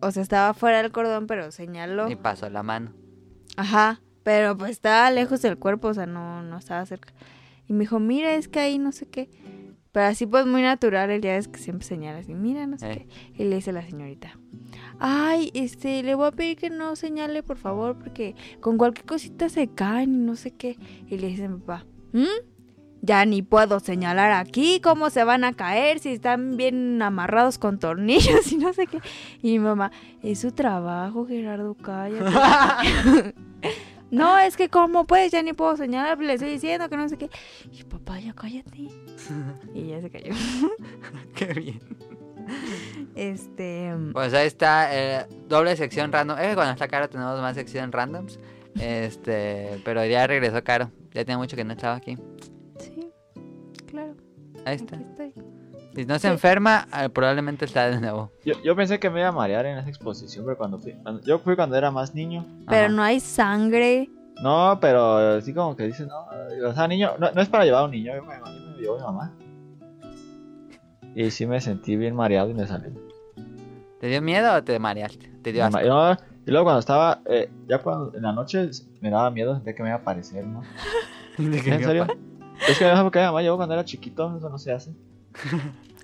o sea, estaba fuera del cordón, pero señaló. Y pasó la mano. Ajá, pero pues estaba lejos del cuerpo, o sea, no no estaba cerca. Y me dijo, "Mira, es que ahí no sé qué." Pero así pues muy natural, el día es que siempre señala así, "Mira, no sé Eh. qué." Y le dice la señorita, "Ay, este, le voy a pedir que no señale, por favor, porque con cualquier cosita se caen y no sé qué." Y le dice mi papá, "¿Mm? Ya ni puedo señalar aquí cómo se van a caer si están bien amarrados con tornillos y no sé qué. Y mi mamá, es su trabajo, Gerardo, cállate. No, es que cómo puedes, ya ni puedo señalar, pues le estoy diciendo que no sé qué. Y yo, papá, ya cállate. y ya se cayó. Qué bien. Este, Pues ahí está, eh, doble sección random. Eh, cuando está Caro tenemos más sección randoms. Este, pero ya regresó Caro. Ya tiene mucho que no estaba aquí. sí, claro, Ahí aquí está. estoy. Si no se enferma, eh, probablemente está de nuevo. Yo, yo pensé que me iba a marear en esa exposición, pero cuando fui. cuando- yo fui cuando era más niño. Pero Ajá. no hay sangre. No, pero sí como que dice, no, o sea, niño, no, no es para llevar a un niño, yo me, yo me llevo a mi mamá. Y sí me sentí bien mareado y me salí. ¿Te dio miedo o te mareaste? Te dio Me ma- asco. no, y luego cuando estaba, eh, ya cuando, en la noche me daba miedo, sentía que me iba a aparecer, ¿no? ¿En serio? Es que me porque mi mamá llevó cuando era chiquito, eso no se hace.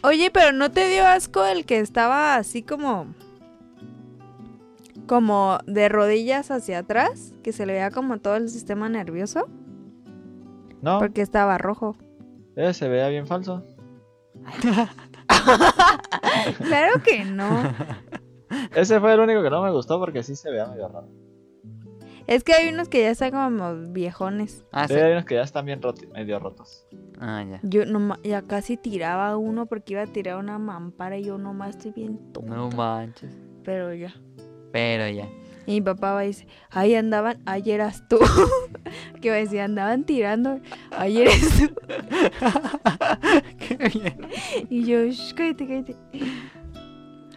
Oye, pero ¿no te dio asco el que estaba así como... Como de rodillas hacia atrás, que se le veía como todo el sistema nervioso, No, porque estaba rojo. eh, se veía bien falso. Claro que no. Ese fue el único que no me gustó porque sí se veía medio raro. Es que hay unos que ya están como viejones. Ah, sí. Sí, Hay unos que ya están bien roti- medio rotos. Ah, ya. Yo no ya casi tiraba uno porque iba a tirar una mampara y yo nomás estoy bien tonta. No manches. Pero ya. Pero ya. Y mi papá va y dice, ahí andaban, ayer eras tú. que me decía, andaban tirando, ayer eres tú. Qué bien. Y yo, "Shh, cállate, cállate.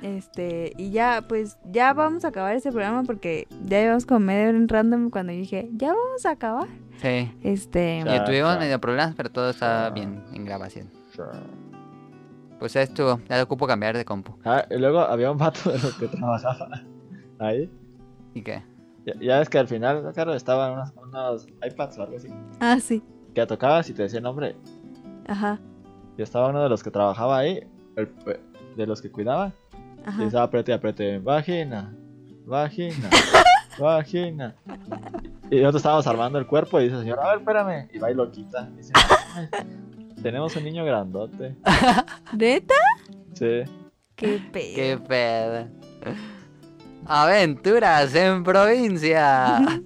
Este, y ya, pues, ya vamos a acabar este programa porque ya llevamos como medio en random cuando yo dije, ya vamos a acabar. Sí. Este, Ya, Y tuvimos ya. medio problemas, pero todo estaba Ya. bien en grabación. Sure. Pues ya estuvo. Ya ocupo cambiar de compu. Ah, y luego había un vato de los que trabajaba ahí. ¿Y qué? Ya, ya es que al final, claro, estaban unos, unos iPads o algo así. ah, sí, Que tocabas y te decía el nombre. ajá, Y estaba uno de los que trabajaba ahí, el- eh, de los que cuidaba. Y ajá. estaba apriete y apriete. Vagina, vagina, vagina. Y nosotros estábamos armando el cuerpo y dice, señor, a ver, espérame. Y va y lo quita. Y dice, "Ay, tenemos un niño grandote. ¿Neta? Sí. Qué pedo. Qué pedo. Aventuras en provincia.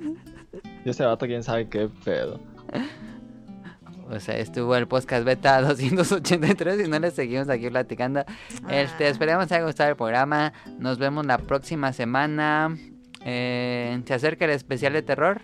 Y ese vato, quién sabe qué pedo. O sea, estuvo el podcast beta 283 y no les seguimos aquí platicando. Este, esperemos que haya gustado el programa. Nos vemos la próxima semana. Eh, se acerca el especial de terror.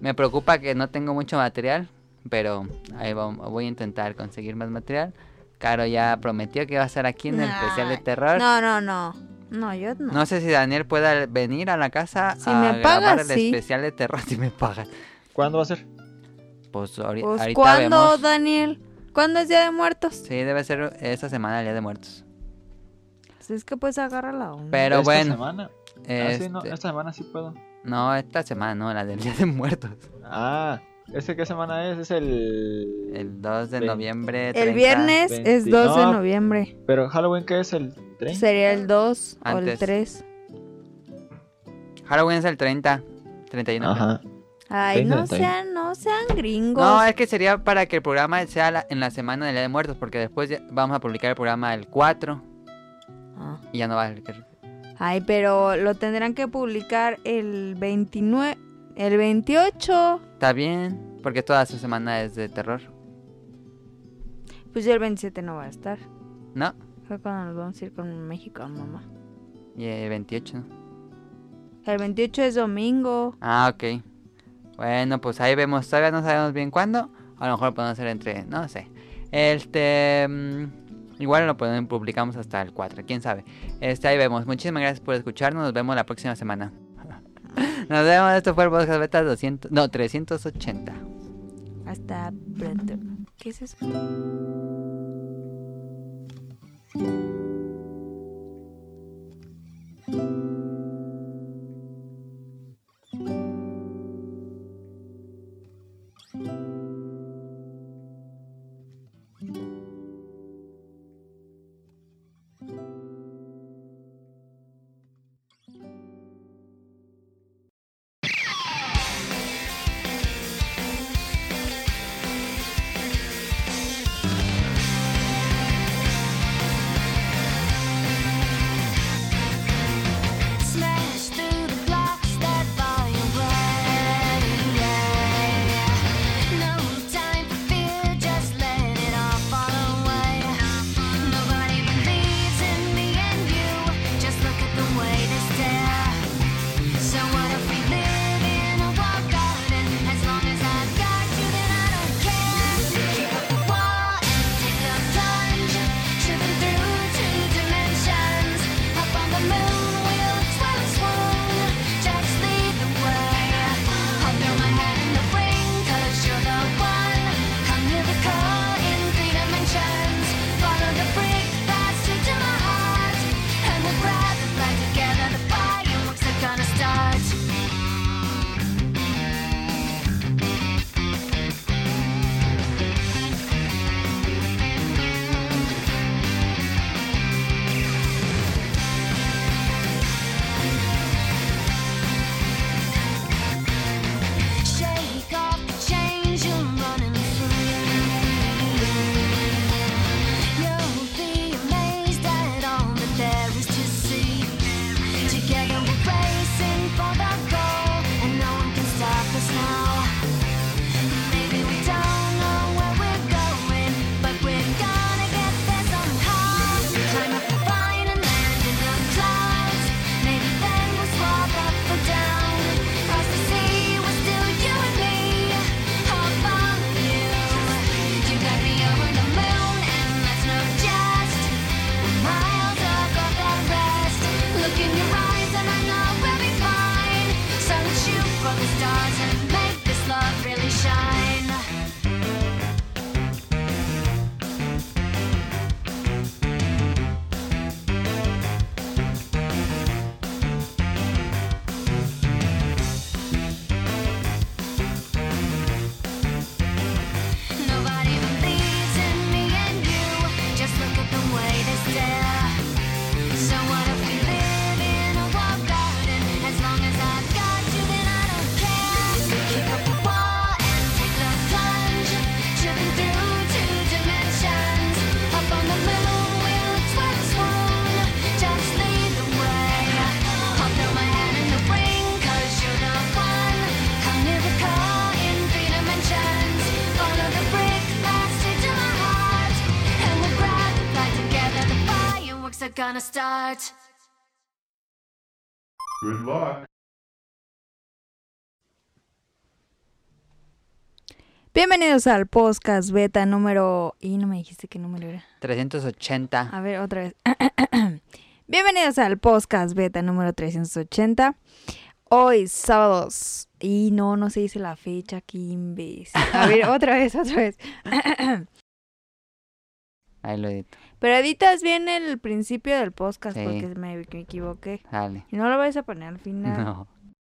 Me preocupa que no tengo mucho material, pero ahí va- voy a intentar conseguir más material. Caro ya prometió que va a estar aquí en el especial de Nah, terror. No. No, no, no. No, yo no. sé si Daniel pueda venir a la casa Si a me grabar pagas, el sí. especial de terror si me pagas. ¿Cuándo va a ser? Pues, ahori- Pues, ahorita ¿cuándo, vemos. Daniel? ¿Cuándo es Día de Muertos? Sí, debe ser esta semana el Día de Muertos. Si es que pues agarra la onda. Pero Mm, ¿Esta bueno, Semana? Ah, este- sí, no, esta semana sí puedo. semana no, la del Día de Muertos. Ah, ¿ese qué semana es? Es el... El 2 de Ve- noviembre. el 30. viernes es 20. 2 de No. noviembre. Pero Halloween, ¿qué es el 30? Sería el 2 o el Antes. 3. Halloween es el 30. 31. Ajá. Ay, Venga, no está sean, no sean gringos. No, es que sería para que el programa sea la- en la semana del Día de Muertos, porque después ya- vamos a publicar el programa el 4 Ah. y ya no va a ser. Ay, pero lo tendrán que publicar el 29, el 28. Está bien, porque toda su semana es de terror. Pues ya el 27 no va a estar. No, Fue cuando nos vamos a ir con México a mamá. y el 28. ¿no? El 28 es domingo. Ah, ok. Bueno, pues ahí vemos. Todavía no sabemos bien cuándo. A lo mejor podemos hacer entre. No sé. Este. mm, igual lo podemos, publicamos hasta el 4. Quién sabe. Este, ahí vemos. Muchísimas gracias por escucharnos. Nos vemos la próxima semana. Nos vemos. Esto fue el podcast beta 200. No, 380. Hasta pronto. ¿Qué es eso? Smash through the blocks that fly away. gonna start. Bienvenidos al podcast beta número... Y no me dijiste qué número era. 380. A ver, otra vez. Bienvenidos al podcast beta número 380. Hoy, sábados. Y no, no se dice la fecha, qué imbécil. A ver, otra vez, otra vez. Ahí lo edito. Pero editas bien el principio del podcast Sí. porque me, me equivoqué. Dale. Y no lo vais a poner al final. No.